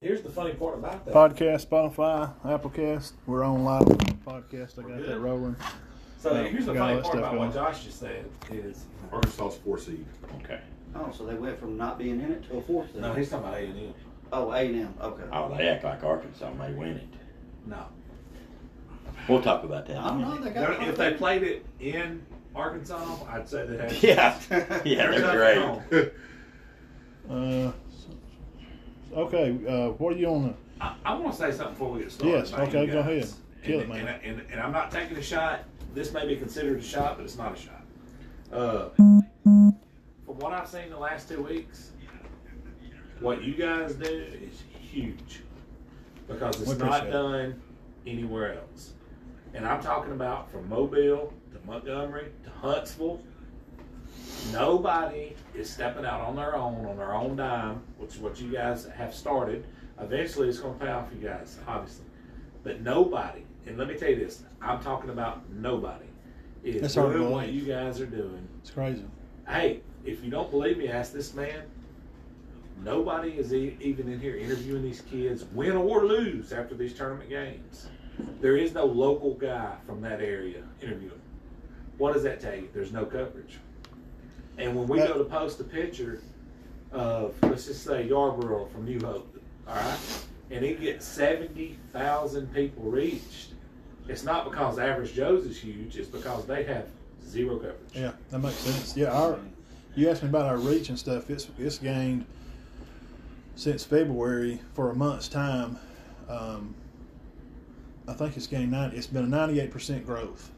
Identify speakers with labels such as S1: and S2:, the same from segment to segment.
S1: Here's the funny part about that.
S2: Podcast, Spotify, Applecast. We're on live on the podcast. I
S1: We're
S2: got
S1: good.
S2: that rolling.
S1: So
S2: Yeah,
S1: here's the
S2: we got all that
S1: funny part
S2: stuff
S1: about
S2: going.
S1: what Josh just said is
S3: Arkansas's four seed.
S4: Okay.
S5: Oh, so they went from not being in it to a fourth seed.
S1: no, he's talking about A and M.
S5: oh, A and M. Okay.
S4: Oh, they act like Arkansas may win it.
S1: No,
S4: We'll talk about that. in a
S5: I don't know.
S4: minute.
S5: They got.
S3: Now, if they played it in Arkansas, I'd say they had.
S4: Yeah. Yeah,
S3: There's
S4: they're
S3: nothing
S4: great.
S3: wrong.
S2: Uh, okay, uh, what are you on? The,
S3: I, I want to say something before we get started.
S2: Yes,
S3: about
S2: okay,
S3: you
S2: go
S3: guys.
S2: ahead. Kill
S3: and,
S2: it, man.
S3: And, and, and I'm not taking a shot. This may be considered a shot, but it's not a shot. Uh, from what I've seen the last two weeks, what you guys do is huge because it's
S2: We
S3: not
S2: appreciate it.
S3: done anywhere else. And I'm talking about from Mobile to Montgomery to Huntsville. Nobody is stepping out on their own, on their own dime, which is what you guys have started. Eventually, it's going to pay off you guys, obviously. But nobody, and let me tell you this, I'm talking about nobody, is
S2: That's hard to
S3: doing what
S2: believe.
S3: you guys are doing.
S2: it's crazy.
S3: Hey, if you don't believe me, ask this man. Nobody is e- even in here interviewing these kids, win or lose, after these tournament games. There is no local guy from that area interviewing. What does that tell you? There's no coverage. And when we
S2: That-
S3: go to post a picture of, let's just say, Yarborough from New Hope, all right, and it gets 70,000 people reached, it's not because Average Joe's is huge, it's because they have zero coverage.
S2: Yeah, that makes sense. Yeah, our you asked me about our reach and stuff. It's it's gained since February for a month's time. Um, I think it's gained nine. It's been a ninety-eight percent growth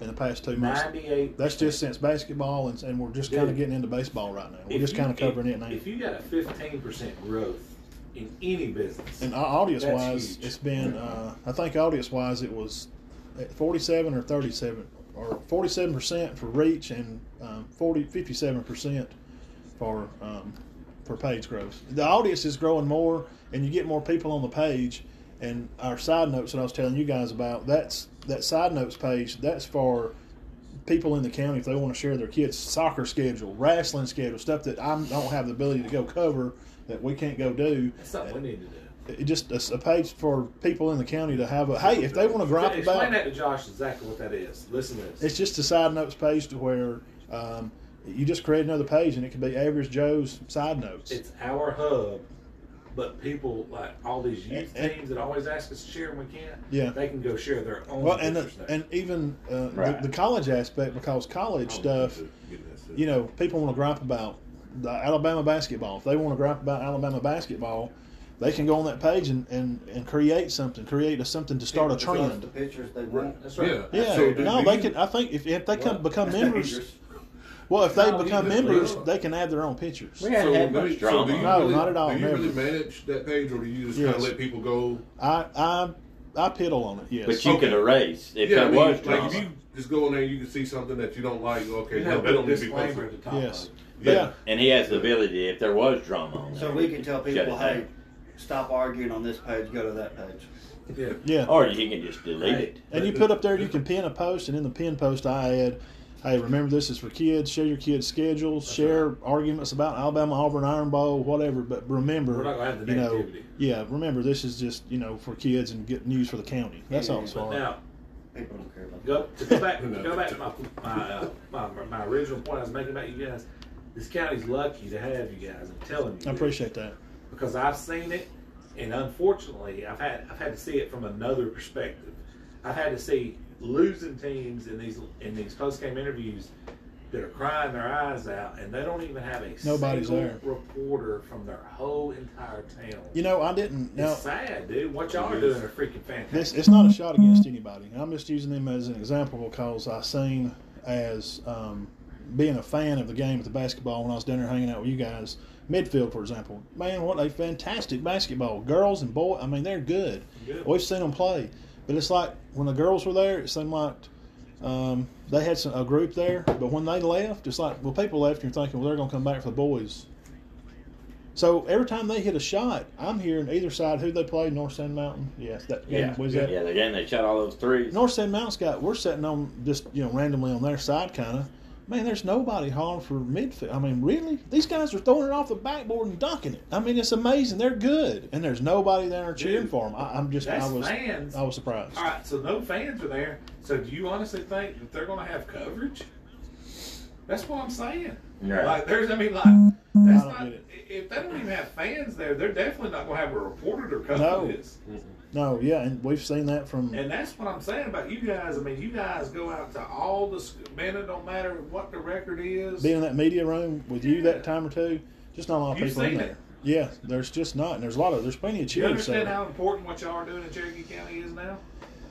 S2: in the past two months.
S3: 98.
S2: That's just since basketball, and, and we're just kind of
S3: Dude.
S2: getting into baseball right now. We're
S3: If
S2: just
S3: you-
S2: kind of covering
S3: if-
S2: it now.
S3: If you got a 15% growth in any business,
S2: And au- audience
S3: That's
S2: wise,
S3: huge.
S2: it's been uh, I think audience wise it was at 47 or 37 or 47 percent for reach and um, 40 57 percent for um, for page growth. The audience is growing more, and you get more people on the page. And our side notes that I was telling you guys about that's that side notes page that's for people in the county if they want to share their kids' soccer schedule, wrestling schedule, stuff that I don't have the ability to go cover that we can't go do
S3: that's something we need to do.
S2: it just it's a page for people in the county to have a hey if they want to gripe
S3: Explain
S2: about
S3: that to Josh exactly what that is. Listen to this.
S2: it's just a side notes page to where um, you just create another page and it can be average joe's side notes
S3: It's our hub, but people like all these youth
S2: And- and-
S3: teams that always ask us to share and we can't,
S2: Yeah.
S3: they can go share their own.
S2: well and
S3: pictures now.
S2: and even uh,
S4: Right.
S2: the, the college aspect because college stuff you know, people want to gripe about the Alabama basketball. If they want to gripe about Alabama basketball, they can go on that page and, and, and create something, create a, something to start a
S5: People post
S2: trend.
S5: The pictures they want.
S3: that's right.
S2: Yeah,
S5: So do
S2: no,
S5: you-
S2: they can. I think if, if they come
S3: Well,
S2: become
S5: That's
S2: members,
S5: dangerous.
S2: well, if they
S3: No, you
S2: become
S3: just-
S2: members,
S3: yeah.
S2: they can add their own pictures.
S4: We haven't had much
S6: so do
S4: drama.
S6: you
S2: No,
S6: really,
S2: not at all,
S6: Do you really
S2: never.
S6: manage that page, or do you just kind
S2: Yes.
S6: of let people go?
S2: I I I piddle on it. Yes.
S4: But you could erase if
S6: I
S4: there
S6: mean,
S4: was
S6: like
S4: drama.
S6: if you just go in there, and you can see something that you don't like. Okay,
S3: You
S6: no,
S3: have
S6: that
S3: a
S6: don't
S3: little
S6: need to be
S3: disclaimer at
S6: posted.
S3: the top.
S2: Oh, Yes.
S3: of it.
S2: yeah.
S6: Yeah.
S4: and he has the ability if there was drama on
S5: So
S4: there,
S5: we can tell
S4: shut it
S5: people, hey,
S4: down.
S5: stop arguing on this page. Go to that page.
S3: Yeah.
S2: Yeah.
S4: or he can just delete it.
S2: And you put up there, you can pin a post, and in the pin post, I add, hey, remember this is for kids. Share your kids' schedules. share arguments about Alabama, Auburn, Iron Bowl, whatever. But remember,
S3: We're not gonna have the
S2: you know,
S3: negativity.
S2: yeah, remember this is just you know for kids and get news for the county. That's all it's
S5: Yeah,
S2: for.
S3: Now,
S5: People don't care about.
S3: go to go back to go back to my my, uh, my my original point I was making about you guys. This county's lucky to have you guys. I'm telling you.
S2: I appreciate that.
S3: because I've seen it, and unfortunately, I've had I've had to see it from another perspective. I've had to see losing teams in these in these post game interviews that are crying their eyes out, and they don't even have a
S2: Nobody's
S3: single
S2: there.
S3: reporter from their whole entire town.
S2: You know, I didn't. Now,
S3: it's sad, dude. What y'all are doing are freaking fantastic.
S2: This it's not a shot against anybody. I'm just using them as an example because I seen as um, being a fan of the game of the basketball when I was down there hanging out with you guys. Midfield, for example, man, what a fantastic basketball! Girls and boy, I mean, they're good.
S3: Good.
S2: We've seen them play, but it's like when the girls were there, it seemed like um, they had some, a group there. But when they left, it's like well, people left. And you're thinking, well, they're gonna come back for the boys. So every time they hit a shot, I'm hearing either side who they played, North Sand Mountain. Yes, that game
S4: Yeah,
S2: was
S4: yeah,
S2: that.
S4: the game they shot all those threes.
S2: North Sand Mountain's got we're sitting on just you know randomly on their side kind of. Man, there's nobody hard for midfield. I mean, really? These guys are throwing it off the backboard and dunking it. I mean, it's amazing. They're good, and there's nobody there cheering
S3: Dude,
S2: for them. I, I'm just, I
S3: That's
S2: was,
S3: fans.
S2: I was surprised.
S3: All right, so no fans are there. So do you honestly think that they're going to have coverage? That's what I'm saying.
S4: Right.
S3: Like, there's, I mean, like, that's
S2: I don't
S3: not.
S2: get it.
S3: If they don't even have fans there, they're definitely not going to have a reporter to cover
S2: No.
S3: this.
S2: No, yeah, and we've seen that from.
S3: And that's what I'm saying about you guys. I mean, you guys go out to all the sc- man. It don't matter what the record is.
S2: being in that media room with you that time or two, just not a lot of
S3: You've
S2: people in
S3: seen
S2: there.
S3: it.
S2: Yeah, there's just not, and there's a lot of there's plenty of
S3: Do you
S2: cheers. So
S3: understand how important what y'all are doing in Cherokee County is now?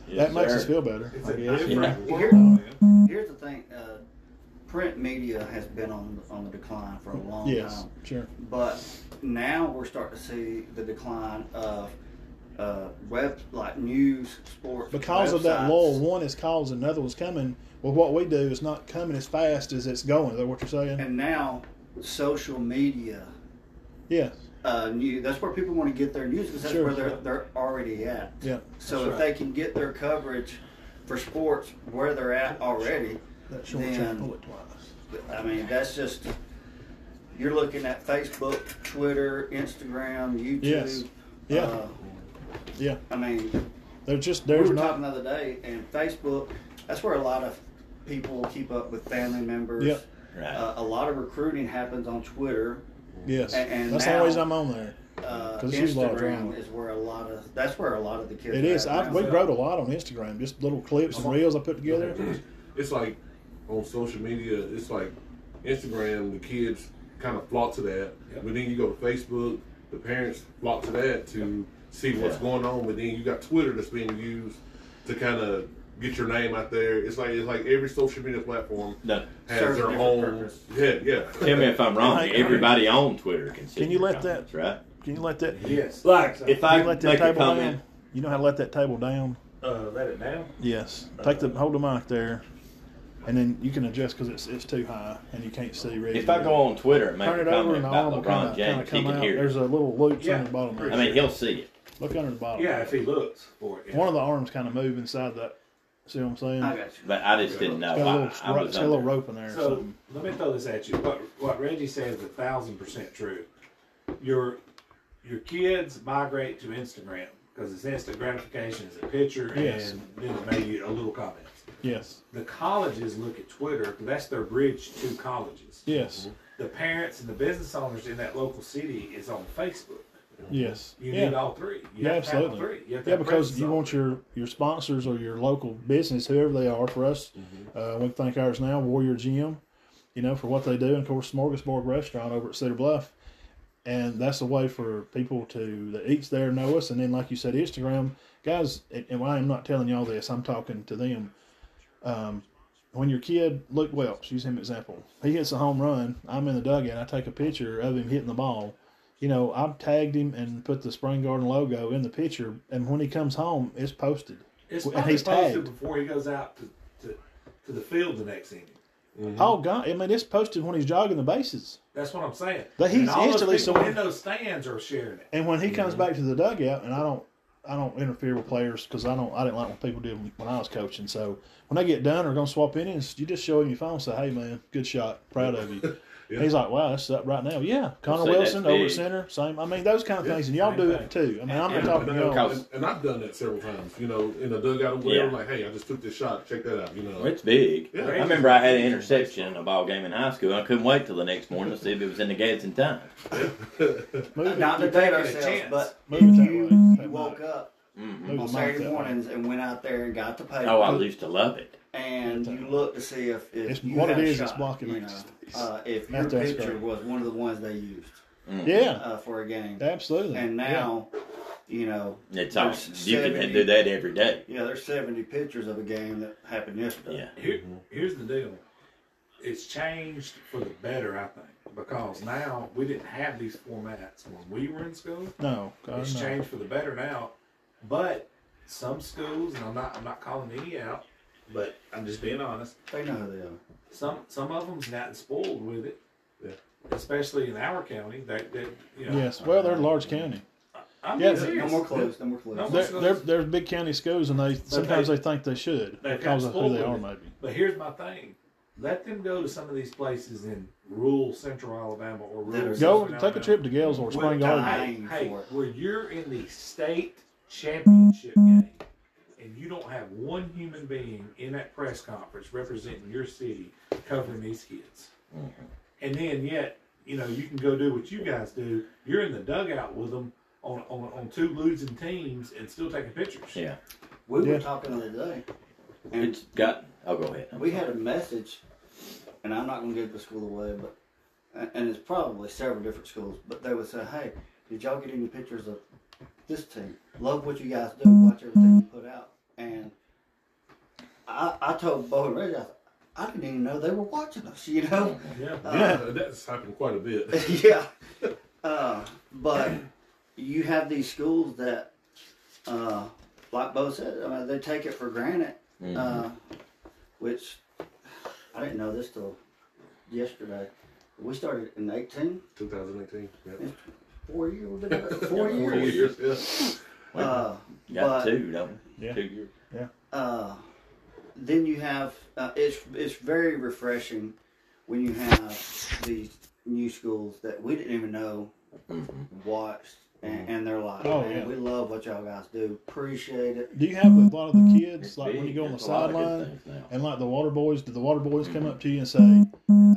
S2: that
S4: Yes,
S2: makes
S4: sir.
S2: us feel better.
S3: It's
S2: I
S3: a
S2: guess.
S3: different
S5: Yeah.
S3: world, man.
S5: Here's the thing: uh, print media has been on on the decline for a long
S2: Yes,
S5: time.
S2: sure.
S5: But now we're starting to see the decline of uh, web like news, sports
S2: Because of that
S5: websites.
S2: lull, one is caused, another was coming. Well, what we do is not coming as fast as it's going. Is that what you're saying?
S5: And now social media.
S2: Yeah,
S5: Uh, new, that's where people want to get their news because that's
S2: Sure.
S5: where they're, they're already at.
S2: yeah.
S5: So if they can get their coverage for sports where they're at already,
S2: That short
S5: Then-
S2: term bullet twice.
S5: I mean, that's just you're looking at Facebook, Twitter, Instagram, YouTube.
S2: Yes. Yeah.
S5: Uh,
S2: Yeah,
S5: I mean,
S2: they're just
S5: we
S2: there's
S5: were
S2: not.
S5: talking the other day, and Facebook. That's where a lot of people keep up with family members.
S2: Yep.
S4: Right.
S5: Uh, a lot of recruiting happens on Twitter.
S2: Yes,
S5: and- and
S2: that's
S5: now-
S2: the reason I'm on there.
S5: Uh,
S2: 'Cause there's a lot of drama.
S5: Instagram is where a lot of that's where a lot of the kids.
S2: It
S5: are
S2: is.
S5: at
S2: I,
S5: now.
S2: we wrote a lot on Instagram, just little clips and reels I put together.
S6: It's like on social media, it's like Instagram, the kids kind of flock to that.
S3: Yep.
S6: But then you go to Facebook, the parents flock to that to see what's
S4: Yeah.
S6: going on. But then you got Twitter that's being used to kind of get your name out there. It's like it's like every social media platform
S4: No.
S6: has
S5: Serves a
S6: their
S5: different
S6: own.
S5: purpose.
S6: Yeah, yeah.
S4: Tell me if I'm wrong.
S2: Hey,
S4: Everybody on Twitter can see.
S2: Can you
S4: your
S2: let that-
S4: comments, right?
S2: Can you let that?
S3: Yes.
S4: Like
S3: So,
S4: if
S2: Can
S4: I
S2: you let
S4: make
S2: that
S4: a
S2: table
S4: comment,
S2: down? You know how to let that table down?
S3: uh, let it down.
S2: Yes. Take the hold the mic there, and then you can adjust because it's it's too high and you can't see. Reggie.
S4: if I go on Twitter and make
S2: turn
S4: a
S2: it over
S4: comment
S2: and all of
S4: about
S2: them
S4: LeBron
S2: kind of
S4: James, he
S2: come
S4: can
S2: out.
S4: hear.
S2: There's
S4: it.
S2: a little loops on
S3: Yeah.
S2: the bottom.
S4: I
S2: There.
S4: mean, he'll see it.
S2: Look under the bottom.
S3: Yeah, if he looks for it. yeah.
S2: One of the arms kind of move inside that. See what I'm saying?
S5: I got you.
S4: But I just didn't know.
S2: It's got a little,
S4: I, I
S2: rope-
S4: was
S2: it's got a little
S4: under-
S2: rope in there. or
S3: So
S2: something.
S3: let me throw this at you. What what Reggie says is a thousand percent true. Your your kids migrate to Instagram because it's instant gratification. It's a picture
S2: Yes.
S3: and then maybe a little comment.
S2: Yes.
S3: The colleges look at Twitter 'cause that's their bridge to colleges.
S2: Yes.
S3: The parents and the business owners in that local city is on Facebook.
S2: Yes.
S3: You
S2: yeah.
S3: need all three. You
S2: yeah,
S3: have to have all
S2: absolutely.
S3: three. You have to
S2: yeah,
S3: have
S2: because
S3: presence
S2: you
S3: on
S2: want
S3: there.
S2: your your sponsors or your local business, whoever they are, for us.
S3: Mm-hmm.
S2: Uh, we thank ours now, Warrior Gym, you know, for what they do, and of course, Smorgasbord Restaurant over at Cedar Bluff. And that's a way for people to that eats there know us, and then like you said, Instagram guys. And and I am not telling y'all this; I'm talking to them. Um, when your kid Luke Welch, use him as an example. He hits a home run. I'm in the dugout. I take a picture of him hitting the ball you know, I've tagged him and put the Spring Garden logo in the picture, and when he comes home, it's posted.
S3: It's
S2: and
S3: probably
S2: he's
S3: posted
S2: tagged.
S3: before he goes out to, to, to the field the next inning.
S2: Oh God! I mean, it's posted when he's jogging the bases,
S3: That's what I'm saying.
S2: But he's
S3: And all those
S2: instantly
S3: people
S2: someone-
S3: in those stands are sharing it.
S2: and when he comes back to the dugout, and I don't, I don't interfere with players because I don't, I didn't like what people did when I was coaching. So when they get done or gonna swap innings, you just show him your phone, and say, "Hey man, good shot, proud of you."
S6: Yeah.
S2: He's like, "Wow, that's up right now." Yeah, Connor
S4: say that's
S2: Wilson over
S4: big.
S2: at center, same. I mean, those kind of
S6: Yeah,
S2: things, and y'all
S3: same
S2: do
S3: thing.
S2: it too. I mean, I'm not
S4: And-
S2: talking to
S6: and,
S2: y'all.
S6: and, and I've done that several times, you know, in the dugout or whatever.
S4: Yeah.
S6: Like, hey, I just took this shot. Check that out, you know.
S4: Well, It's big.
S6: Yeah.
S4: I remember I had an interception in a ball game in high school. and I couldn't wait till the next morning to see if it was in the gates in time.
S2: Move it,
S5: Not to
S3: taking
S5: date
S3: a
S5: ourselves,
S3: chance.
S5: but
S2: Move it that
S5: you,
S2: way.
S5: you woke up
S2: move
S5: on
S2: the mic
S5: Saturday
S2: that way.
S5: mornings and went out there and got the paper.
S4: Oh, I used to love it.
S5: and you look to see if, if
S2: It's-
S5: you
S2: what
S5: had
S2: it
S5: a
S2: is,
S5: shot,
S2: it's blocking
S5: you
S2: it.
S5: know, uh, if your
S2: That's- that's
S5: picture
S2: great.
S5: was one of the ones they used
S2: Yeah,
S5: uh, for a game,
S2: absolutely.
S5: and
S2: Yeah.
S5: now you know
S4: It's all,
S5: There's
S4: you can
S5: 70.
S4: do that every day.
S5: yeah there's 70 pictures of a game that happened yesterday.
S4: Yeah.
S3: Here, here's the deal. It's changed for the better, I think, because now we didn't have these formats when we were in school.
S2: No, God,
S3: It's
S2: Oh, no.
S3: changed for the better now, but some schools, and I'm not, I'm not calling any out, but I'm just being honest.
S5: They know who they are.
S3: Some, some of them's gotten spoiled with it,
S6: Yeah.
S3: especially in our county. That, that you know,
S2: Yes, well, they're a large county.
S3: I'm
S2: Yeah,
S3: being
S2: no
S5: No
S3: serious.
S5: more clothes. No more clothes.
S3: No more-
S2: They're, they're, they're big county schools, and they sometimes they, think they should
S3: they've got
S2: because of who
S3: spoiled
S2: they
S3: with
S2: are,
S3: it.
S2: maybe.
S3: But here's my thing. Let them go to some of these places in rural central Alabama or
S5: That
S3: rural
S5: are-
S2: Go
S3: southern
S2: take a
S3: Alabama.
S2: trip to Gales or
S3: Where-
S2: Spring Garden.
S5: dying
S3: Hey, hey,
S5: for it.
S3: where you're in the state championship game and you don't have one human being in that press conference representing your city covering these kids.
S2: Mm-hmm.
S3: And then yet, you know, you can go do what you guys do. You're in the dugout with them on, on, on two losing teams and still taking pictures.
S4: Yeah.
S5: We
S2: Yeah.
S5: were talking the other day, and
S4: It's got. I'll go ahead.
S5: we had a message, and I'm not going to give the school away, but and- and it's probably several different schools, but they would say, "Hey, did y'all get any pictures of this team? Love what you guys do. Watch everything you put out." And I, I told Bo and Reggie, I, said, I didn't even know they were watching us. You know?
S3: Yeah.
S5: Uh,
S6: Uh, that's happened quite a bit.
S5: yeah. Uh, but you have these schools that, uh, like Bo said, I mean, they take it for granted, uh, which I didn't know this till yesterday. We started in 18,
S6: 2018. Yeah.
S5: four years, we've been at it four years.
S6: Four years. Yeah.
S5: Uh,
S4: got
S5: but-
S4: two, don't we?
S2: Yeah.
S4: Two years.
S5: uh, then you have uh, it's it's very refreshing when you have these new schools that we didn't even know
S4: Mm-hmm.
S5: watched and, and they're like,
S2: Oh,
S5: man,
S2: yeah.
S5: we love what y'all guys do, appreciate it.
S2: Do you have a lot of the kids
S4: It's
S2: like when you
S4: big.
S2: go on the
S4: There's a lot of good
S2: sideline
S4: things now.
S2: and like the water boys? Do the water boys come up to you and say,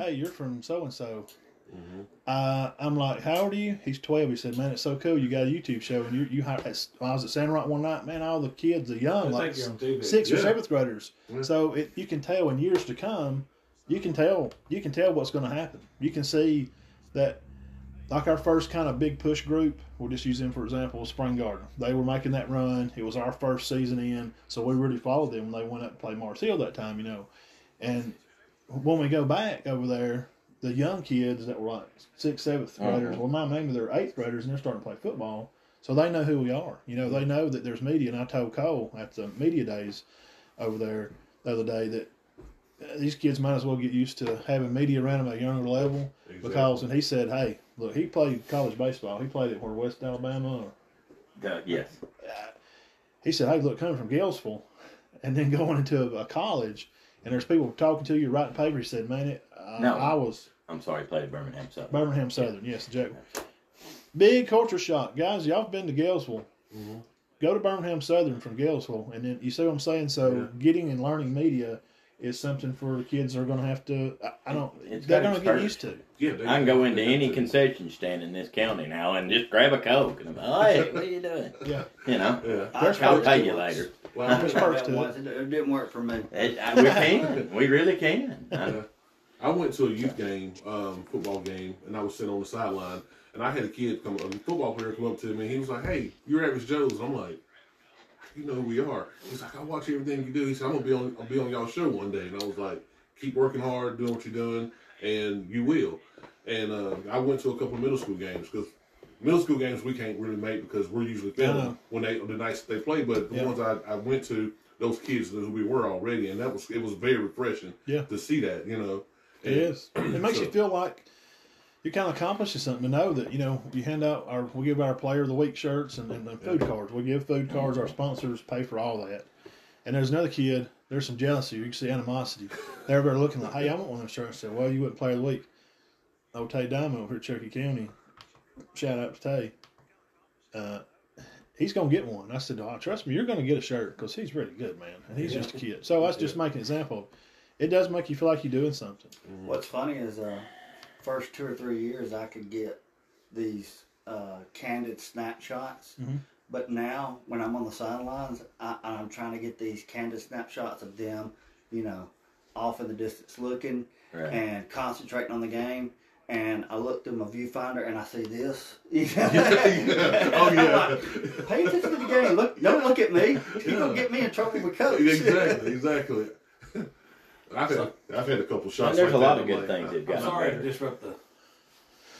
S2: "Hey, you're from so and so"?
S4: Mm-hmm.
S2: I'm like, "How old are you?" He's twelve. He said, "Man, it's so cool. You got a YouTube show and you you hi- it's- I was at Sandrock one night. Man, all the kids are young,
S3: It's
S2: like
S3: like you're on TV.
S2: six or
S6: Yeah.
S2: seventh graders.
S6: Yeah.
S2: So it, you can tell in years to come, you can tell you can tell what's going to happen. You can see that like our first kind of big push group, we'll just use them for example, was Spring Garden. They were making that run. It was our first season in, so we really followed them when they went up to play Mars Hill that time, you know. And when we go back over there, the young kids that were like sixth, seventh graders, well, my maybe they're eighth graders and they're starting to play football, so they know who we are. You know, they know that there's media. And I told Cole at the media days over there the other day that uh, these kids might as well get used to having media around them at a younger level
S6: Exactly.
S2: because and he said, hey, look, he played college baseball. He played at where West Alabama. Or,
S4: Uh, yes.
S2: he said, hey, look, coming from Galesville and then going into a, a college and there's people talking to you, writing papers. He said, man, it, I,
S4: No.
S2: I was
S4: I'm sorry. Played at Birmingham. So.
S2: Birmingham Southern. Yes, Jack. Big culture shock, guys. Y'all have been to Galesville.
S4: Mm-hmm.
S2: Go to Birmingham Southern from Galesville, and then you see what I'm saying. So getting and learning media is something for the kids are going to have to. I, I don't.
S4: It's
S2: they're
S4: got
S2: going to
S4: its
S2: get
S4: perks.
S2: used to.
S6: Yeah, they-
S4: I can go
S6: they
S4: into
S6: got
S4: any
S6: to.
S4: concession stand in this county now and just grab a coke and I'm like, hey, what are you doing?
S2: Yeah.
S4: You know,
S6: Yeah.
S5: I
S2: There's
S5: tried
S4: I'll
S5: it
S4: pay you
S5: once.
S4: later.
S6: Well,
S5: I
S2: There's
S5: tried
S2: perks
S5: that
S2: to it.
S5: once, and It didn't work for me.
S4: It, I, we can. We really can. I,
S6: I went to a youth game, um, football game, and I was sitting on the sideline, and I had a kid come, a football player come up to me, and he was like, "Hey, you're Average Joe's." And I'm like, "You know who we are?" He's like, "I watch everything you do." He said, "I'm gonna be on, I'll be on y'all show one day," and I was like, "Keep working hard, doing what you're doing, and you will." And uh, I went to a couple of middle school games because middle school games we can't really make because we're usually
S2: I
S6: filming
S2: know.
S6: when they the nights they play, but the
S2: Uh-huh. Yeah.
S6: ones I, I went to. Those kids knew who we were already, and that was it was very refreshing
S2: Yeah.
S6: to see that, you know.
S2: It is. It makes you
S6: So-
S2: feel like you're kind of accomplishing something to know that you know you hand out our we give our player of the week shirts and, and, and food cards. We give food cards. Our sponsors pay for all that. And there's another kid. There's some jealousy. You can see animosity. They're over there looking like, hey, I want one of them shirts. I said, well, you wouldn't player of the week. Old Tay Diamond over here at Cherokee County. Shout out to Tay. Uh, he's gonna get one. I said, oh, trust me, you're gonna get a shirt because he's really good, man. And he's just a kid. So I was just making an example. It does make you feel like you're doing something.
S5: What's funny is, uh, first two or three years I could get these uh, candid snapshots,
S4: Mm-hmm.
S5: but now when I'm on the sidelines, I, I'm trying to get these candid snapshots of them, you know, off in the distance looking
S4: Right.
S5: and concentrating on the game. And I look through my viewfinder and I see this. You
S6: oh yeah,
S5: Pay attention to the game. Look, don't look at me. You're gonna get me in trouble with coach.
S6: exactly, exactly. I've had, I've had a couple shots.
S4: there's
S6: like
S4: a lot of
S6: that, I'm
S4: good things
S6: like,
S4: that
S3: I'm
S4: got
S3: sorry to
S4: better.
S3: disrupt the,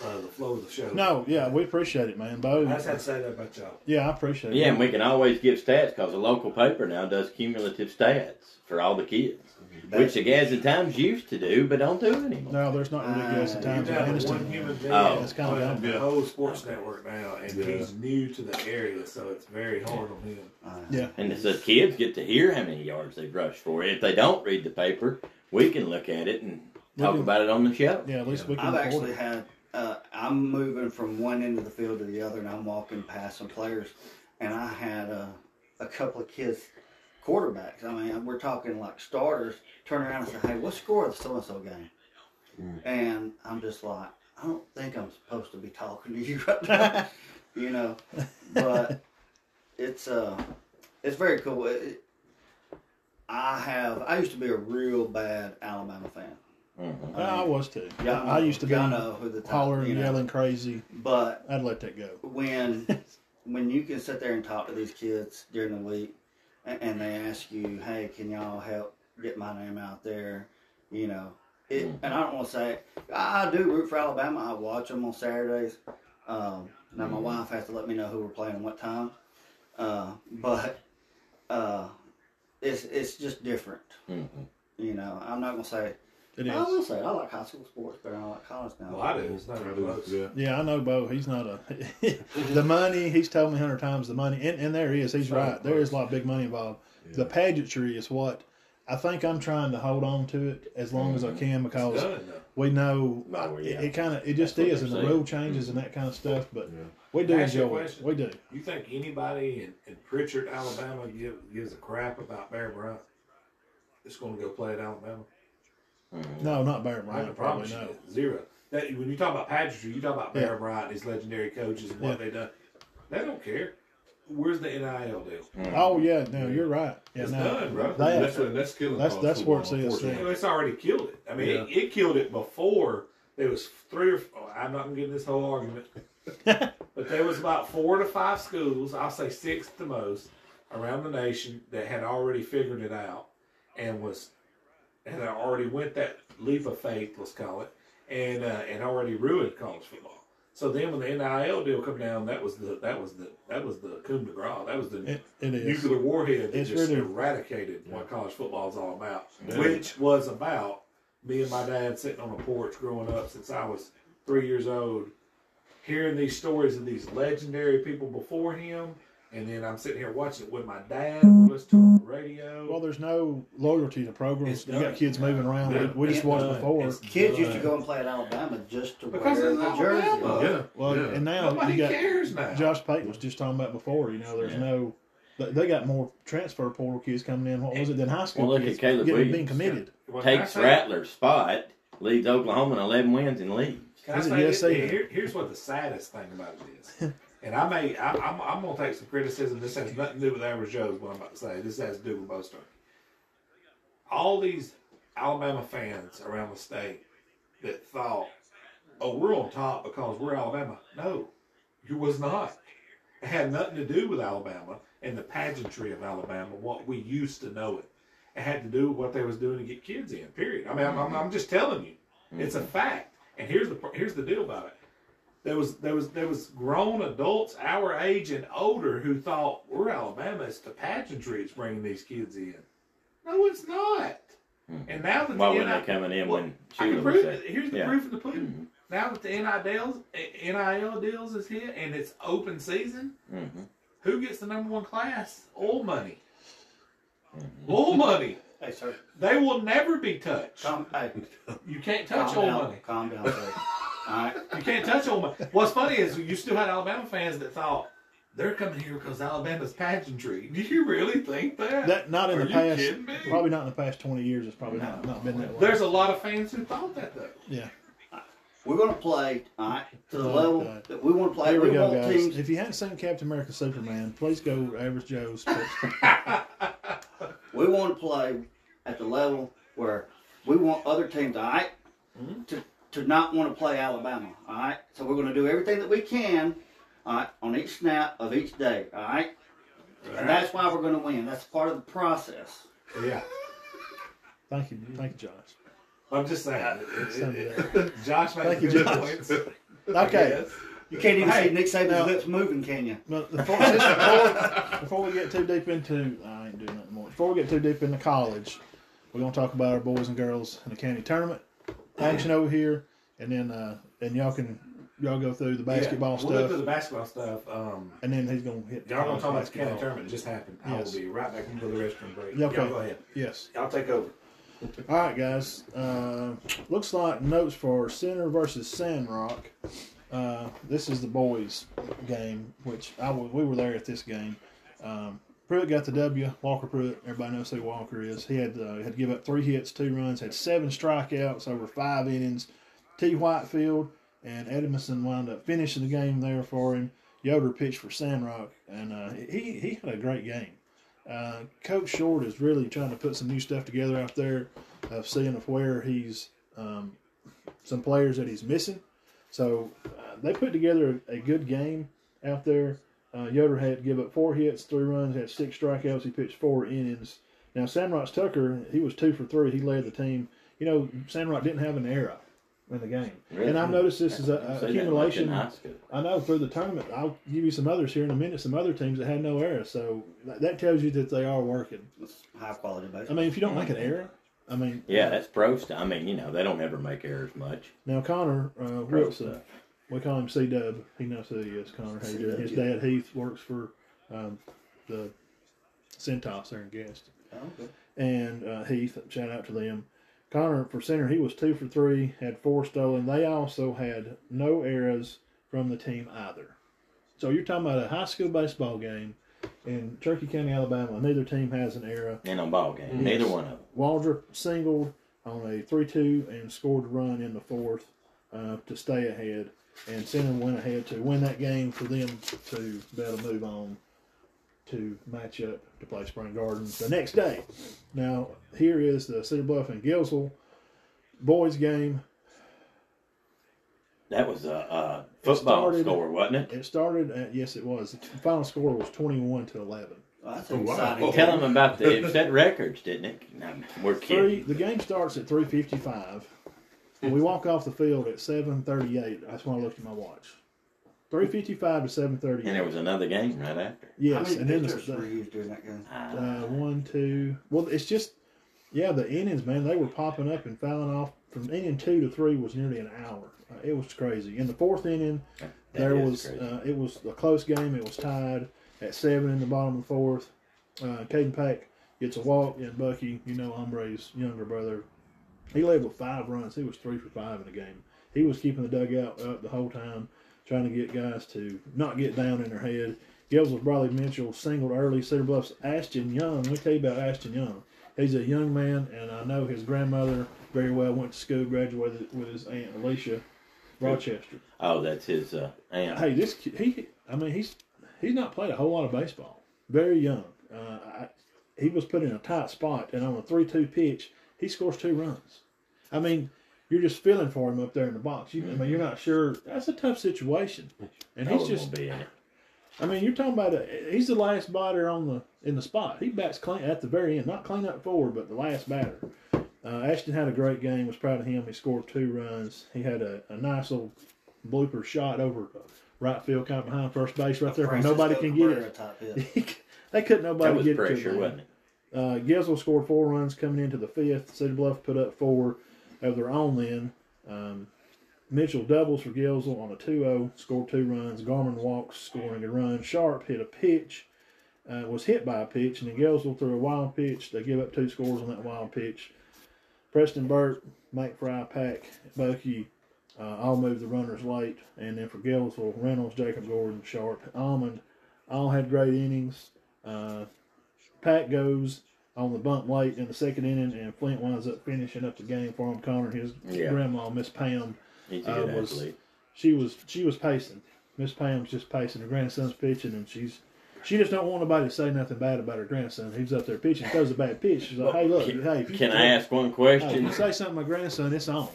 S3: uh, the flow of the show.
S2: No, yeah, we appreciate it, man.
S3: I
S2: Bo,
S3: just had to say that about y'all.
S2: yeah, I appreciate it.
S4: Yeah, and we can always give stats because the local paper now does cumulative stats for all the kids. which the Gadsden Times used to do, but don't do anymore.
S2: No, there's not really good
S5: Uh,
S2: at
S3: You
S2: times. in
S3: got
S2: Anniston.
S3: one human being
S4: Oh.
S2: That's kinda
S3: running
S2: dumb.
S3: the whole sports network now, and
S6: Yeah.
S3: he's new to the area, so it's very hard on him.
S5: Uh,
S2: Yeah.
S4: And so the kids get to hear how many yards they've rushed for. If they don't read the paper, we can look at it and
S2: We
S4: talk
S2: can-
S4: about it on the show.
S2: Yeah, at least we can
S5: I've
S2: afford
S5: actually
S2: it.
S5: had. Uh, I'm moving from one end of the field to the other, and I'm walking past some players, and I had a, a couple of kids, quarterbacks. I mean, we're talking like starters. Turn around and say, "Hey, what score of the so and so game?"
S2: Mm.
S5: And I'm just like, I don't think I'm supposed to be talking to you right now, you know. But it's uh, it's very cool. It, it- I have. I used to be a real bad Alabama fan.
S4: Mhm.
S2: I, I was too.
S5: Y'all
S2: I used to be
S5: y'all know who the top,
S2: hollering,
S5: uh, you know.
S2: yelling, crazy.
S5: But
S2: I'd let that go.
S5: when when you can sit there and talk to these kids during the week and, and they ask you hey can y'all help get my name out there you know it,
S2: Mm.
S5: and i don't want to say I, I do root for alabama i watch them on saturdays um, now
S2: Mm-hmm.
S5: my wife has to let me know who we're playing and what time uh, but uh, it's it's just different
S4: Mhm.
S5: you know i'm not gonna say
S2: It
S5: i
S2: is.
S5: will say i like high school sports but i don't like college now
S3: Well, I do. It's not even close.
S6: "Ah, Yeah.
S2: Yeah, I know Bo. He's not a
S5: Mm-hmm.
S2: the money. He's told me a hundred times the money, and, and there he is. He's
S3: Sorry,
S2: right. There is a lot of big money involved. The pageantry is what I think I'm trying to hold on to it as long as I
S3: Mm-hmm.
S2: can
S3: It's
S2: because
S3: done, though.
S2: we know
S4: Well,
S3: Oh,
S2: I-
S4: yeah.
S2: it, kind of it just
S4: That's what
S2: is,
S4: they're
S2: and the
S4: saying.
S2: rule changes
S3: Mm-hmm.
S2: and that kind of stuff. But
S6: Yeah.
S2: we do
S3: Ask you a
S2: enjoy it.
S3: question.
S2: We do.
S3: You think anybody in, in Pritchard, Alabama, give, gives a crap about Bear Bryant? It's going to go play at Alabama.
S2: No, not Bear
S3: I
S2: Bryant.
S3: can promise
S2: Probably
S3: you
S2: no.
S3: that. zero. That when you talk about pageantry, you talk about Bear
S2: Yeah.
S3: Bryant, his legendary coaches, and
S2: Yeah.
S3: what they done. They don't care. Where's the NIL deal?
S2: Oh yeah, no, you're right. Yeah,
S3: It's
S2: no.
S3: done, bro.
S2: That-
S6: that's what, that's killing.
S2: that's-
S6: college
S2: that's where it's
S6: football,
S2: at,
S6: unfortunately.
S2: yeah.
S3: Well, it's already killed it. I mean, it, it killed it before there was three or. oh, I'm not gonna get into this whole argument, but there was about four to five schools, I'll say six at the most, around the nation that had already figured it out and was had already went that leap of faith, let's call it, and uh, and already ruined college football. So then, when the NIL deal come down, that was the that was the that was the coup de grace. That was the
S2: It, it is.
S3: nuclear warhead that
S2: It's
S3: just
S2: really-
S3: eradicated what college football is all about,
S6: Yeah.
S3: which was about me and my dad sitting on a porch growing up since I was three years old, hearing these stories of these legendary people before him. And then I'm sitting here watching it with my dad, listening to it on the radio.
S2: Well, there's no loyalty to programs.
S3: It's
S2: you got
S3: done.
S2: kids moving around.
S6: Yeah.
S2: We, we just
S3: It's
S2: watched
S3: done.
S2: before.
S3: It's
S5: Kids
S3: done.
S5: used to go and play at Alabama just to
S3: Because
S5: wear
S3: it's
S5: the jersey.
S3: Alabama.
S6: Yeah.
S2: well,
S6: yeah.
S2: and now
S3: Nobody
S2: you got
S3: cares now.
S2: Josh Pate was just talking about before. You know, there's
S4: Yeah.
S2: no. They, they got more transfer portal kids coming in. What was it than high school?
S4: Well, look at
S2: kids
S4: Caleb
S2: getting,
S4: Williams.
S2: being committed.
S3: Well, can I
S4: Takes
S3: say-
S4: Rattler's spot, leads Oklahoma in 11 wins and leaves.
S3: Can I
S2: Is it
S3: say
S2: yes,
S3: this?
S2: say
S3: Here-
S2: no?
S3: here- here's what the saddest thing about it is, and I may I, I'm I'm gonna take some criticism. This has nothing to do with average Joe's. What I'm about to say. This has to do with Bo Stark. All these Alabama fans around the state that thought, "Oh, we're on top because we're Alabama." No, you was not. It had nothing to do with Alabama and the pageantry of Alabama, what we used to know it. It had to do with what they was doing to get kids in. Period. I mean, I'm, I'm, I'm just telling you, it's a fact. And here's the pr- here's the deal about it. There was there was there was grown adults our age and older who thought we're Alabama. It's the pageantry that's bringing these kids in. No, it's not. And now that
S4: Why
S3: the
S4: were they
S3: NIL
S4: coming in
S3: Well,
S4: when
S3: I
S4: Shula
S3: can
S4: was
S3: prove
S4: there?
S3: it. Here's the
S4: Yeah.
S3: proof of the pudding. Now that the NIL NIL deals is here and it's open season,
S4: Mhm.
S3: who gets the number one class? Oil money. Oil money.
S5: Hey, sir,
S3: They will never be touched.
S5: calm, hey,
S3: You can't touch
S5: calm
S3: oil
S5: down,
S3: money.
S5: calm down, sir. All right,
S3: You can't touch Ole Miss. What's funny is you still had Alabama fans that thought they're coming here because Alabama's pageantry. Do you really think that?
S2: That not in
S3: Are
S2: the
S3: you
S2: past.
S3: kidding me?
S2: Probably not in the past twenty years. It's probably not, not been that way.
S3: There's a lot of fans who thought that though.
S2: yeah.
S5: we're gonna play. All right, to the
S2: Oh,
S5: level
S2: God.
S5: that we want to play.
S2: Here we go,
S5: want
S2: guys.
S5: teams.
S2: If you haven't seen Captain America Superman, please go Average Joe's.
S5: We want to play at the level where we want other teams. All right,
S2: Hmm?
S5: to to not want to play Alabama. All right, so we're gonna do everything that we can. All right, on each snap of each day. All right, and that's why we're gonna win. That's part of the process.
S3: Yeah,
S2: thank you, thank you, Josh.
S3: I'm just saying. It-
S2: Summed
S3: it-
S2: it
S3: it- Josh made
S2: Thank you,
S3: good
S2: Josh.
S3: points.
S2: Okay.
S3: Yes.
S5: You can't even
S3: Hey,
S5: see Nick Saban's
S2: now-
S5: lips moving, can you?
S2: But before, just before, before we get too deep into, I ain't doing nothing more. Before we get too deep into college, We're gonna talk about our boys and girls in the county tournament action over here, and then uh, and y'all can y'all go through the basketball
S3: We'll go through
S2: stuff,
S3: the basketball stuff. Um,
S2: and then he's gonna hit.
S3: y'all gonna
S2: college
S3: talk about the county
S2: basketball.
S3: tournament that just happened.
S2: Yes.
S3: I will be right back and go to the restroom break.
S2: Yeah, okay.
S3: Y'all go ahead.
S2: Yes.
S3: Y'all take over.
S2: All right, guys. Uh, looks like notes for Center versus Sandrock. Uh, this is the boys' game, which I w- we were there at this game. Um, Pruitt got the W. Walker Pruitt. Everybody knows who Walker is. He had uh, had to give up three hits, two runs, had seven strikeouts over five innings. T. Whitefield and Edmondson wound up finishing the game there for him. Yoder pitched for Sandrock, and uh, he he had a great game. Uh, Coach Short is really trying to put some new stuff together out there of seeing of where he's um, some players that he's missing. So uh, they put together a good game out there. Uh, Yoder had to give up four hits, three runs, had six strikeouts. He pitched four innings. Now Samrock's Tucker, he was two for three. He led the team. You know, Samrock didn't have an error in the game, and I've noticed this is
S4: You
S2: a, a
S4: see that
S2: accumulation.
S4: much in high school.
S2: I know through the tournament. I'll give you some others here in a minute. Some other teams that had no error. So that, that tells you that they are working.
S5: It's high quality baseball.
S2: I mean, if you don't make an error, I mean,
S4: Yeah, that's pro stuff. I mean, you know, they don't ever make errors much.
S2: Now Connor uh,
S4: Pro
S2: Wilson, we call him C Dub. He knows who he is. Connor, how you doing? His dad Heath works for um, the Centos there in Gaston.
S5: Oh, okay.
S2: And uh, Heath, shout out to them. Connor for center, he was two for three, had four stolen. They also had no errors from the team either. So you're talking about a high school baseball game in Turkey County, Alabama. Neither team has an error.
S4: In a ball game, neither one of them.
S2: Waldrop singled on a 3 2 and scored a run in the fourth uh, to stay ahead. And Center went ahead to win that game for them to be able to move on to match up to play Spring Garden the next day. Now, here is the Cedar Bluff and Gilsel boys game.
S4: That was a, a football
S2: started-
S4: score, wasn't it?
S2: It started at, yes, it was. The final score was 21 to 11.
S5: Well, that's
S6: Oh,
S5: an
S6: wow.
S5: exciting.
S6: Oh.
S4: Tell them about the it set records, didn't it? No, we're
S2: Three,
S4: kidding.
S2: the game starts at 3.55. And we walk off the field at 7.38. That's when I looked at my watch. 3.55 to
S4: And there
S2: 7.38.
S4: was another game right after.
S5: How
S2: Yes,
S5: many
S2: and then
S5: pitchers were
S2: the,
S5: used during that game?
S2: the,
S4: Uh,
S2: uh, one, two. Well, it's just, yeah, the innings, man, they were popping up and fouling off. From inning two to three was nearly an hour. Uh, it was crazy. In the fourth inning,
S4: That
S2: there
S4: is
S2: was
S4: crazy.
S2: uh, it was a close game. It was tied at seven in the bottom of the fourth. Uh, Caden Pack gets a walk, and Bucky, you know, Ombre's younger brother, he led with five runs. He was three for five in the game. He was keeping the dugout up the whole time, trying to get guys to not get down in their head. Gilson's Bradley Mitchell singled early. Cedar Bluff's Ashton Young. Let me tell you about Ashton Young. He's a young man, and I know his grandmother very well. Went to school, graduated with his aunt Alicia Rochester
S4: oh, that's his uh, aunt.
S2: hey, this kid, he, I mean, he's he's not played a whole lot of baseball. Very young. Uh, I, he was put in a tight spot, and on a three-two pitch, he scores two runs. I mean, you're just feeling for him up there in the box. You, I mean, you're not sure. That's a tough situation, and
S4: Probably
S2: he's just.
S4: won't be in it.
S2: I mean, you're talking about a, he's the last batter on the in the spot. He bats clean at the very end, not clean up forward, but the last batter. Uh, Ashton had a great game. Was proud of him. He scored two runs. He had a, a nice little blooper shot over right field, kind of behind first base, right there, where
S5: Francisco
S2: nobody can get
S5: Cabrera
S2: it.
S5: Type hit.
S2: they couldn't nobody
S4: That was
S2: get it. to
S4: pressure,
S2: him.
S4: wasn't it?
S2: Uh, Gesell scored four runs coming into the fifth. Cedar Bluff put up four of their own then. Um, Mitchell doubles for Gesell on a 2 0, scored two runs. Garmin walks, scoring a run. Sharp hit a pitch, uh, was hit by a pitch, and then Gesell threw a wild pitch. They give up two scores on that wild pitch. Preston Burt, Mike Fry, Pack, Bucky uh, all moved the runners late. And then for Gesell, Reynolds, Jacob Gordon, Sharp, Almond all had great innings. Uh, Pat goes on the bunt late in the second inning, and Flint winds up finishing up the game for him. Connor, his
S4: Yeah.
S2: grandma, Miss Pam,
S4: He's a
S2: I
S4: good
S2: was-
S4: athlete.
S2: she was she was pacing. Miss Pam's just pacing. Her grandson's pitching, and she's she just don't want nobody to say nothing bad about her grandson. He's up there pitching, throws a bad pitch. She's like, "Hey, look, hey, Oh. if you
S4: Can I ask one question?
S2: Hey, if you say something, to my grandson, it's on.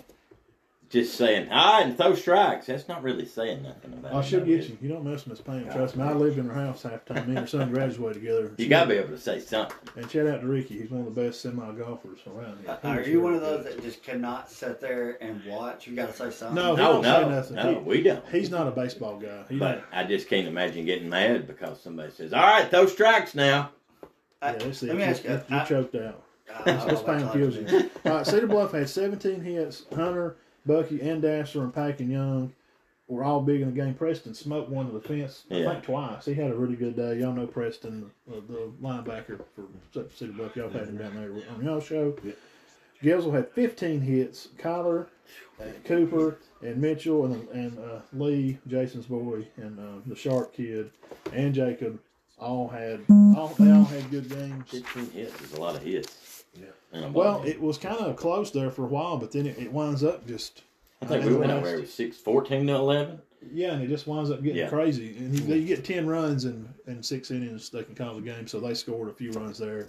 S4: just saying, ah, and throw strikes. That's not really saying nothing about
S2: I
S4: it.
S2: should
S4: no,
S2: get
S4: is it?
S2: you. You don't mess with Miss Pam. Trust me, I lived in her house half the time. Me and her son graduated together.
S4: You got to be able to say something.
S2: And shout out to Ricky. He's one of the best semi golfers around here.
S5: Uh, Are you one of those that just cannot sit there and watch? You got to say something.
S2: No. Oh, He
S4: No,
S2: don't say nothing.
S4: no, no,
S2: He-
S4: we don't.
S2: He's not a baseball guy. He
S4: But I just can't imagine getting mad because somebody says, all right, throw strikes now.
S5: I-
S2: yeah, that's it.
S5: let me ask you.
S2: you, you
S5: I,
S2: choked out.
S5: I- I don't
S2: Let's
S5: know about
S2: pound
S5: college,
S2: kills
S5: man.
S2: you. All right, Cedar Bluff had 17 hits. Hunter, Bucky, and Dasher and Pack and Young were all big in the game. Preston smoked one to the fence, I
S4: Yeah.
S2: think twice. He had a really good day. Y'all know Preston, uh, the linebacker for C- Cedar Bluff. Y'all had him down there on y'all show.
S6: Yeah.
S2: Gelsel had 15 hits. Kyler, uh, Cooper, and Mitchell, and, and uh, Lee, Jason's boy, and uh, the Sharp kid, and Jacob all had all they all had good games.
S4: Fifteen hits is a lot of hits.
S6: Yeah.
S4: In a ball
S2: Well,
S4: game.
S2: it was kind of close there for a while, but then it, it winds up just
S4: I think we went
S2: last-
S4: over it was six, 14 to eleven.
S2: yeah, and it just winds up getting
S4: Yeah.
S2: crazy. And you, you get ten runs and and six innings, they can call the game. So they scored a few runs there.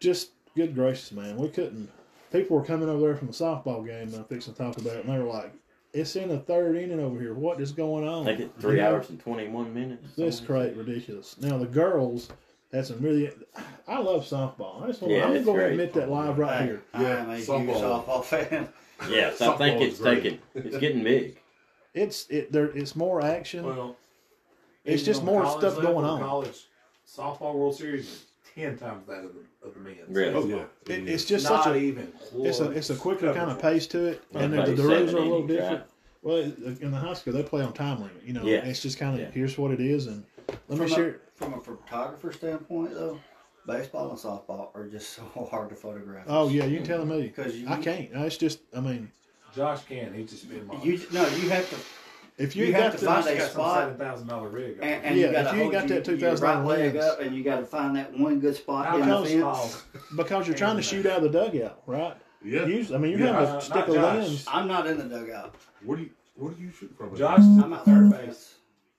S2: Just good gracious, man, we couldn't. People were coming over there from the softball game. that I'm fixing to talk about, and they were like, "It's in the third inning over here. What is going
S4: I
S2: on?"
S4: think it's three
S2: You know?
S4: hours and twenty one minutes.
S2: That's
S4: Something.
S2: great, ridiculous. Now the girls had some really. I love softball. I just want.
S4: Yeah,
S2: I'm
S4: it's
S2: gonna
S4: great.
S2: admit that live right here.
S5: I am a huge
S6: softball.
S5: softball fan.
S4: Yes, I think
S6: Softball
S4: it's
S6: is great.
S4: taking it's getting big.
S2: It's it there. It's more action.
S3: Well,
S2: It's
S3: even
S2: just
S3: on the
S2: more
S3: college
S2: stuff
S3: level,
S2: going
S3: the
S2: on.
S3: College softball World Series is ten times that of the, of the men's.
S4: Really?
S6: Oh yeah.
S2: It, it's just
S3: not
S2: such a
S3: even.
S2: it's a it's a quicker kind of pace to it, and
S4: Like
S2: the, the
S4: seven
S2: rules are a little
S4: innings, right?
S2: different. Well, in the high school they play on time limit. You know,
S4: Yeah.
S2: it's just kind of
S4: Yeah.
S2: here's what it is, and let me
S5: From a-
S2: share.
S5: From a photographer standpoint, though, baseball and softball are just so hard to photograph.
S2: Oh yeah, you can tell me.
S5: because you
S2: I can't. No, It's just I mean,
S3: Josh can. He's just been my.
S5: You no, you have to
S2: if you,
S5: You
S2: got
S5: have
S2: the
S5: to find a
S3: got some
S5: spot.
S3: seven thousand dollar rig.
S5: And, and
S2: Yeah,
S5: you gotta
S2: if you ain't
S5: hold
S2: got
S5: your-
S2: that
S5: your
S2: $2,000
S5: right leg
S2: lens.
S5: up, and you got to find that one good spot
S3: Not
S5: in the
S3: Josh
S5: fence.
S3: Paul.
S2: because you're trying to shoot out of the dugout, right?
S6: Yeah.
S2: Usually, I mean, you
S6: Yeah.
S2: have
S3: Uh,
S2: a stick
S3: not
S2: of
S3: Josh.
S2: lens.
S5: I'm not in the dugout.
S6: What do you What do you shoot from?
S3: Josh is
S5: I'm
S3: at
S5: at third
S3: base.
S5: base.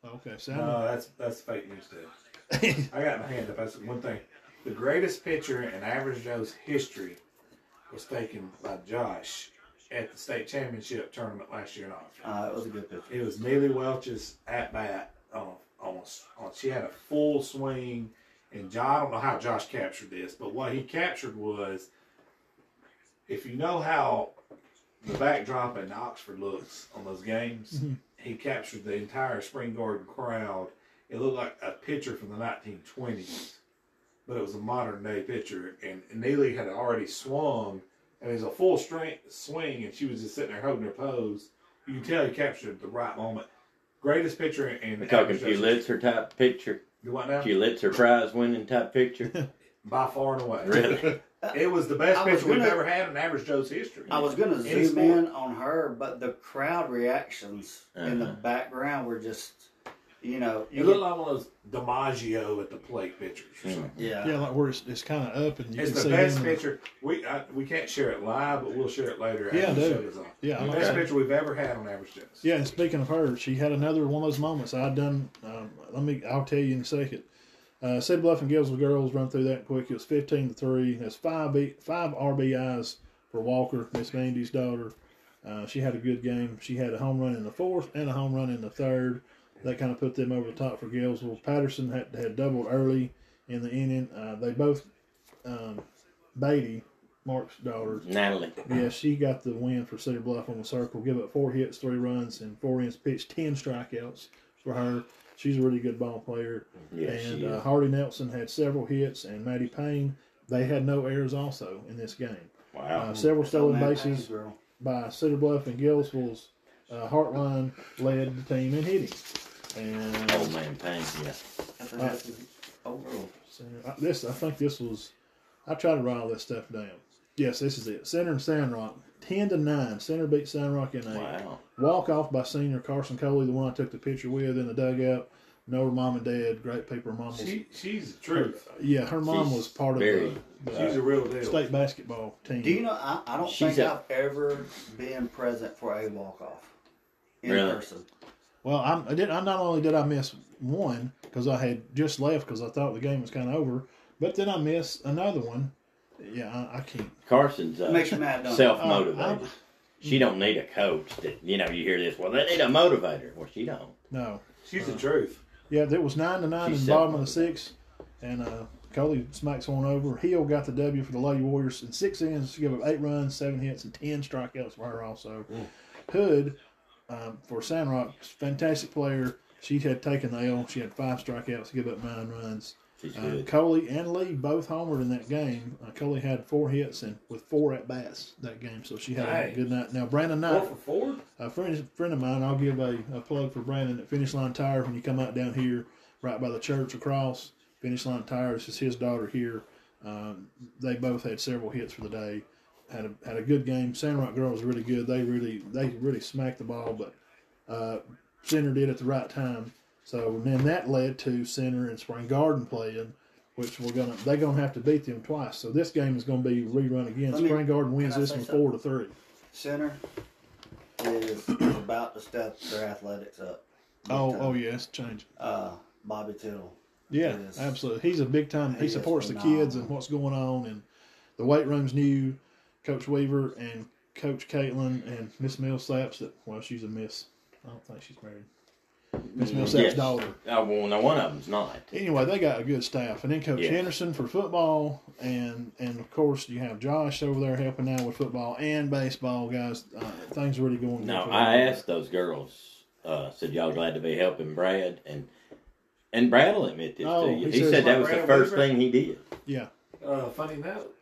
S2: Okay, so
S3: No, that's that's fake news, dude.
S2: I'm-
S3: I got my hand up. That's one thing. The greatest pitcher in Average Joe's history was taken by Josh at the state championship tournament last year in August.
S5: Uh, it was a good pitch.
S3: It was Neely Welch's at bat on, on, on she had a full swing and John, I don't know how Josh captured this, but what he captured was if you know how the backdrop in Oxford looks on those games, he captured the entire Spring Garden crowd. It looked like a picture from the 1920s, but it was a modern day picture. And Neely had already swung, and it was a full strength swing, and she was just sitting there holding her pose. You can tell he captured the right moment. Greatest picture in
S4: We're talking
S3: Average
S4: Pulitzer type picture,
S3: you want now?
S4: Pulitzer Prize winning type picture.
S3: By far and away.
S4: Really?
S3: It was the best
S5: I was
S3: pitcher we've
S5: gonna-
S3: ever had in Average Joe's history.
S5: I was gonna
S3: Any
S5: zoom
S3: sport.
S5: in on her, but the crowd reactions in the
S4: Uh-huh.
S5: background were just, you know,
S3: You look like one of those DiMaggio at the plate pitchers. or something.
S5: yeah.
S2: yeah, like where it's, it's kind of up, and you
S3: It's
S2: can
S3: the
S2: see
S3: best
S2: him.
S3: picture. We I, we can't share it live, but we'll share it later.
S2: Yeah,
S3: after the
S2: do.
S3: show is on.
S2: Yeah, I
S3: the
S2: like
S3: best
S2: that.
S3: picture we've ever had on Average Joe's.
S2: Yeah, and speaking of her, she had another one of those moments I'd done. Um, let me, I'll tell you in a second. Uh, Sid Bluff and Gillsville girls run through that quick. It was fifteen to three. That's five B, five RBIs for Walker, Miss Vandy's daughter. Uh, she had a good game. She had a home run in the fourth and a home run in the third. That kind of put them over the top for Gillsville. Patterson had, had doubled early in the inning. Uh, they both, um, Beatty, Mark's daughter,
S4: Natalie.
S2: yeah, she got the win for Cedar Bluff on the circle. Give up four hits, three runs, and four innings pitched, ten strikeouts for her. She's a really good ball player.
S4: Yeah,
S2: and
S4: she
S2: uh,
S4: is.
S2: Hardy Nelson had several hits, and Maddie Payne. They had no errors also in this game.
S4: Wow.
S2: Uh, several stolen
S5: Matt
S2: bases
S5: Payne's Oh, girl.
S2: by Cedar Bluff and Gillsville's uh, Heartline led the team in hitting. And
S4: Old Oh, man Payne. Yeah.
S5: That's a hefty overall.
S2: Center. I, uh, this I think this was. I try to write all this stuff down. Yes, this is it. Center and Sandrock, ten to nine. Center beat Sandrock in eight.
S4: Wow.
S2: Walk off by senior Carson Coley, the one I took the picture with in the dugout. Know her mom and dad, great people. Her Mom was,
S3: She she's the truth.
S2: yeah, her mom
S4: She's
S2: was part of
S4: very-
S2: the, the
S3: She's a real deal.
S2: state basketball team.
S5: Do you know? I, I don't
S4: She's
S5: think
S4: a-
S5: i I've ever been present for a walk off in
S4: Really?
S5: person.
S2: Well, I'm, I did. I not only did I miss one because I had just left because I thought the game was kind of over, but then I missed another one. Yeah, I, I can't.
S4: Carson's uh,
S5: Makes you mad, don't it?
S4: self
S2: Uh,
S4: motivated.
S2: I-
S4: she don't need a coach. That you know, you hear this. Well, they need a motivator. Well, she don't.
S2: No,
S3: She's
S2: uh,
S3: the truth.
S2: Yeah, there was nine to nine
S4: She's
S2: in the bottom of the
S4: seven.
S2: sixth, and uh, Coley smacks one over. Hill got the W for the Lady Warriors in six innings. She gave up eight runs, seven hits, and ten strikeouts for her. Also, Hood um, for Sandrock, fantastic player. She had taken the L. She had five strikeouts, give up nine runs.
S4: She's
S2: Uh,
S4: good.
S2: Coley and Lee both homered in that game. Uh, Coley had four hits and with four at bats that game, so she had a
S3: Nice.
S2: good night. Now Brandon
S3: Four
S2: Knight,
S3: for four.
S2: a friend friend of mine, I'll give a, a plug for Brandon at Finish Line Tire when you come out down here, right by the church across Finish Line Tire. This is his daughter here. Um, they both had several hits for the day. Had a, had a good game. Sand Rock Girl was really good. They really they really smacked the ball, but uh, Center did at the right time. So and then that led to Center and Spring Garden playing, which we're gonna they're gonna have to beat them twice. So this game is gonna be rerun again.
S5: Let me-
S2: Spring Garden wins
S5: can I
S2: this
S5: say
S2: one
S5: something?
S2: four to three.
S5: Center is about to step their athletics up. big
S2: Oh
S5: time.
S2: oh yeah, it's changing.
S5: Uh, Bobby Tittle.
S2: Yeah,
S5: Yes.
S2: absolutely. He's a big time. He,
S5: He is
S2: supports the kids and
S5: phenomenal.
S2: what's going on, and the weight room's new. Coach Weaver and Coach Caitlin and Miss Millsaps. That well, she's a miss. I don't think she's married. Miss Millsaps'
S4: Yes.
S2: daughter.
S4: Oh, well, no, one of them's not.
S2: Anyway, they got a good staff, and then Coach
S4: Yeah.
S2: Henderson for football, and and of course you have Josh over there helping out with football and baseball, guys. Uh, things are really going. good
S4: No,
S2: for
S4: I
S2: them.
S4: asked those girls. Uh, said y'all glad to be helping Brad and and Brad will admit this
S2: Oh,
S4: to you.
S2: he
S4: He,
S2: says-
S4: said that was the
S3: Brad
S4: first
S3: Weaver?
S4: thing he did.
S2: Yeah.
S3: Uh, funny note.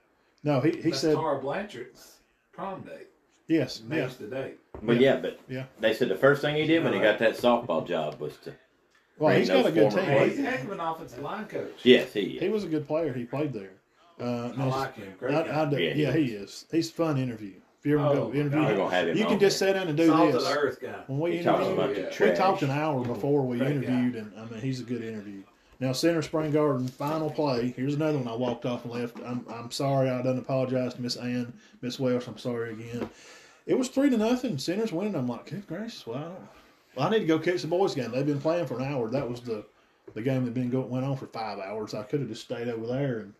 S2: No, he he
S3: that's
S2: said
S3: Tara Blanchard's prom date.
S2: yes. Yeah.
S3: Matched the date.
S4: But
S2: Yeah.
S4: yeah, but
S2: Yeah.
S4: they said the first thing he did when he got that softball job was to
S2: Well,
S4: Bring
S2: he's got a
S4: those
S2: good
S4: former
S2: team.
S3: Hey,
S4: Right.
S3: he's a heck of an offensive line coach.
S4: yes, he
S2: He was a good player. He played there. Uh,
S3: I
S2: no,
S3: like him. Great
S2: I, I
S3: guy.
S2: do.
S4: Yeah,
S2: Yeah,
S4: he
S2: he is. He's a fun interview. If you ever
S3: Oh,
S2: go interview,
S3: God.
S4: We're gonna have him.
S2: you
S4: on
S2: can just
S4: there.
S2: sit down and do
S3: Salt of
S2: this.
S3: the earth guy.
S2: When we
S4: He talks
S2: interviewed,
S4: about
S3: Yeah.
S4: the
S3: We
S2: we
S4: trash.
S2: talked an hour before we
S3: Great
S2: interviewed, and I mean, he's a good interview. Now, Center Spring Garden final play. Here's another one. I walked off and left. I'm, I'm sorry. I done apologized to Miss Ann, Miss Welsh. I'm sorry again. It was three to nothing. Center's winning. I'm like, good gracious. Well, I, don't, well, I need to go catch the boys game. They've been playing for an hour. That was the the game that been go, went on for five hours. I could have just stayed over there and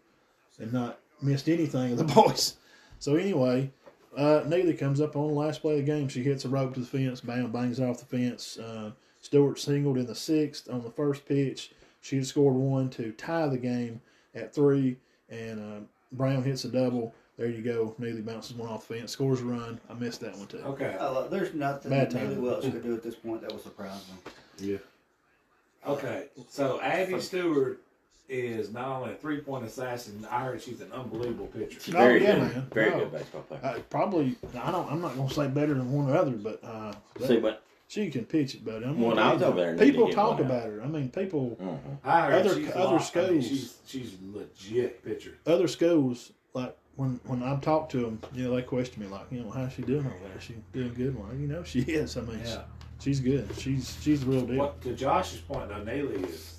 S2: and not missed anything of the boys. So anyway, uh, Neely comes up on the last play of the game. She hits a rope to the fence, bam, bangs off the fence. Uh, Stewart singled in the sixth on the first pitch. She had scored one to tie the game at three, and uh, Brown hits a double. There you go. Neely bounces one off the fence, scores a run. I missed that one too.
S3: Okay.
S5: I love, there's nothing
S2: Bad
S5: that Neely
S2: time.
S5: Welch could do at this point that will surprise me.
S6: Yeah.
S3: Okay. So Abby Stewart is not only a three point assassin, I heard she's an unbelievable pitcher.
S4: She's
S2: No,
S4: very
S2: "Oh, yeah,
S4: good,
S2: man.
S4: very
S2: No.
S4: good baseball player.
S2: Uh, probably, I don't. I'm not gonna say better than one or other, but uh,
S4: See what?
S2: she can pitch it better. I'm
S4: When
S2: gonna
S4: I was
S2: read
S4: over there,
S2: that.
S4: Neely
S2: people
S4: hit
S2: talk
S4: one out.
S2: about her. I mean, people
S4: Mhm.
S3: I heard
S2: Other-
S3: she's
S2: other
S3: locked. I mean,
S2: schools.
S3: she's she's legit pitcher.
S2: other schools, like when when I've talked to them, you know, they question me like, you know, how's she doing over there? She doing good one, you know, she is. I mean, she-
S3: Yeah.
S2: she's good. She's she's the real deal.
S3: What to Josh's point though, Naily is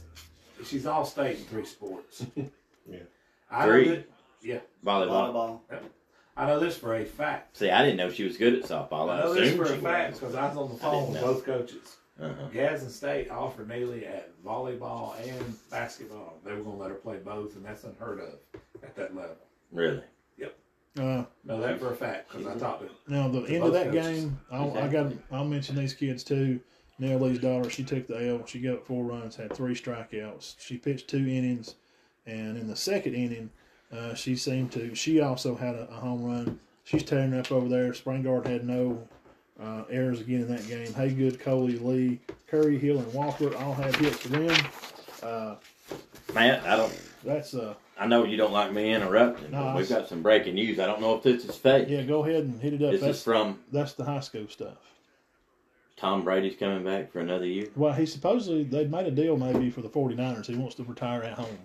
S3: she's all state in three sports.
S6: Yeah.
S3: I
S4: Three.
S3: Know that, yeah.
S4: Volleyball.
S5: Volleyball.
S3: I know this for a fact.
S4: See, I didn't know she was good at softball.
S3: I
S4: I
S3: know this
S4: assumed
S3: for a
S4: she
S3: fact
S4: was.
S3: because I was on the phone with
S4: know.
S3: both coaches.
S4: Uh-huh.
S3: Gadsden State offered Neely at volleyball and basketball. They were going to let her play both, and that's unheard of at that level.
S4: Really?
S2: Uh,
S3: Know that for a fact because I talked to
S2: now the
S3: They're
S2: end of
S3: both
S2: that
S3: coaches.
S2: game, I'll, I got I'll mention these kids too. Nelly's daughter, she took the L. She got four runs, had three strikeouts. She pitched two innings, and in the second inning, uh, she seemed to. She also had a, a home run. She's tearing up over there. Spring guard had no uh, errors again in that game. Haygood, Coley, Lee, Curry, Hill, and Walker all had hits for them. Uh,
S4: Matt, I don't.
S2: that's uh,
S4: I know you don't like me interrupting,
S2: No,
S4: but
S2: I
S4: we've
S2: see.
S4: got some breaking news. I don't know if this is fake.
S2: yeah. Go ahead and hit it up.
S4: this
S2: that's
S4: is from
S2: that's the high school stuff.
S4: Tom Brady's coming back for another year.
S2: Well, he supposedly they made a deal maybe for the 49ers. He wants to retire at home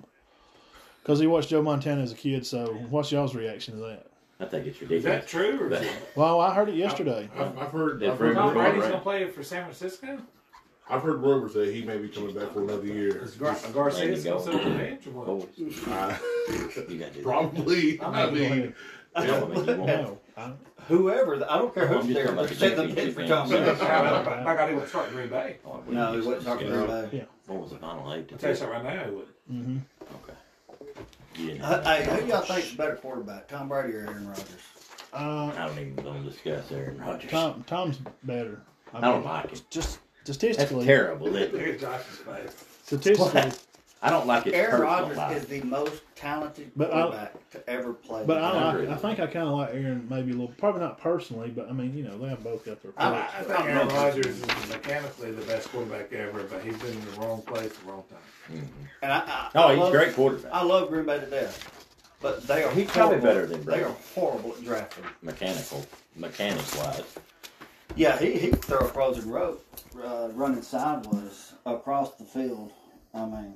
S2: because he watched Joe Montana as a kid. So, what's y'all's reaction to that?
S4: I think it's
S3: Is that
S4: ridiculous.
S3: true? Or is it,
S2: Well, I heard it yesterday.
S6: I've, I've heard.
S4: They're
S6: I've heard,
S3: Tom
S4: Tom
S3: Brady's
S4: Brady.
S6: rumors,
S3: going to play for San Francisco?
S6: I've heard rumors that he may be coming back for another year.
S3: Is Gar- Garcia's
S4: There you
S3: going to
S4: go.
S3: sit on the bench or what?
S4: Boys, you
S6: I-
S4: got to do that.
S6: probably. I mean,
S4: Tell me you want.
S2: No, I,
S5: Whoever, the, I don't care
S4: I'm
S5: who's
S4: just
S5: there,
S4: talking
S5: but
S4: about the
S5: set the
S4: championship
S5: pitch for
S4: game.
S5: Tom
S3: Like
S5: Brady.
S3: I got even start Green Bay.
S4: Oh, we
S5: No,
S4: can
S5: he wasn't
S4: just
S5: talking
S4: get-
S5: about that.
S4: What was the final eight? to
S3: I'll tell you
S4: two?
S3: something right now, he would.
S2: hmm
S4: Okay. You didn't know.
S5: Uh, Hey, who y'all think's better quarterback, Tom Brady or Aaron Rodgers?
S2: uh,
S4: I don't even don't discuss Aaron Rodgers.
S2: Tom, Tom's better.
S4: I don't like him.
S2: Just
S4: That's
S2: statistically,
S4: terrible. Isn't
S3: Look
S4: it?
S3: at Josh's face.
S2: statistically,
S4: I don't like it
S5: Aaron
S4: personal
S5: Rodgers
S4: life.
S5: is the most talented
S2: But I-
S5: quarterback to ever play.
S2: But
S5: the
S2: I,
S5: game.
S2: I, I think I kind of like Aaron maybe a little, probably not personally, but I mean, you know, they have both got their
S5: I-
S2: perks.
S3: I
S2: but-
S3: think Aaron
S4: not-
S3: Rodgers is mechanically the best quarterback ever, but he's been in the wrong place at the wrong time.
S5: and I, I,
S4: Oh,
S5: I
S4: he's a
S5: love-
S4: great quarterback.
S5: I love Green Bay to death, but they are
S4: He's probably
S5: horrible-
S4: better than
S5: they
S4: Brady.
S5: are horrible at drafting.
S4: Mechanical, mechanics wise.
S5: Yeah, he he could throw a frozen rope uh, running sideways across the field. I mean,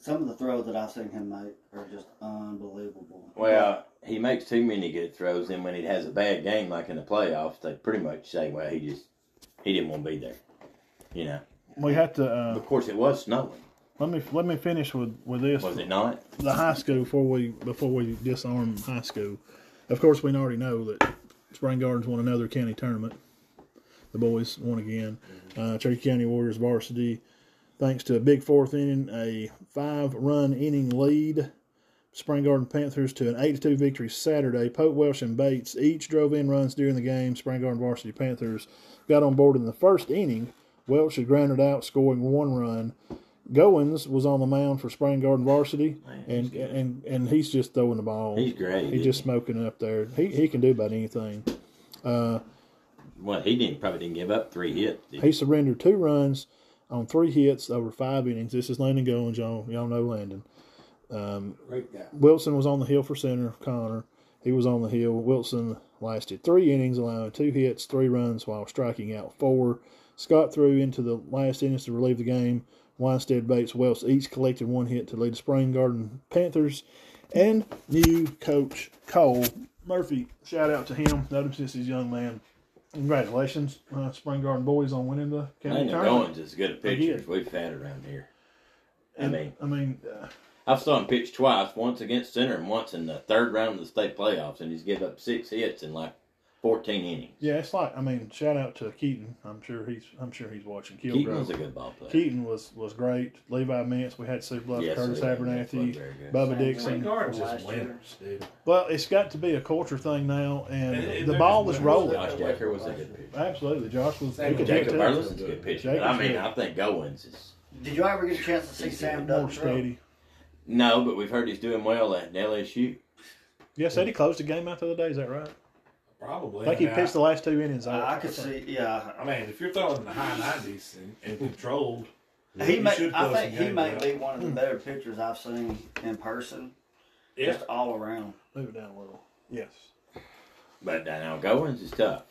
S5: some of the throws that I've seen him make are just unbelievable.
S4: Well, he makes too many good throws, and when he has a bad game, like in the playoffs, they pretty much say, "Well, he just he didn't want to be there." You know.
S2: We have to. Uh,
S4: Of course, it was snowing,
S2: let me let me finish with with this.
S4: was it not?
S2: the high school before we before we disarm high school. Of course, we already know that Spring Gardens won another county tournament. The boys won again. Uh, Cherokee County Warriors varsity, thanks to a big fourth inning, a five-run inning lead. Spring Garden Panthers to an 8-2 victory Saturday. Pope Welsh and Bates each drove in runs during the game. Spring Garden varsity Panthers got on board in the first inning. Welsh had grounded out, scoring one run. Goins was on the mound for Spring Garden varsity, and and and he's just throwing the ball.
S4: He's great.
S2: He's just smoking up there. He he can do about anything.
S4: well, he didn't probably didn't give up three hits. did he?
S2: He surrendered two runs on three hits over five innings. This is Landon Goins. Y'all, y'all know Landon. Um,
S3: Great guy.
S2: Wilson was on the hill for center. Connor, he was on the hill. Wilson lasted three innings, allowing two hits, three runs, while striking out four. Scott threw into the last innings to relieve the game. Weinstead, Bates, Wells each collected one hit to lead the Spring Garden Panthers. And new coach Cole Murphy, shout out to him. Notice this is young man. Congratulations, uh, Spring Garden boys, on winning the county
S4: Landon
S2: tournament.
S4: Goins is as good a pitcher as we've had around here. I mean,
S2: I mean, uh,
S4: I've saw him pitch twice, once against center and once in the third round of the state playoffs, and he's given up six hits in like 14 innings.
S2: yeah, it's like I mean, shout out to Keaton. I'm sure he's I'm sure he's watching Kilgrove.
S4: Keaton was a good ball player.
S2: Keaton was was great. Levi Mintz, we had Sue Bluff,
S4: Yes,
S2: Curtis
S4: Levi Mintz was
S2: Abernathy,
S4: very good.
S2: Bubba
S3: Frank
S2: Dixon.
S3: Gardner
S5: Last
S3: just
S5: year.
S3: winners, dude.
S2: Well, it's got to be a culture thing now, and
S3: And- and
S2: the
S3: they're
S2: ball
S3: just
S2: was
S3: winners.
S2: rolling.
S4: Josh Decker was a good pitcher.
S2: Absolutely, Josh was.
S3: Same
S2: He could
S3: with
S2: hit
S4: Jacob
S2: too.
S4: Erlison's a good pitcher. But I
S2: Jacob's
S4: mean,
S2: good.
S4: I think Goins is.
S5: Did you ever get a chance to see
S4: He's
S5: Sam
S2: More
S5: Duck throw?
S2: steady.
S4: No, but we've heard he's doing well at LSU.
S2: Yeah, said he closed the game out the other day. Is that right?
S3: Probably.
S2: I think he
S3: I mean,
S2: pitched the last two innings.
S5: I, I could see, yeah.
S3: I mean, if you're throwing in the high nineties and, and controlled,
S5: He
S3: you
S5: may,
S3: should
S5: I
S3: close
S5: think
S3: the
S5: he
S3: game
S5: may
S3: out.
S5: be one of the
S2: Hmm.
S5: better pitchers I've seen in person,
S3: yeah,
S5: just all around.
S2: Move it down a little. Yes.
S4: But I know Goins is tough.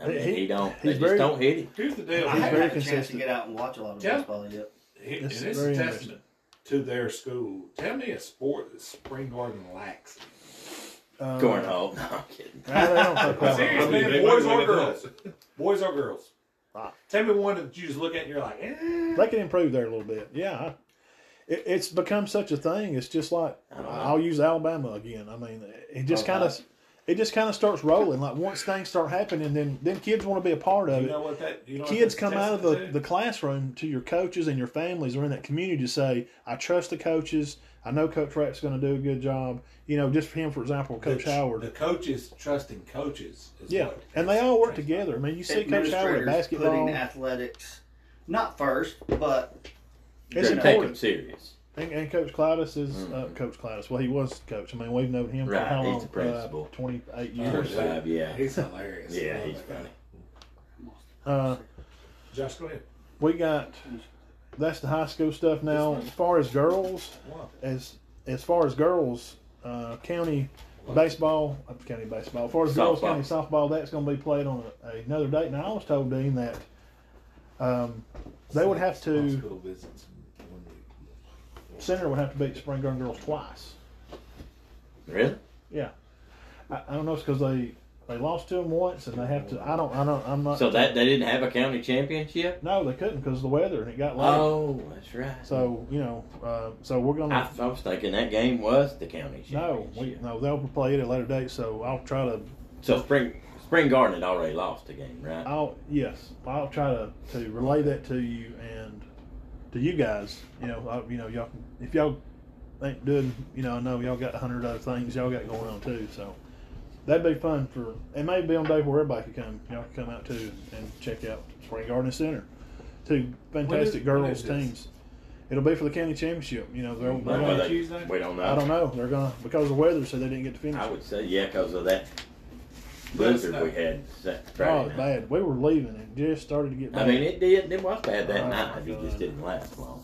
S4: I mean,
S2: He-
S4: he, don't.
S2: he's
S4: They just
S2: very-
S4: don't hit him.
S3: here's the deal.
S5: I
S2: He's
S5: haven't
S2: very
S5: had a chance to
S2: consistent.
S5: get out and watch a lot of
S3: Yeah.
S5: baseball yet.
S3: It- and
S2: This is
S3: it's
S2: very
S3: a
S2: interesting.
S3: testament to their school. Tell me a sport that Spring Garden lacks.
S2: Uh,
S4: Cornhole. No, I'm kidding.
S2: no, they don't play cornhole.
S3: Seriously,
S6: They
S3: boys
S6: might
S3: or
S6: win it
S3: girls?
S6: does.
S3: Boys or girls?
S2: Ah.
S3: Tell me one that you just look at and you're like, eh.
S2: They can improve there a little bit. Yeah. I, it, it's become such a thing. It's just like I'll use Alabama again. I mean, it just
S3: Oh,
S5: Okay.
S2: kind of it just kind of starts rolling. Like once things start happening, then then kids want to be a part of
S3: You
S2: it.
S3: know what that? You know what that's
S2: kids come out of the,
S3: testament
S2: the
S3: to?
S2: classroom to your coaches and your families or in that community to say, I trust the coaches. I know Coach Rack's going to do a good job. You know, just for him, for example, Coach
S3: the,
S2: Howard.
S3: The coaches trusting coaches. Is
S2: yeah,
S3: what-
S2: and they all work together. I mean, you see Coach Howard at
S5: Administrators
S2: basketball.
S5: putting athletics, not first, but
S2: It's
S4: They take him
S2: important.
S4: serious.
S2: And, and Coach Cloudus is uh, Coach Cloudus. Well, he was coach. I mean, we've known him for
S4: Mm-hmm. Right,
S2: how
S4: he's
S2: long?
S4: the principal.
S2: Uh, Twenty-eight
S3: Coach
S2: years.
S3: Cloudus.
S4: Five, yeah,
S3: He's hilarious.
S4: yeah,
S3: Oh,
S4: he's
S3: my God.
S4: funny.
S2: Uh,
S3: Josh, go ahead.
S2: we got that's the high school stuff now. As far as girls,
S3: Wow.
S2: as as far as girls, uh, county baseball, uh, county baseball. As far as girls,
S4: Softball.
S2: county softball, that's going to be played on a, another date. And I was told Dean that um, they would have to
S3: Hospital visits.
S2: center would have to beat Spring Garden girls twice.
S4: Really?
S2: Yeah, I, I don't know. It's because they they lost to them once, and they have to. I don't. I don't. I'm not.
S4: So that they didn't have a county championship?
S2: No, they couldn't because the weather and it got late.
S4: Oh, that's right.
S2: So you know, uh, so we're gonna.
S4: I, I was thinking that game was the county
S2: no,
S4: championship.
S2: we, no, they'll play it at a later date. So I'll try to.
S4: So Spring Spring Garden had already lost the game, right?
S2: I'll yes, I'll try to to relay that to you and to you guys. You know, I, you know, y'all. can- If y'all ain't doing, you know, I know y'all got a hundred other things y'all got going on too. So that'd be fun for. It may be on day where everybody could come. Y'all can come out too and, and check out Spring Garden Center. Two
S3: when
S2: fantastic girls
S3: is this?
S2: teams. It'll be for the county championship. You know, they're, they're
S4: Well,
S2: gonna,
S4: they-
S3: Tuesday?
S4: We don't know.
S2: I don't know. They're gonna because of the weather, so they didn't get to finish.
S4: I would say yeah, because of that
S3: Let us
S4: blizzard
S3: know.
S4: we had Sat-
S2: oh,
S4: Friday
S2: it's
S4: night.
S2: bad. We were leaving and just started to get bad.
S4: I mean, it did. It was bad that
S2: Oh,
S4: night.
S2: my
S4: It just
S2: God.
S4: didn't last long.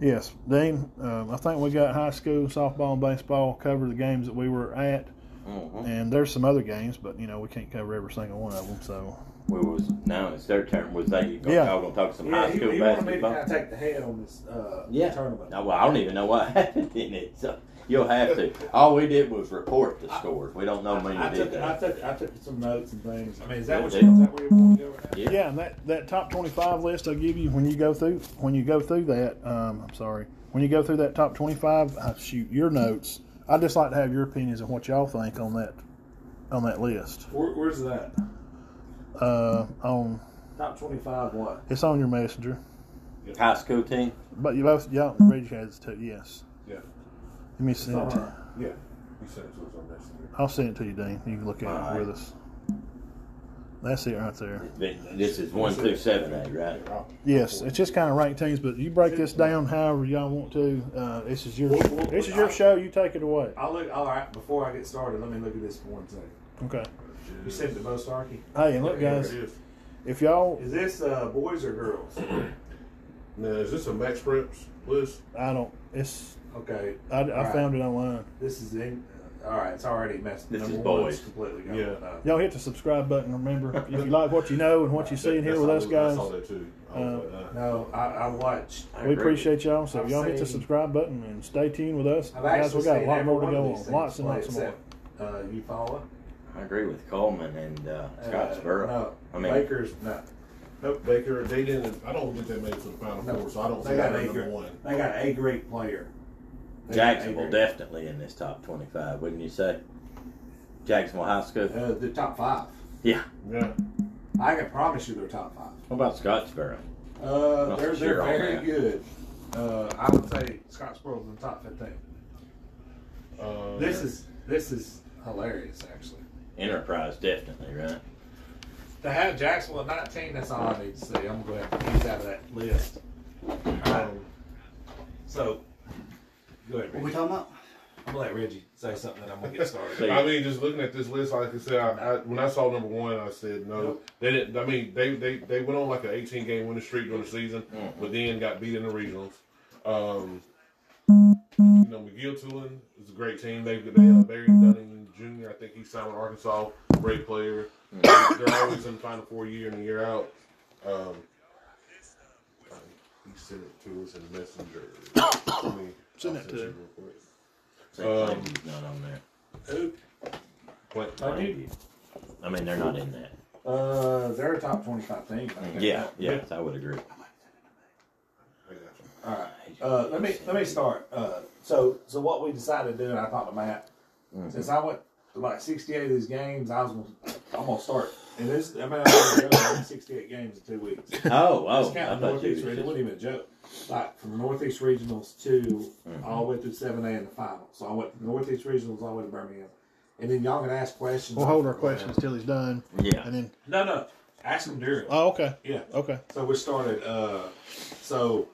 S2: Yes, Dean. Um, I think we got high school softball and baseball covered. The games that we were at,
S4: Mhm.
S2: and there's some other games, but you know we can't cover every single one of them. So
S4: We was now it's their turn. Was they gonna,
S2: Yeah.
S4: y'all gonna talk some
S3: Yeah,
S4: high
S3: he,
S4: school
S3: he wanted me to
S4: basketball?
S3: kind of take the head on this uh,
S4: Yeah.
S3: tournament.
S4: No, well, I don't even know what happened in it. So you'll have to. All we did was report the
S3: I-
S4: scores. We don't know many
S3: I, I, took, I,
S4: details.
S3: took, I took some notes and things. I mean, is that, what
S4: Good
S3: you, is that where you want to go right now?
S4: Yeah.
S2: yeah, and that, that top 25 list I give you when you go through when you go through that. Um, I'm sorry, when you go through that top 25, I shoot your notes. I'd just like to have your opinions on what y'all think on that on that list.
S3: Where, where's that?
S2: Uh, on
S3: Top 25 what?
S2: it's on your messenger,
S4: High school team.
S2: but you both y'all Reggie has it too. Yes.
S6: Yeah.
S2: Let me send it. To you.
S6: Yeah. You sent it to us on Messenger.
S2: I'll send it to you, Dean. You can look at
S4: All
S2: it
S4: right.
S2: with us. That's it right there.
S4: This is one through seven eight, right?
S6: Yeah, I'll-
S2: Yes, it's just kind of ranked teams, but you break this down however y'all want to. Uh, this is your this is your show. You take it away.
S3: I'll look. All right, before I get started, let me look at this for one second.
S2: Okay.
S3: You sent it to Bo Starkey.
S2: Hey, and look,
S6: There
S2: guys,
S6: it is.
S2: if y'all,
S3: Is this uh, boys or girls?
S6: Now, is this a max preps list?
S2: I don't. It's
S3: Okay,
S2: I, I found it online.
S3: this is in. all right, it's already messed.
S4: This
S3: number
S4: is
S3: one's
S4: boys.
S3: completely gone.
S6: Yeah.
S3: Uh,
S2: Y'all hit the subscribe button. Remember, if you like what you know and what you see in here with us,
S6: I
S2: guys,
S6: saw that too. I was like, uh,
S3: no, I, I watched.
S2: we appreciate y'all. So if
S3: I've
S2: y'all hit the
S3: seen-
S2: subscribe button and stay tuned with us,
S3: I've
S2: guys.
S3: actually
S2: We got a
S3: seen
S2: lot
S3: every
S2: more to
S3: one of
S2: go
S3: these
S2: on.
S3: things
S2: Lots and
S3: play
S2: lots more.
S3: except, Uh, you follow?
S4: I agree with Coleman and uh, Scottsboro.
S3: No,
S4: I mean,
S3: Lakers. No,
S6: Nope, Baker. They didn't. I don't think they made it to the final
S3: No.
S6: four, so I don't
S3: they
S6: think
S3: got
S6: they're
S3: a
S6: number
S3: great.
S6: one.
S3: They got a great player. They got a
S4: Jacksonville
S3: great-
S4: definitely in this top twenty-five, wouldn't you say? Jacksonville High School.
S3: Uh, the top five.
S4: Yeah.
S6: Yeah.
S3: I can promise you they're top five.
S4: What about Scottsboro?
S3: Uh,
S4: Not
S3: they're
S4: sure
S3: they're
S4: on
S3: very
S4: that.
S3: good. Uh, I would say Scottsboro's in the top fifteen.
S6: Uh,
S3: This is this is hilarious actually.
S4: Enterprise definitely, right?
S3: To have Jacksonville at nineteen, that's all I need to say. I'm going to he's out of that list. All right.
S6: Um,
S3: So go ahead.
S5: What we
S3: Reggie.
S5: talking about?
S3: I'm gonna let Reggie say something, and I'm gonna get started.
S4: See.
S6: I mean, just looking at this list, like I said, I, I, when I saw number one, I said no.
S3: Nope.
S6: They didn't. I mean, they, they, they went on like an 18 game winning streak during the season, but then got beat in the regionals. Um, you know, McGill Tulin is a great team. They they uh, Barry Dunning Jr. I think he signed with Arkansas. Great player. They're always in the final four year in and year out. Um, he sent it to us in Messenger. I mean,
S2: Send
S6: I'll
S2: it
S6: send
S2: to-
S6: you real quick.
S4: So
S6: Um,
S4: Clayton's not on there.
S3: Who?
S6: What?
S3: Clayton?
S4: I mean, they're not in that.
S3: Uh, they're a top twenty-five team. I think.
S4: Yeah, yes, I would agree.
S6: I got you.
S3: All right. Uh, let me let me start. Uh, so so what we decided to do, and I talked to Matt. Since I went to like sixty eight of these games, I was gonna, I'm gonna start. And this, I mean, I'm gonna go like sixty eight games in two weeks.
S4: Oh, oh,
S3: Just
S4: I
S3: counting the
S4: thought you
S3: Northeast region.
S4: were
S3: It
S4: just-
S3: wasn't even a joke. Like from the Northeast regionals to all the way through seven A in the final. So I went from Northeast regionals all the way to Birmingham, and then y'all can ask questions.
S2: We'll hold our questions till he's done,
S4: Yeah.
S2: and then
S3: No, no, ask them during.
S2: oh, okay,
S3: Yeah.
S2: okay.
S3: So we started. Uh, so,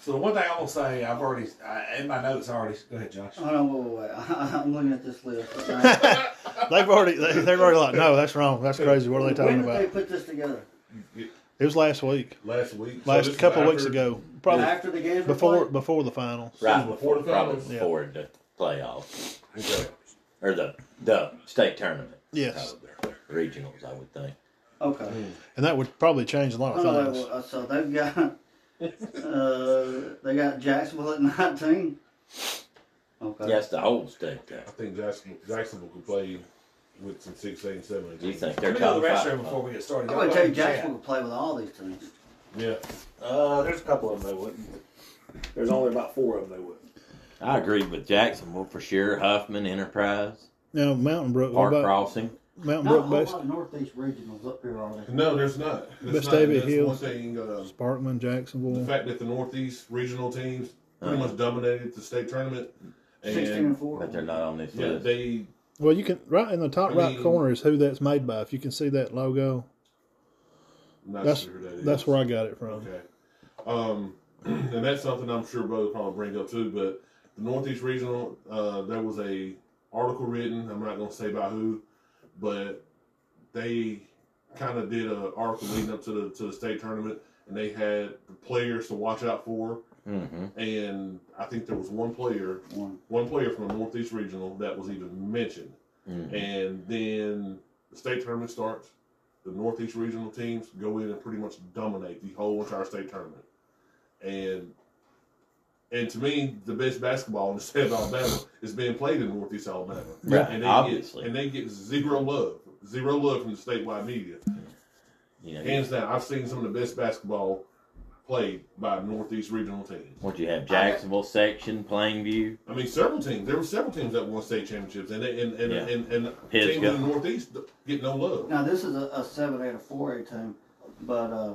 S3: so the one thing I will say, I've already I, in my notes. I already go ahead, Josh.
S5: Hold on, wait, wait, wait. I, am looking at this list. right now.
S2: They've already they, they've already like no, that's wrong. That's crazy. What are they
S5: when
S2: talking
S5: did they
S2: about?
S5: put this together?
S2: It was last week,
S6: Last week. So this
S2: last
S6: is
S2: couple of weeks
S6: after-
S2: ago, probably
S5: After the games were
S2: before
S5: played?
S2: before the finals.
S4: Right
S6: before the
S4: probably
S6: finals.
S4: before the playoffs
S6: Okay.
S4: or the the state tournament.
S2: Yes.
S4: Probably. Regionals, I would think.
S5: Okay. Oh,
S2: And that would probably change a lot
S5: Hold on,
S2: of
S5: wait,
S2: things.
S5: wait, wait. So they've got uh, they got Jacksonville at 19. Okay.
S4: Yes, the whole state. uh, Though.
S6: I think Jacksonville, Jacksonville could play with some six, eight, and seven. and
S4: Do you
S6: ten.
S3: Let
S4: think they're
S3: me go to the
S4: top five?
S3: restroom before we get started.
S5: I'm
S3: Y'all
S5: going
S3: go
S5: to
S3: ahead
S5: tell you,
S3: and
S5: Jacksonville
S3: chat.
S5: could play with all these teams.
S6: Yeah.
S3: Uh, there's a couple of them they wouldn't. There's only about four of them they wouldn't.
S4: I agree with Jacksonville for sure. Huffman Enterprise,
S2: Now Mountain Brook, what
S4: Park
S2: about
S4: Crossing.
S2: Mountain
S5: Not a
S2: Brook
S5: whole
S2: based
S5: lot of Northeast regionals up here, are they?
S6: No, there's not. There's
S2: Best
S6: not.
S2: David
S6: That's
S2: Hill.
S6: One thing, uh,
S2: Sparkman,
S6: the
S2: Jacksonville?
S6: fact that the Northeast regional teams pretty
S4: Uh-huh.
S6: much dominated the state tournament.
S5: 16 and
S6: And
S5: 4.
S4: But they're not on this
S6: yeah,
S4: list.
S6: they
S2: Well, you can right in the top
S6: I
S2: right
S6: mean-
S2: corner is who that's made by. If you can see that logo,
S6: I'm not
S2: that's
S6: sure who that is.
S2: that's where I got it from.
S6: Okay. Um, and that's something I'm sure Bo will probably bring up too. But the Northeast Regional, uh, there was a article written. I'm not going to say by who, but they kind of did a article leading up to the to the state tournament, and they had players to watch out for.
S4: Mm-hmm.
S6: And I think there was one player,
S5: One.
S6: one player from the Northeast Regional that was even mentioned.
S4: Mm-hmm.
S6: And then the state tournament starts. The Northeast regional teams go in and pretty much dominate the whole entire state tournament. And and to me, the best basketball in the state of Alabama is being played in Northeast Alabama.
S4: Right,
S6: and they
S4: obviously.
S6: Get, and they get zero love. Zero love from the statewide media.
S4: You know,
S6: Hands down, I've seen some of the best basketball played by Northeast regional teams.
S4: what you have? Jacksonville section, Plainview.
S6: I mean, several teams. There were several teams that won state championships, and and and
S4: Yeah.
S6: and, and,
S4: His
S6: teams in
S4: go-
S6: the Northeast get no love.
S5: Now this is a, a seven eight or four A team, but uh,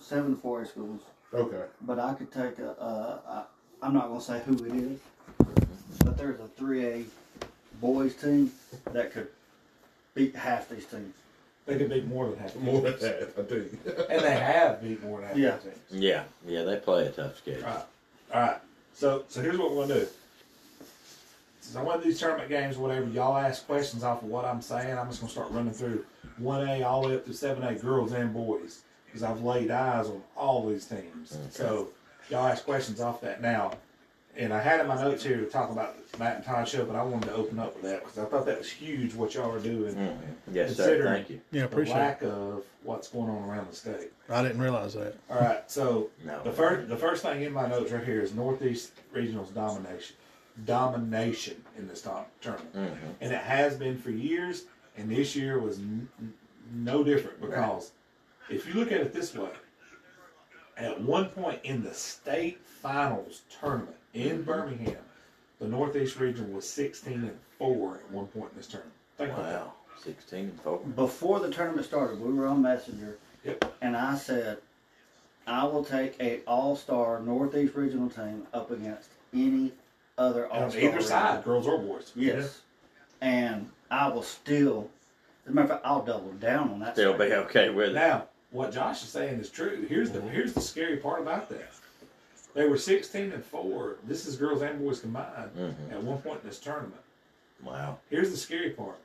S5: seven four A schools.
S6: Okay.
S5: But I could take a. a, a I'm not gonna say who it is, but there's a three A boys team that could beat half these teams.
S3: They could beat more than half. the
S6: More than
S3: teams.
S6: that, I think.
S3: And they have beat more than half. the
S5: Yeah.
S3: teams.
S4: Yeah, yeah, they play a tough schedule.
S3: Right. All right. So so here's what we're gonna do. Since I won these tournament games, or whatever, y'all ask questions off of what I'm saying. I'm just gonna start running through one A all the way up to seven A girls and boys because I've laid eyes on all these teams. So y'all ask questions off that now. And I had in my notes here to talk about the Matt and Todd show, but I wanted to open up with that because I thought that was huge what y'all are doing.
S4: Mm. Mm-hmm. Yes, sir.
S3: Considering
S4: Thank you.
S2: Yeah, I
S3: The
S2: appreciate
S3: lack of what's going on around the state.
S2: it. I didn't realize that.
S3: All right, so
S4: No.
S3: the first the first thing in my notes right here is Northeast Regionals domination, domination in this to- tournament,
S4: Mm-hmm.
S3: and it has been for years. And this year was n- n- no different because if you look at it this way, at one point in the state finals tournament
S4: Mm-hmm.
S3: in Birmingham, the Northeast Region was sixteen and four at one point in this tournament. Think about that.
S4: Wow, sixteen and four.
S5: Before the tournament started, we were on Messenger,
S3: Yep.
S5: and I said, I will take a All Star Northeast Regional team up against any other All
S3: On
S5: Star.
S3: either side, girls or boys.
S5: Yes. And I will still, as a matter of fact, I'll double down on that.
S4: They'll be
S5: statement.
S4: okay with it.
S3: Now, what Josh is saying is true. Here's
S4: Mm-hmm.
S3: the here's the scary part about that. They were 16 and four. This is girls and boys combined
S4: Mm-hmm.
S3: at one point in this tournament.
S4: Wow.
S3: Here's the scary part.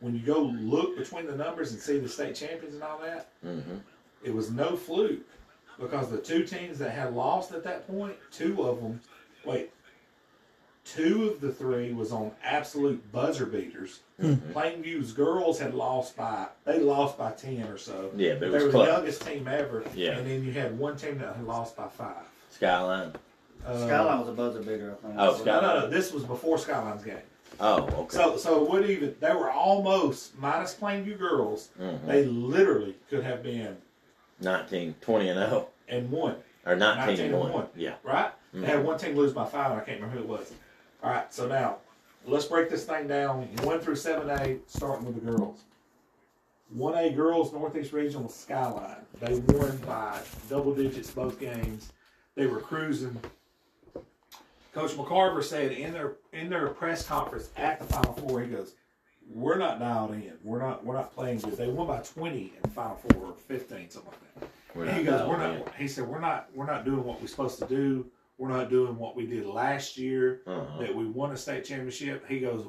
S3: When you go look between the numbers and see the state champions and all that,
S4: Mm-hmm.
S3: it was no fluke because the two teams that had lost at that point, two of them, wait, two of the three was on absolute buzzer beaters.
S4: Mm-hmm.
S3: Plainview's girls had lost by they lost by ten or so.
S4: Yeah, but it
S3: they
S4: was
S3: were
S4: close.
S3: the youngest team ever.
S4: Yeah.
S3: and then you had one team that had lost by five.
S4: Skyline.
S3: Uh,
S5: Skyline was a buzzer beater, I think.
S4: Oh,
S5: So-
S3: No, no, no. This was before Skyline's game.
S4: Oh, okay.
S3: So, so it would even they were almost minus Plainview girls.
S4: Mm-hmm.
S3: They literally could have been
S4: 19, 20 and 0.
S3: and won.
S4: Or 19,
S3: 19
S4: and
S3: and
S4: 1.
S3: one.
S4: Yeah.
S3: right? They had one team lose by five, and I can't remember who it was. All right, so now let's break this thing down one through seven A, starting with the girls. One A girls Northeast Regional Skyline. They won by double digits both games. They were cruising. Coach McCarver said in their in their press conference at the Final Four, he goes, "We're not dialed in. We're not we're not playing good. They won by twenty in the Final Four or fifteen, something like that."
S4: We're
S3: he
S4: not
S3: goes, we're
S4: dialed
S3: not. He said, we're not. We're not doing what we're supposed to do. We're not doing what we did last year
S4: in. Uh-huh.
S3: that we won a state championship. He goes,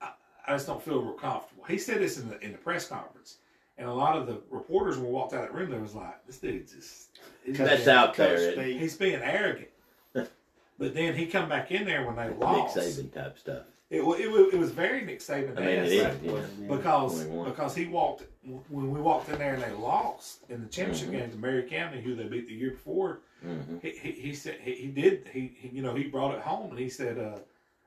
S3: I, I just don't feel real comfortable. He said this in the in the press conference, and a lot of the reporters when we walked out of that room, they was like, this dude just he's,
S4: That's
S3: being,
S4: out there.
S5: Coach
S4: isn't it?
S5: Speed.
S3: he's being arrogant. but then he come back in there when they
S4: Nick
S3: lost.
S4: Saban type stuff.
S3: It, wa- it, wa- it was very Nick Saban.
S4: I mean, it
S3: esque
S4: is. You know.
S3: because
S4: 21.
S3: because he walked when we walked in there and they lost in the championship game to Mary County, who they beat the year before.
S4: Mhm.
S3: He, he, he said he, he did he, he you know he brought it home and he said, uh,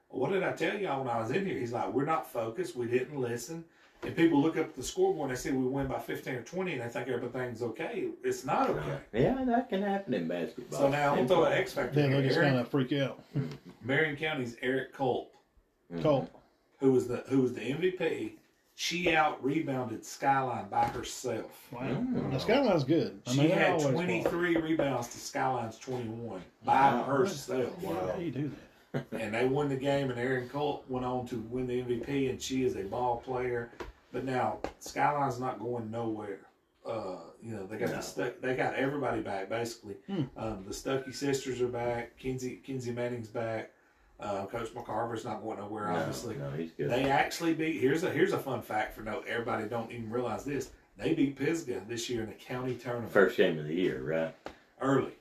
S3: "What did I tell y'all when I was in here?" He's like, "We're not focused. We didn't listen." And people look up at the scoreboard and they say we win by fifteen or twenty, and they think everything's okay. It's not okay.
S4: Yeah, that can happen in basketball.
S3: So now I'm
S4: And-
S3: throw an X factor.
S2: Then
S3: in
S2: they just
S3: here.
S2: kind of freak out.
S3: Marion County's Eric Culp.
S4: Mhm.
S2: Colt,
S3: who was the who was the MVP, she out rebounded Skyline by herself.
S2: wow. Now, Skyline's good. I
S3: She
S2: mean, they
S3: had
S2: always were.
S3: 23 rebounds to Skyline's 21 by
S4: Wow.
S3: herself.
S2: How do you do that?
S3: And they won the game, and Erin Colt went on to win the MVP, and she is a ball player. But now Skyline's not going nowhere uh, you know, they got the Stuck, they got everybody back basically.
S2: Hmm.
S3: Um, the Stuckey sisters are back. Kinsey Kinsey Manning's back. Uh, Coach McCarver's not going nowhere, obviously.
S4: no, he's good.
S3: They actually beat. Here's a here's a fun fact for no everybody don't even realize this. They beat Pisgah this year in the county tournament
S4: First game of the year, right?
S3: early.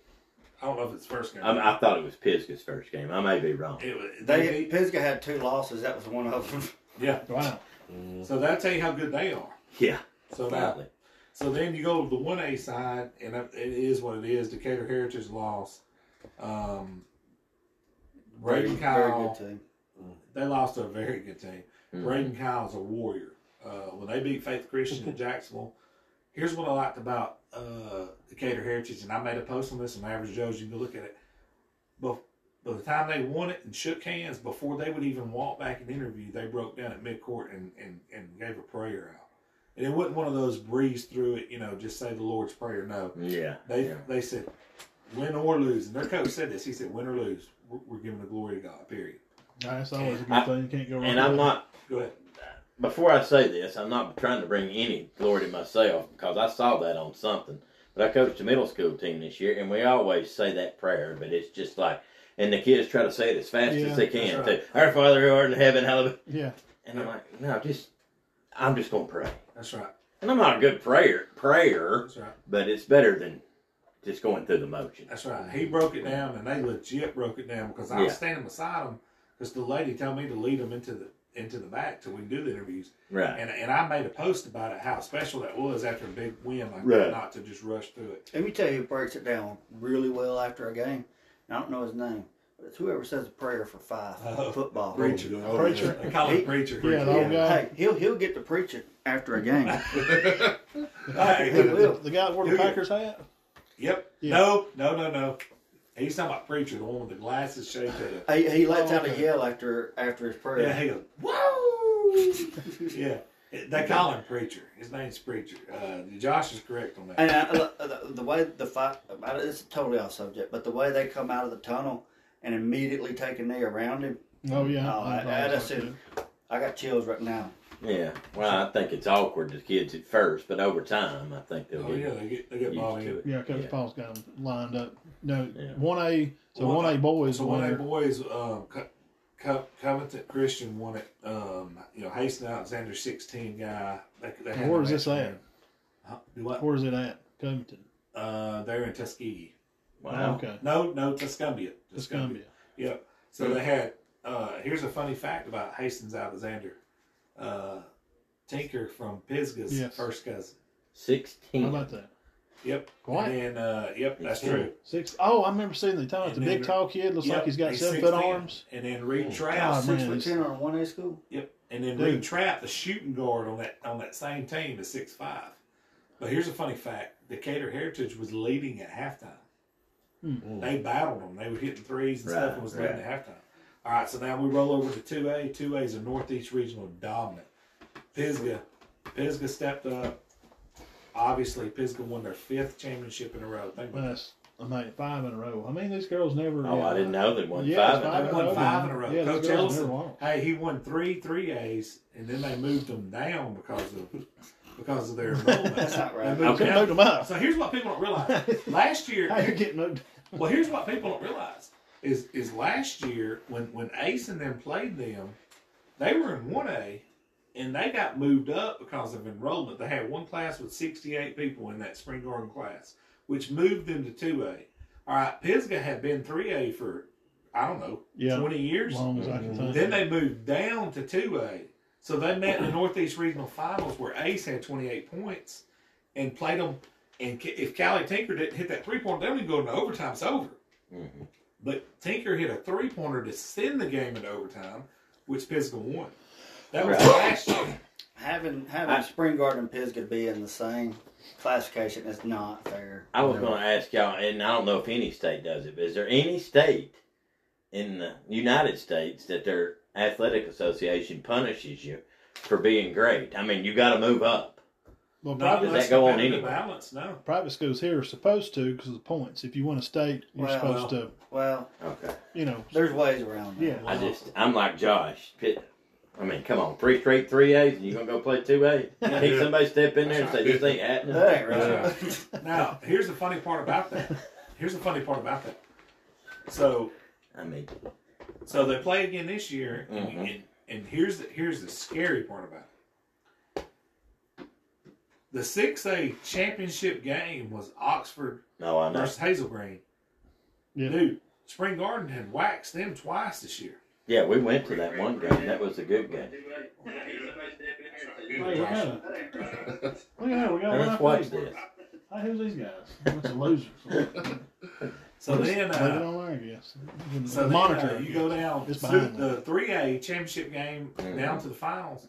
S3: I don't know if it's first game.
S4: I, I thought it was Pisgah's first game. I may be wrong.
S3: It was-
S5: They
S3: they,
S5: Pisgah had two losses. That was one of them.
S3: yeah.
S2: Wow.
S3: So that'll tell you how good they are.
S4: Yeah,
S3: So that,
S4: probably.
S3: so then you go to the one A side, and it is what it is. Decatur Heritage lost. Um, Braden
S5: Very
S3: Kyle,
S5: good team.
S3: they lost to a very good team.
S4: Mm-hmm.
S3: Braden Kyle's a warrior. Uh, when they beat Faith Christian in Jacksonville, here's what I liked about uh, Decatur Heritage, and I made a post on this on Average Joe's. You can go look at it. But by the time they won it and shook hands, before they would even walk back and interview, they broke down at midcourt and, and, and gave a prayer out. And it wasn't one of those breeze through it, you know, just say the Lord's Prayer. No.
S4: Yeah,
S3: They
S4: yeah.
S3: they said, win or lose. And their coach said this. He said, win or lose, we're, we're giving the glory to God, period.
S2: That's always a good
S4: I-
S2: thing. You can't go wrong.
S4: And
S2: with
S4: I'm
S2: that.
S4: not
S3: Go ahead.
S4: before I say this, I'm not trying to bring any glory to myself because I saw that on something. But I coached a middle school team this year, and we always say that prayer, but it's just like, and the kids try to say it as fast
S2: Yeah,
S4: as they can.
S3: that's
S4: Too. Our Father who art in heaven, hallowed.
S2: Yeah.
S4: And I'm like, no, just, I'm just going to pray.
S3: That's right.
S4: And I'm not a good prayer, prayer,
S3: That's right.
S4: but it's better than just going through the motions.
S3: That's right. He broke it down, and they legit broke it down because I
S4: Yeah.
S3: was standing beside him because the lady told me to lead him into the into the back till we do the interviews.
S4: Right.
S3: And and I made a post about it how special that was after a big win like
S4: Right.
S3: that, not to just rush through it.
S5: Let me tell you, who breaks it down really well after a game. And I don't know his name, but it's whoever says a prayer for five
S3: Oh,
S5: football.
S3: Preacher.
S6: Oh,
S2: Preacher.
S3: They call him
S5: He-
S3: preacher.
S2: Yeah, the old guy.
S5: Hey, he'll he'll get to preaching after a game.
S3: Hey,
S5: He
S2: The-
S5: will.
S2: The guy that wore the
S3: He'll get-
S2: Packers hat?
S3: Yep.
S2: Yeah.
S3: No, no, no, no. He's talking about preacher, the one with the glasses shaped head.
S5: He, he lets
S2: Oh,
S5: out a
S2: okay.
S5: yell after after his prayer.
S3: Yeah, he goes, whoa. yeah. They call him preacher. His name's preacher. Uh, Josh is correct on that.
S5: And I, look, the, the way the fight, it's totally off subject, but the way they come out of the tunnel and immediately take a knee around him,
S2: Oh, yeah.
S5: Oh, I-
S2: I'm-
S5: I
S2: I'm
S5: just
S2: like
S5: said-
S2: that.
S5: I got chills right now.
S4: Yeah. Well, I think it's awkward to kids at first, but over time, I think they'll
S3: Oh yeah,
S4: get
S3: they get they get
S4: used
S3: bobbed in.
S4: to it.
S2: Yeah, Coach
S4: Yeah.
S2: Paul's got them lined up. No,
S4: Yeah.
S2: 1A. So
S3: One-
S2: 1A boys
S3: So
S2: the
S3: one of
S2: winner.
S3: the boys, um, Co- Co- Covington Christian won it. Um, you know, Hasten Alexander, sixteen guy. They, they had
S2: Where
S3: the
S2: is this
S3: match
S2: at?
S3: win. Huh? Do what?
S2: Where's it at? Covington.
S3: Uh, they're in Tuskegee.
S4: Wow.
S2: Okay.
S3: No, no, Tuscumbia.
S2: Tuscumbia.
S3: Yep. So they had. Uh, here's a funny fact about Hastings Alexander. Uh, Tinker from Pisgah's
S2: Yes.
S3: first cousin.
S4: 16.
S2: How about that?
S3: Yep.
S2: What?
S3: And then, uh, yep, that's
S4: Yeah.
S3: true.
S2: Six oh, I remember seeing the time. The
S3: And
S2: big
S3: then-
S2: tall kid looks
S3: Yep,
S2: like he's got
S3: he's
S2: seven foot
S3: 16.
S2: arms.
S3: And then
S4: Oh,
S3: Reed
S2: God,
S3: Trout,
S2: man.
S5: Six foot ten on a one A school.
S3: Yep. And then
S2: Dude.
S3: Reed Trapp, the shooting guard on that on that same team, is six five. But here's a funny fact: Decatur Heritage was leading at halftime. They battled them. They were hitting threes and stuff,
S4: Right,
S3: and was
S4: right.
S3: leading at halftime. All right, so now we roll over to two A. Two A is a Northeast Regional dominant. Pisgah, Pisgah stepped up. Obviously, Pisgah won their fifth championship in a row. Think about
S2: That's I mean, five in a row. I mean, these girls never.
S4: Oh, I didn't know they won
S2: Yeah, it's
S4: five.
S3: They
S2: in
S3: won
S2: a row,
S3: five
S2: man.
S3: in a row.
S2: Yeah, those
S3: Coach
S2: girls
S3: Ellison,
S2: never won.
S3: hey, he won three three A's, and then they moved him down because of because of their enrollment.
S5: That's not right.
S3: They moved
S2: Okay.
S3: down.
S2: Moved him up.
S3: So here's what people don't realize. Last year,
S2: How you getting moved?
S3: well, here's what people don't realize is is last year when when Ace and them played them, they were in one A, and they got moved up because of enrollment. They had one class with sixty eight people in that spring garden class, which moved them to two A. All right, Pisgah had been three A for I don't know
S2: Yeah.
S3: twenty years.
S2: As long as I can think.
S3: Then they moved down to 2A. So they met in the Northeast Regional Finals where Ace had 28 points and played them. And Ca- if Callie Tinker didn't hit that three pointer, they would go into overtime. It's over.
S4: Mm-hmm.
S3: But Tinker hit a three pointer to send the game into overtime, which Pisgah won. That was
S4: Right.
S3: last year.
S5: Having having
S4: I-
S5: Spring Garden and Pisgah be in the same classification is not fair.
S4: I was going to ask y'all, and I don't know if any state does it, but is there any state in the United States that their athletic association punishes you for being great? I mean, you got to move up.
S2: Well,
S3: Not
S2: private,
S4: Does that
S3: unless
S4: go
S3: they
S4: on
S3: have the
S4: anyway?
S3: Balance, no.
S2: private schools here are supposed to because of the points. If you win a state, you're
S5: Well,
S2: supposed to,
S5: Well,
S4: Okay.
S2: you know.
S5: there's ways around that.
S2: Yeah.
S4: I just, I'm like Josh. Pi- I mean, come on, three straight three A's, and you gonna go play two A's? Can't somebody step in there and say this ain't happening?
S5: That ain't right.
S3: Now, here's the funny part about that. Here's the funny part about that. So,
S4: I mean,
S3: so they play again this year, and,
S4: Mhm.
S3: and, and here's the, here's the scary part about it. The six A championship game was Oxford
S4: no, I know.
S3: versus Hazel Green.
S2: Yeah.
S3: Dude, Spring Garden had waxed them twice this year.
S4: Yeah, we went to that one game. That was a good game.
S2: Hey, we got a, look at that. We got a
S4: Let's
S2: live
S4: watch
S2: feed.
S4: this.
S2: Hey, who's these guys? Bunch of losers.
S3: So then,
S2: Leave it
S3: uh,
S2: on there, I guess.
S3: so then, uh,
S2: monitor.
S3: you go down
S2: It's
S3: through
S2: behind
S3: the three A championship game
S4: Mhm.
S3: down to the finals.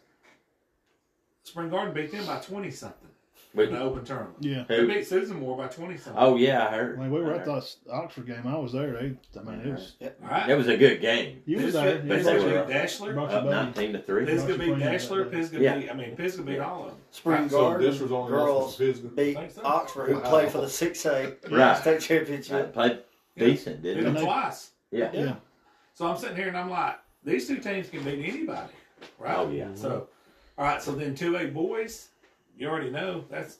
S3: Spring Garden beat them by twenty something in the
S4: But
S3: open tournament.
S2: Yeah.
S3: They
S4: who?
S3: beat Susan Moore by twenty something.
S4: Oh yeah, I
S2: I
S4: heard.
S2: mean, we were
S4: I
S2: at the Oxford game. I was there. They, I mean, it was.
S3: All
S4: heard.
S3: right.
S4: That was a good game.
S2: You was
S3: This
S2: there.
S3: could-
S2: You
S4: But
S3: this
S2: was
S4: they
S3: could
S4: were
S2: there.
S4: up.
S3: be Dashler.
S2: Brought
S4: Up
S2: your buddy.
S4: nineteen to three.
S3: This
S2: Bunch
S3: could
S2: of
S3: be
S2: players
S3: Dashler.
S2: that day.
S3: Pisgah
S4: Yeah.
S3: beat. I mean, Pisgah beat all of them.
S5: Spring
S6: So
S5: Garden
S6: this was only lost
S5: girls
S6: to Pisgah.
S5: beat Oxford, who
S6: Wow.
S5: played for the 6A
S4: Right.
S5: state
S4: I
S5: championship.
S4: played decent,
S3: Beat
S4: didn't
S3: them
S4: I?
S2: they-
S3: twice.
S4: Yeah.
S2: Yeah.
S3: So I'm sitting here and I'm like, these two teams can beat anybody, right?
S4: Oh, yeah.
S3: So, all right. So then two A boys, you already know that's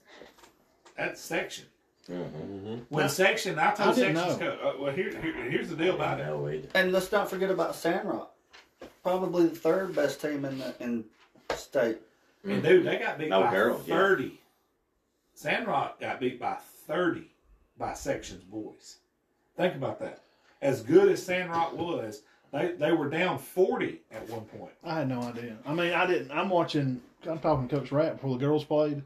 S3: that's section.
S4: Mhm.
S3: When section, I told
S2: I didn't
S3: sections.
S2: know.
S3: Co- uh, well, here, here- here's the deal
S4: I
S3: about it.
S4: know either.
S5: And let's not forget about Sandrock, probably the third best team in the in state.
S2: Mm.
S3: And dude, they got beat
S4: No
S3: by
S4: girls, yeah.
S3: thirty. Sandrock got beat by thirty by sections boys. Think about that. As good as Sandrock was, they they were down forty at one point.
S2: I had no idea. I mean, I didn't. I'm watching. I'm talking to Coach Rat before the girls played, and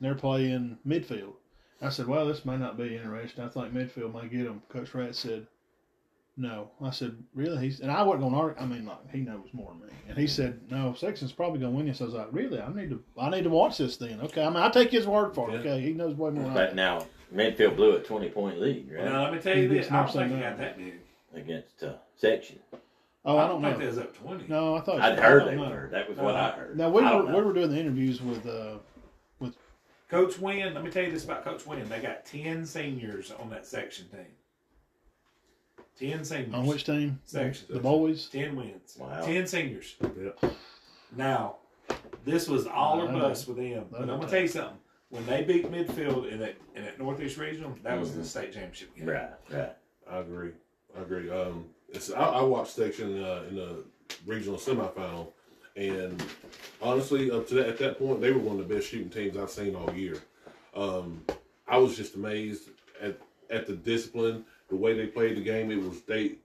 S2: they're playing midfield. I said, "Well, this may not be interesting. I think midfield may get them." Coach Rat said, "No." I said, "Really?" He's and I wasn't going to argue. I mean, like he knows more than me, and he said, "No, Sexton's probably going to win this." I was like, "Really? I need to. I need to watch this then." Okay, I mean, I take his word for it.
S6: Yeah.
S2: Okay, he knows way more. Than I
S4: But
S2: do.
S4: now Medfield blew a twenty point lead, right?
S3: Now let me tell you
S2: He
S3: this:
S2: beats
S3: I don't
S2: Northside
S3: think they
S2: now.
S3: got that big.
S4: Against uh, section.
S2: Oh, I don't
S3: think they
S2: know.
S3: was up twenty.
S2: Oh, No, I thought
S4: I'd
S2: I
S4: heard
S2: don't
S4: they
S2: know.
S4: were. That was what I heard.
S2: Now we
S4: I don't
S2: were
S4: know.
S2: we were doing the interviews with uh,
S3: Coach Wynn, let me tell you this about Coach Wynn: they got ten seniors on that section team. Ten seniors
S2: on which team?
S3: Section.
S2: The boys.
S3: Ten wins.
S4: Wow.
S3: Ten seniors.
S6: Yeah.
S3: Now, this was all or
S2: No,
S3: bust with them. But I'm gonna tell you something. When they beat midfield in that in that Northeast Regional, that was the state championship game.
S4: Right, right.
S6: I agree. I agree. Um, it's, I, I watched section uh, in the regional semifinal, and honestly, up to that, at that point, they were one of the best shooting teams I've seen all year. Um, I was just amazed at at the discipline, the way they played the game. It was they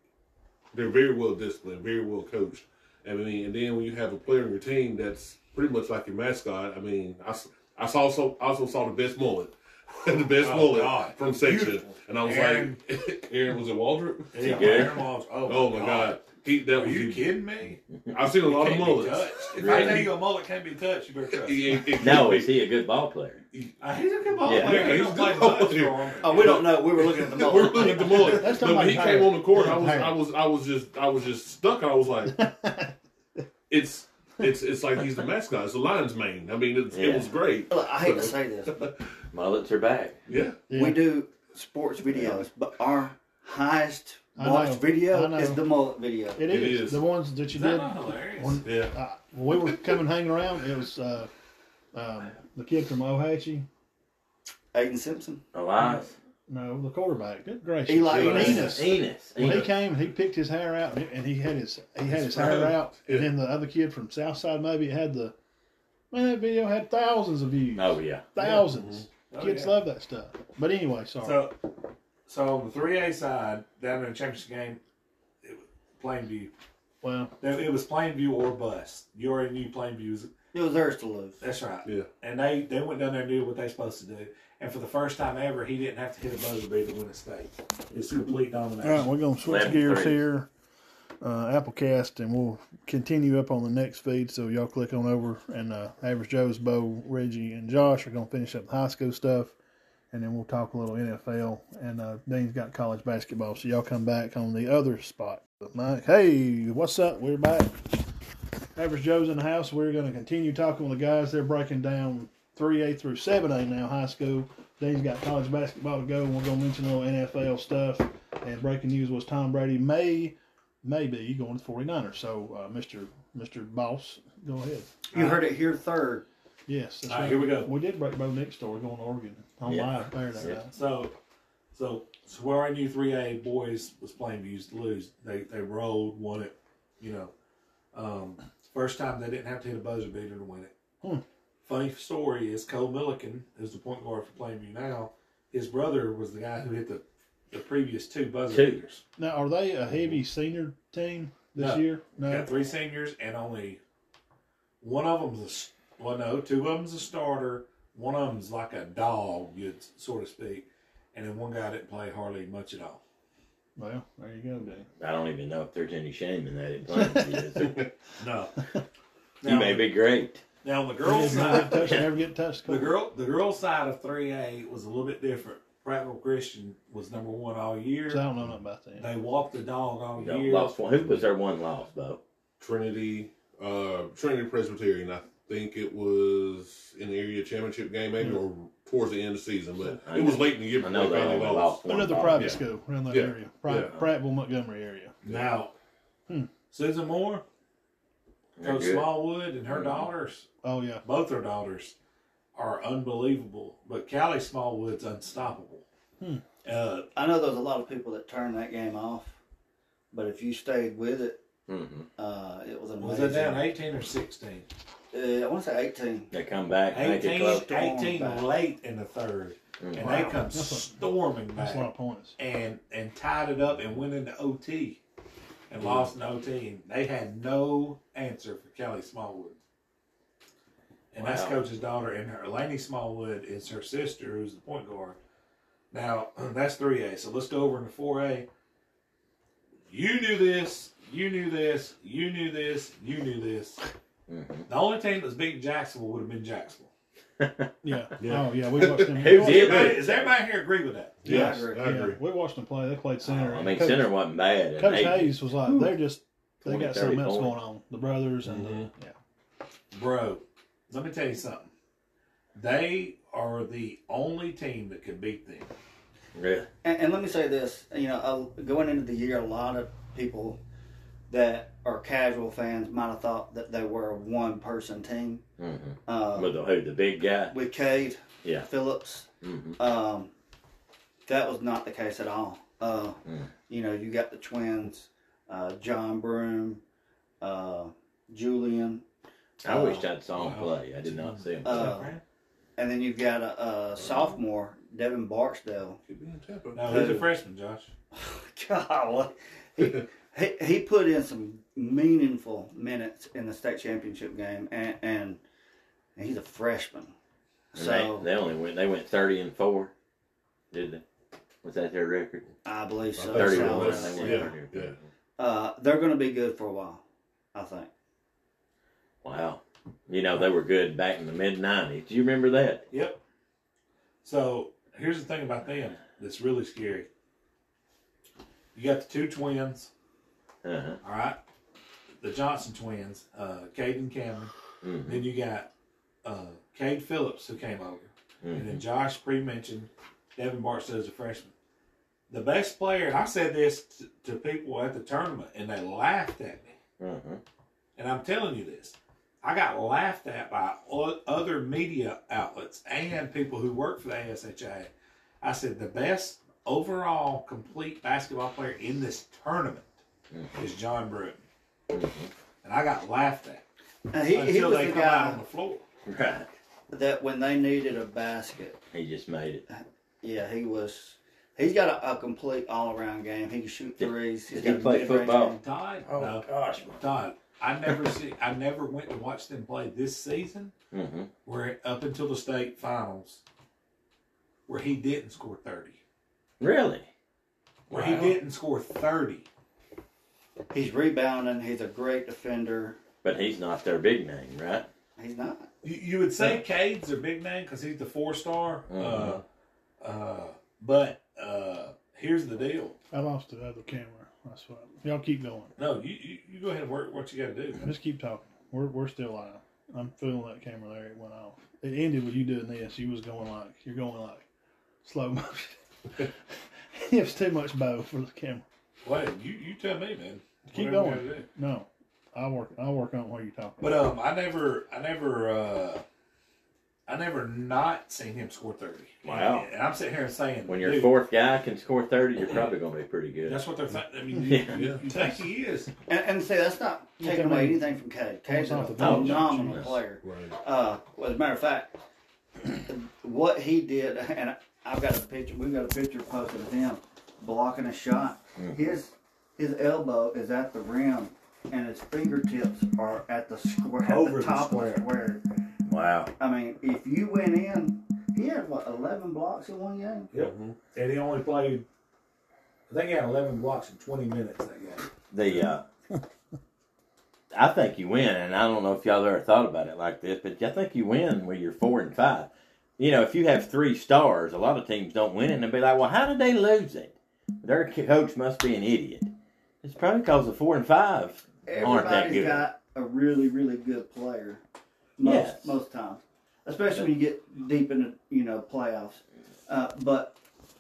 S6: they're very well disciplined, very well coached. I mean, and then when you have a player in your team that's pretty much like your mascot, I mean, I, s- I saw so also saw the best mullet, the best
S3: Oh,
S6: mullet
S3: God.
S6: from section,
S3: Beautiful.
S6: and I was
S3: Aaron.
S6: like, Aaron was it Waldrop?
S3: Yeah,
S4: good?
S3: Aaron Walls. Oh,
S6: Oh my God, he that
S3: Are
S6: was
S3: you
S6: he-
S3: kidding me?
S6: I've seen a lot of
S3: Can't be
S6: mullets.
S3: touched. If I
S4: Really?
S3: tell you a mullet can't be touched, you better trust me.
S6: He ain't- he
S4: Now
S6: can't
S4: is he a good ball player?
S3: Uh, he's a good ball
S4: Yeah.
S3: player.
S6: Yeah,
S3: He
S6: he's
S3: don't
S6: a
S3: play
S6: good ball
S3: much for
S6: player.
S3: him.
S5: Oh, we don't know. We were looking at the
S6: be- We're
S5: mullet.
S6: looking at the mullet.
S2: That's
S6: but
S2: not
S6: when
S2: my
S6: he
S2: parent.
S6: came on the court, I
S2: That's
S6: was,
S2: parent.
S6: I was, I was just, I was just stuck. I was like, it's, it's, it's like he's the mascot. It's the lion's mane. I mean, it's, it
S4: Yeah.
S6: was great.
S5: Look, I hate to say this, but
S4: Mullets are back.
S6: Yeah.
S2: Yeah.
S5: we do sports videos, but our highest
S2: I know.
S5: watched
S2: I
S5: video
S2: know.
S5: is the mullet video.
S2: It
S6: It
S2: is.
S6: is.
S2: the ones that you
S3: Is that
S2: did.
S3: not hilarious?
S2: One-
S6: Yeah.
S2: Uh, when we were coming hanging around, it was uh, um, the kid from Ohatchee.
S5: Aiden Simpson.
S4: Elias.
S2: No, the quarterback. Good gracious,
S5: Eli
S2: Enos.
S5: Enos.
S4: Enos.
S2: When he
S4: Enos.
S2: came, he picked his hair out, and, and he had his he had his hair
S6: right.
S2: out. And then the other kid from Southside, maybe had the man. That video had thousands of views.
S4: Oh yeah.
S2: thousands.
S3: Oh,
S2: Kids
S3: yeah.
S2: love that stuff. But anyway, sorry.
S3: So, so on the three A side, down in the championship game, it was Plainview.
S2: well,
S3: It it was Plainview or bust. You already knew Plainview's.
S5: It was theirs to lose.
S3: That's right.
S6: Yeah.
S3: And they they went down there and did what they supposed to do. And for the first time ever, he didn't have to hit a buzzer beater to win a state. It's complete
S2: all right,
S3: domination.
S2: we're gonna switch
S4: Eleven
S2: gears
S4: three.
S2: here. Uh, Applecast, and we'll continue up on the next feed. So y'all click on over, and uh, Average Joe's Bo, Reggie, and Josh are gonna finish up the high school stuff, and then we'll talk a little NFL. And uh, Dean's got college basketball, so y'all come back on the other spot. But Mike, hey, what's up? We're back. Average Joe's in the house. We're gonna continue talking with the guys. They're breaking down three A through seven A now, high school. Dean's got college basketball to go, and we're gonna mention a little NFL stuff. And breaking news was Tom Brady may maybe going to 49ers. So, uh, Mr. Mr. Boss, go ahead.
S5: You heard it here third.
S2: Yes. that's
S3: All right,
S2: right.
S3: here we go.
S2: We did break Bo Nick's story going to Oregon on
S4: Yeah.
S2: live there that
S4: Yeah.
S2: night.
S3: So, so, so where our new three A boys was playing, we used to lose. They they rolled, won it. You know, um, first time they didn't have to hit a buzzer beater to win it.
S2: Hmm.
S3: Funny story is Cole Milliken, who's the point guard for Plainview now, his brother was the guy who hit the, the previous two buzzer
S4: Two.
S3: beaters.
S2: Now, are they a heavy senior team this
S3: No.
S2: year? No.
S3: Got three seniors and only one of them's a s- well, no, two of them's a starter. One of them's like a dog, you'd sort of speak, and then one guy didn't play hardly much at all.
S2: Well, there you go, Dan.
S4: I don't even know if there's any shame in that. It plainly is.
S3: No.
S4: You may be great.
S3: Now the
S2: They
S3: girls'
S2: did not
S3: side,
S2: touch, never get touched.
S3: the girl, the girls' side of three A was a little bit different. Prattville Christian was number one all
S2: So I
S3: year.
S2: don't know nothing about that.
S3: They walked the dog all
S4: No,
S3: year.
S4: lost one. Who was their one loss, though?
S6: Trinity, uh, Trinity Presbyterian. I think it was in the area championship game, maybe or towards the end of the season, but
S4: Hmm. I
S6: it was
S4: know-
S6: late in the year.
S4: I
S6: before
S4: know
S6: they
S4: they only
S6: finally lost.
S4: lost one.
S2: Another
S4: ball.
S2: private
S6: yeah.
S2: school around that
S6: Yeah.
S2: area, Pri-
S6: Yeah.
S2: Prattville, Montgomery area.
S3: Now, Susan Moore,
S4: They're
S3: Coach
S4: good.
S3: Smallwood, and her
S4: Mhm.
S3: daughters,
S2: Oh yeah,
S3: both her daughters, are unbelievable. But Callie Smallwood's unstoppable.
S2: Hmm.
S3: Uh,
S5: I know there's a lot of people that turned that game off, but if you stayed with it,
S4: Mhm.
S5: uh, it was amazing.
S3: was that down eighteen or sixteen?
S5: Uh, I want to say 18.
S4: They come back, make it
S3: 18,
S4: close.
S3: 18 late in the third,
S4: Mhm.
S3: and
S2: Wow.
S3: they come
S2: That's a-
S3: storming
S2: that's
S3: back.
S2: a lot of points.
S3: and and tied it up and went into OT and lost in OT. And they had no answer for Kelly Smallwood. And that's
S4: Wow.
S3: coach's daughter, and her Laney Smallwood is her sister, who's the point guard. Now that's three A. So let's go over into four A. You knew this. You knew this. You knew this. You knew this.
S4: Mhm.
S3: The only team that's beating Jacksonville would have been Jacksonville.
S2: Yeah.
S6: Yeah.
S2: Oh yeah, we watched them.
S4: Who
S2: we
S3: Does
S2: watched-
S4: did?
S3: everybody, does everybody here agree with that?
S6: Yes,
S5: Yeah, I agree.
S6: I
S2: Yeah,
S6: agree.
S2: we watched them play. They played center.
S4: I
S2: and
S4: mean,
S2: Coach,
S4: center wasn't bad. and
S2: Coach
S4: they-
S2: Hayes was like, they're just they
S4: 20,
S2: got something
S4: 30
S2: else
S4: points.
S2: going on. The brothers and
S3: Mm-hmm.
S2: the, yeah.
S3: Bro, let me tell you something. They are the only team that can beat them.
S4: Yeah.
S5: And, and let me say this, you know, uh, going into the year, a lot of people that are casual fans might have thought that they were a one-person team.
S4: Mhm.
S2: Mm-hmm.
S5: Uh,
S4: With the, who, the big guy?
S5: with Cade,
S4: Yeah.
S5: Phillips,
S4: Mhm.
S5: um, that was not the case at all. Uh,
S4: Mm.
S5: You know, you got the twins, uh, John Broom, uh, Julian,
S4: I
S5: Uh,
S4: wished I'd saw him
S3: wow.
S4: play. I did not see him.
S5: Uh, and then you've got a, a sophomore, Devin Barksdale.
S6: Could be in Tampa.
S3: no, he's a freshman, Josh.
S5: Golly. He, he, he put in some meaningful minutes in the state championship game, and, and, and he's a freshman.
S4: And
S5: So
S4: they, they only went. They went thirty and four. Did they? Was that their record?
S5: I believe so.
S6: Thirty
S5: So,
S6: and
S4: Thirty-one.
S6: one,
S4: They
S5: yeah.
S4: went
S6: yeah,
S4: 30.
S6: yeah.
S5: Uh, they're going to be good for a while, I think.
S4: Wow. You know they were good back in the mid nineties. Do you remember that?
S3: Yep. So here's the thing about them that's really scary. You got the two twins,
S4: Uh huh.
S3: all right? The Johnson twins, uh, Cade and Cameron.
S4: Mm-hmm.
S3: Then you got uh, Cade Phillips who came over. And then Josh pre mentioned Devin Barstow is a freshman. The best player, and I said this t- to people at the tournament, and they laughed at me.
S4: Uh-huh.
S3: And I'm telling you this I got laughed at by o- other media outlets and people who work for the ASHA. I said the best overall complete basketball player in this tournament is John Bruton. And I got laughed at
S5: And Uh, he, he
S3: until
S5: was
S3: they
S5: the
S3: come out on
S5: guy
S3: the floor.
S4: Right.
S5: that when they needed a basket,
S4: He just made it.
S5: yeah, he was. He's got a, a complete all-around game. He can shoot
S4: Did-
S5: threes. He's
S4: did
S5: got
S4: he
S5: a
S4: play
S5: mid-range
S4: football?
S5: game.
S3: Todd,
S2: Oh,
S3: no,
S4: gosh.
S3: Todd, I never see, I never went to watch them play this season.
S4: Mm-hmm.
S3: where up until the state finals, where he didn't score thirty,
S4: Really?
S3: where
S6: Wow.
S3: he didn't score thirty.
S5: He's rebounding. He's a great defender.
S4: But he's not their big name, right?
S5: He's not.
S3: You, you would say Cade's a big name because he's the four star,
S2: Mm-hmm.
S4: Mhm.
S3: uh, uh, but uh, here's the deal.
S2: I lost the other camera. That's what. Y'all keep going.
S3: No, you, you, you go ahead and work what you got to do. man.
S2: Just keep talking. We're we're still live. I'm feeling that camera there. It went off. It ended with you doing this. You was going like you're going like slow motion. it was too much bow for the camera.
S3: Wait, you, you tell me, man.
S7: whatever
S2: Keep
S7: you
S2: going.
S7: gotta do.
S2: No, I work. I work on what you're talking.
S7: But
S2: about.
S7: um, I never, I never, uh, I never not seen him score thirty.
S4: Wow.
S7: And, I'm sitting here saying,
S4: When your
S7: dude,
S4: fourth guy can score 30, you're probably going to be pretty good.
S7: that's what they're. Th- I mean,
S4: Yeah.
S7: you, you think he is?
S5: And, and see, that's not
S2: You
S5: taking
S2: can
S5: away
S2: make-
S5: anything from K. K's
S2: off
S5: a
S2: the
S4: bench.
S5: phenomenal
S2: Yes.
S5: player.
S6: Right.
S5: Uh, well, as a matter of fact, what he did, and I- I've got a picture. We've got a picture posted of him blocking a shot. His his elbow is at the rim, and his fingertips are at the square, at
S1: Over
S5: the
S1: the
S5: top of the
S1: square.
S5: square.
S4: Wow.
S5: I mean, if you went in, he had what eleven blocks in one game.
S1: Yep.
S3: And he only played
S1: I think he had 11 blocks in 20 minutes that game.
S4: The uh, I think you win, and I don't know if y'all ever thought about it like this, but I think you win when you're four and five. You know, if you have three stars, a lot of teams don't win it, and they'll be like, "Well, how did they lose it? Their coach must be an idiot." It's probably because the four and five aren't that
S5: Everybody's
S4: good.
S5: got a really, really good player. Most
S4: Yes.
S5: most times, especially when you get deep into you know playoffs. Uh, but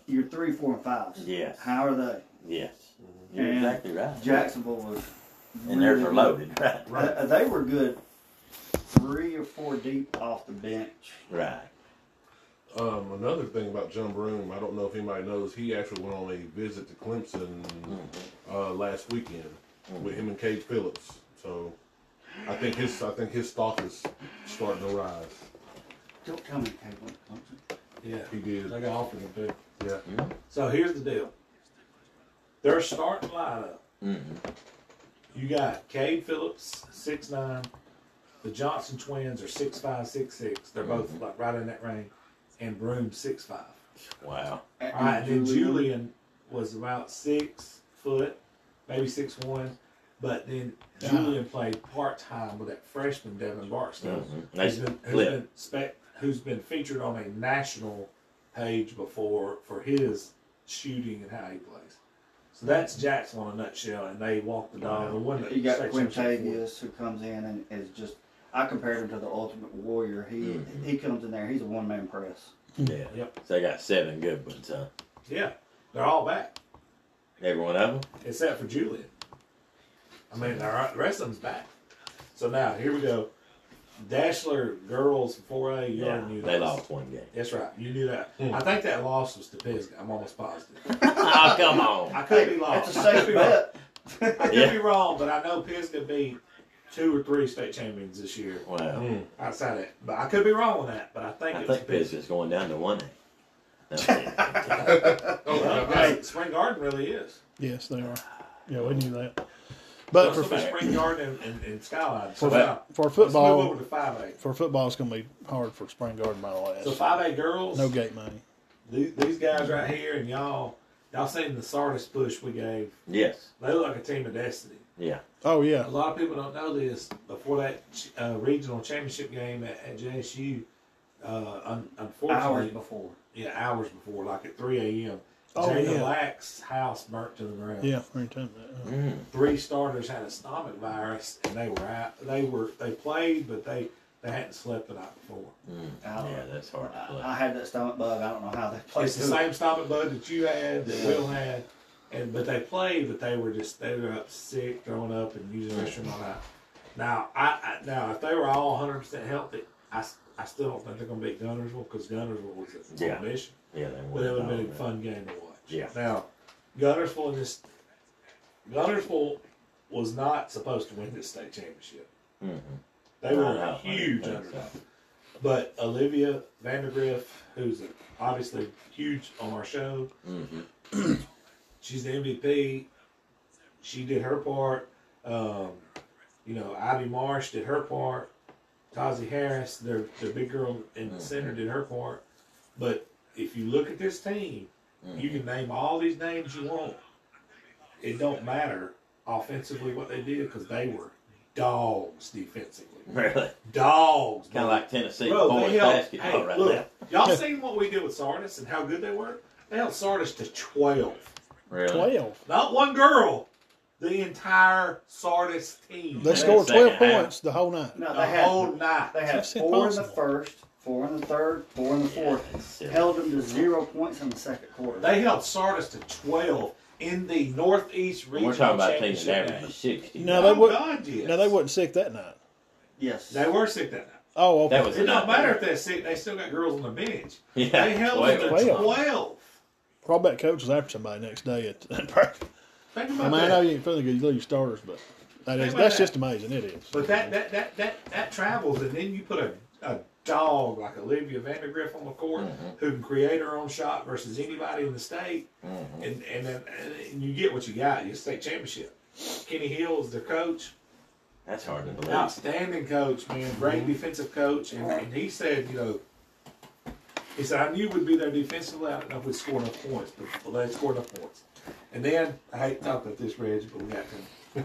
S5: your three, four, and fives.
S4: Yes.
S5: How are they?
S4: Yes, you're
S5: And
S4: exactly right.
S5: Jacksonville was.
S4: and theirs
S5: really
S4: are
S5: good.
S4: loaded, right?
S5: Uh, uh, they were good, three or four deep off the bench.
S4: Right.
S6: Um, another thing about John Broom, I don't know if anybody knows, he actually went on a visit to Clemson uh, last weekend with him and Cade Phillips. So I think his I think his stock is starting to rise.
S5: Don't tell me Cade went to Clemson.
S3: yeah.
S6: He did.
S3: They got offered him too.
S6: Yeah.
S3: So here's the deal. Their starting lineup.
S4: Mm-hmm.
S3: You got Cade Phillips, 6'9". The Johnson twins are 6'5", 6'6". They're both
S4: Mm-hmm.
S3: like right in that range. And Broom, 6'5".
S4: Wow.
S5: And-
S3: All right,
S5: and
S3: then Julian was about six foot, maybe six one, but then Julian played part time with that freshman Devin Barksdale,
S5: Mm-hmm.
S3: who's
S4: Mhm. Nice
S3: been, who's
S4: flip.
S3: been spec, who's been featured on a national page before for his shooting and how he plays. So that's Jackson in a nutshell, and they walk the dog. The one that
S5: You got
S3: section-
S5: Quintavious who comes in and is just. I compared him to the Ultimate Warrior. He
S4: Mm-hmm.
S5: he comes in there. He's a one man press.
S4: Yeah.
S3: Yep.
S4: So they got seven good ones, huh?
S3: Yeah, they're all back
S4: Every one of them.
S3: except for Julian. I mean, the the rest of them's back. So now here we go. Dashler girls 4A, you
S4: Yeah.
S3: already knew
S4: They
S3: this.
S4: lost Hmm. one game.
S3: That's right. You knew that. I think that loss was to Pisgah. I'm almost positive.
S4: oh, come on.
S3: I could be lost.
S5: That's a
S3: Oh, I could
S5: safe
S3: be wrong.
S5: bet.
S3: I could
S4: Yeah.
S3: be wrong, but I know Pisgah beat two or three state champions this year
S4: Wow.
S3: outside that. But I could be wrong on Mm. that, but I think
S4: I
S3: it was
S4: think
S3: Pisgah.
S4: Pisgah's going down to one A. No,
S3: Well, hey, Spring Garden really is.
S2: yes, they are. Yeah, we knew that. But for
S3: Russell, Spring Garden and, and, and Skyline. So
S2: For-
S3: now,
S2: for
S3: Let's move
S2: football,
S3: over to 5A.
S2: for football, it's gonna be hard for Spring Garden my
S3: So
S2: last.
S3: 5A girls.
S2: No gate money.
S3: These, these guys right here and y'all, y'all seen the Sardis push we gave.
S4: yes.
S3: They look like a team of destiny.
S4: Yeah.
S2: Oh
S3: A
S2: yeah,
S3: lot of people don't know this. Before that uh, regional championship game at, at JSU, uh, un- unfortunately,
S5: Hours before.
S3: yeah, hours before, like at 3 a.m.,
S2: Oh,
S3: Jada
S2: yeah.
S3: Lack's house burnt to the ground.
S2: yeah. I ain't telling you that.
S4: Mm.
S3: Three starters had a stomach virus, and they were out. They were they played, but they they hadn't slept the night before. Oh.
S5: I don't
S4: Yeah,
S5: know.
S4: that's hard to
S5: I, I
S4: play.
S5: had that stomach bug. I don't know how they played.
S3: It's the
S5: through it.
S3: same stomach bug that you had, that Will had, and but they played, but they were just they were up sick, throwing up, and using the restroom all night. Now, I, I now if they were all 100 percent healthy, I, s- I still don't think they're going to beat Gunnersville because Gunnersville was a
S4: Yeah.
S3: yeah. mission,
S4: Yeah, they
S3: but it would
S4: won.
S3: have been a fun game to watch.
S4: Yeah.
S3: Now, Gunnersville and this Gunnersville was not supposed to win this state championship.
S4: Mhm.
S3: They were
S4: I
S3: a
S4: know, I
S3: huge
S4: think so.
S3: underdog. But Olivia Vandergriff, who's obviously huge on our show,
S4: Mhm.
S3: she's the MVP. She did her part. Um, you know, Ivy Marsh did her part. Tazi Harris, their their big girl in the center, did her part. But if you look at this team, you can name all these names you want. It don't matter offensively what they did because they were dogs defensively.
S4: Really?
S3: Dogs.
S4: Kind of like Tennessee
S3: Bro,
S4: boys
S3: they held,
S4: basketball
S3: hey,
S4: right
S3: look,
S4: there.
S3: y'all seen what we did with Sardis and how good they were? They held Sardis to 12.
S4: Really?
S2: Twelve.
S3: Not one girl. The entire Sardis team.
S2: They
S4: That's
S2: scored
S4: second
S2: twelve
S4: half.
S2: points the whole night.
S5: No,
S3: the
S5: they had
S3: whole night.
S5: They had
S2: That's
S5: four in the
S2: impossible.
S5: first, four in the third, four in the
S4: Yeah,
S5: fourth.
S4: that's silly.
S5: Held them to zero points in the second quarter.
S3: They held Sardis to 12. in the Northeast region.
S4: We're talking about teams that
S3: championship
S4: average
S3: game.
S4: sixty.
S2: No, they would.
S3: God, yes.
S2: No, they wasn't sick that night.
S5: Yes.
S3: They were sick that night.
S2: Oh, okay.
S4: That was
S3: It don't matter if they're sick; they still got girls on the bench.
S4: Yeah,
S3: they held
S4: twelve.
S3: them to
S2: Twelve.
S3: twelve.
S2: Probably that coach was after somebody next day at that practice.
S3: Think
S2: I
S3: about
S2: mean, I know
S3: that.
S2: you ain't feeling good. You lose starters, but that is,
S3: Think about
S2: that's
S3: that.
S2: just amazing. It is.
S3: But that, that that that that travels, and then you put a, a dog like Olivia Vandergriff on the court who can create her own shot versus anybody in the state, and and, then, and you get what you got. You state championship. Kenny Hill is their coach,
S4: That's hard to believe.
S3: outstanding coach, man, great defensive coach, and, and he said, you know. He said, I knew we'd be there defensively. I don't know if we'd score enough points, but they scored enough points. And then, I hate to talk about this, Reggie, but we got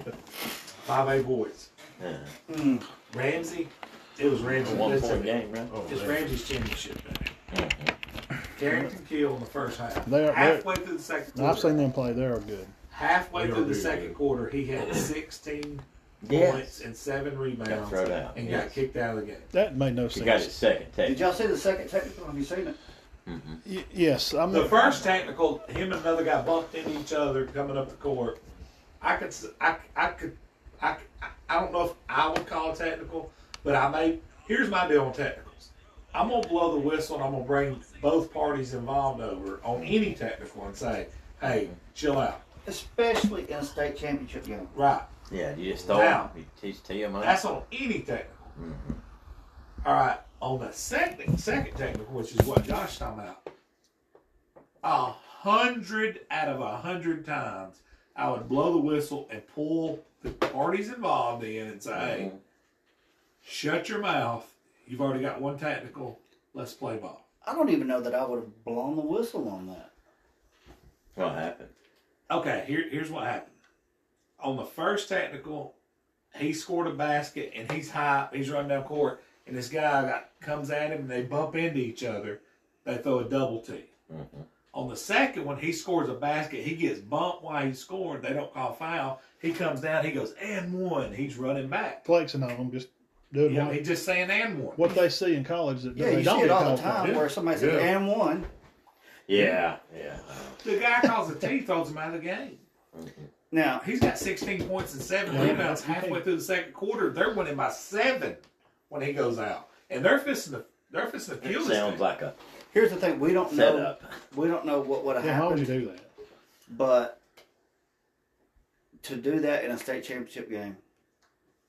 S3: to. 5A boys.
S4: Yeah.
S3: Ramsey, it was Ramsey.
S4: One
S3: That's
S4: point
S3: it.
S4: game, right?
S6: Oh,
S3: It's Ramsey's championship. man. Carrington kill in the first half.
S2: They are- they're-
S3: Halfway through the second
S2: No, I've
S3: quarter.
S2: seen them play. They are good.
S3: Halfway
S6: They are
S3: through the
S6: really
S3: second
S6: good.
S3: quarter, he had 16
S4: Yes.
S3: points and seven rebounds
S4: thrown out,
S3: and
S4: yes.
S3: got kicked out of the game.
S2: That made no
S4: He got his
S2: sense.
S4: second
S5: Did
S4: take.
S5: y'all see the second technical? Have you seen it?
S2: Y- yes, I'm.
S3: The first technical, him and another guy bumped into each other coming up the court. I could, s- I, I could, I, c- I don't know if I would call it technical, but I may. Here's my deal on technicals. I'm gonna blow the whistle and I'm gonna bring both parties involved over on any technical and say, hey, chill out.
S5: Especially in a state championship game.
S3: Right.
S4: Yeah, you just throw him.
S3: Now-
S4: You teach tee him up.
S3: That's on any technical. All right. On the second second technical, which is what Josh talking about, a hundred out of a hundred times, I would blow the whistle and pull the parties involved in and say, "Hey, shut your mouth. You've already got one technical. Let's play ball."
S5: I don't even know that I would have blown the whistle on that.
S4: what happened.
S3: Okay. Here, here's what happened. On the first technical, he scored a basket and he's high, he's running down court, and this guy got, comes at him and they bump into each other. They throw a double T. On the second one, he scores a basket. He gets bumped while he's scoring. They don't call foul. He comes down. He goes and one. He's running back.
S2: flexing on them, just doing
S3: You know,
S2: what,
S3: he's just saying and one.
S2: what they see in college that
S5: Yeah,
S2: they
S5: you
S2: don't
S5: see it
S2: get
S5: all
S2: called
S5: the
S2: for.
S5: time where somebody says,
S6: Yeah.
S5: and one.
S4: Yeah, yeah.
S3: The guy calls a T, throws him out of the game.
S5: Now,
S3: He's got 16 points and seven
S2: Yeah.
S3: rebounds halfway through the second quarter. They're winning by seven when he goes out, and they're fisting the they're fisting the
S4: It
S3: kill. this
S4: sounds
S3: thing.
S4: like a
S5: here's the thing. We don't know.
S4: setup.
S5: We don't know what would have
S2: Yeah, why would you
S5: happened.
S2: do that?
S5: But to do that in a state championship game,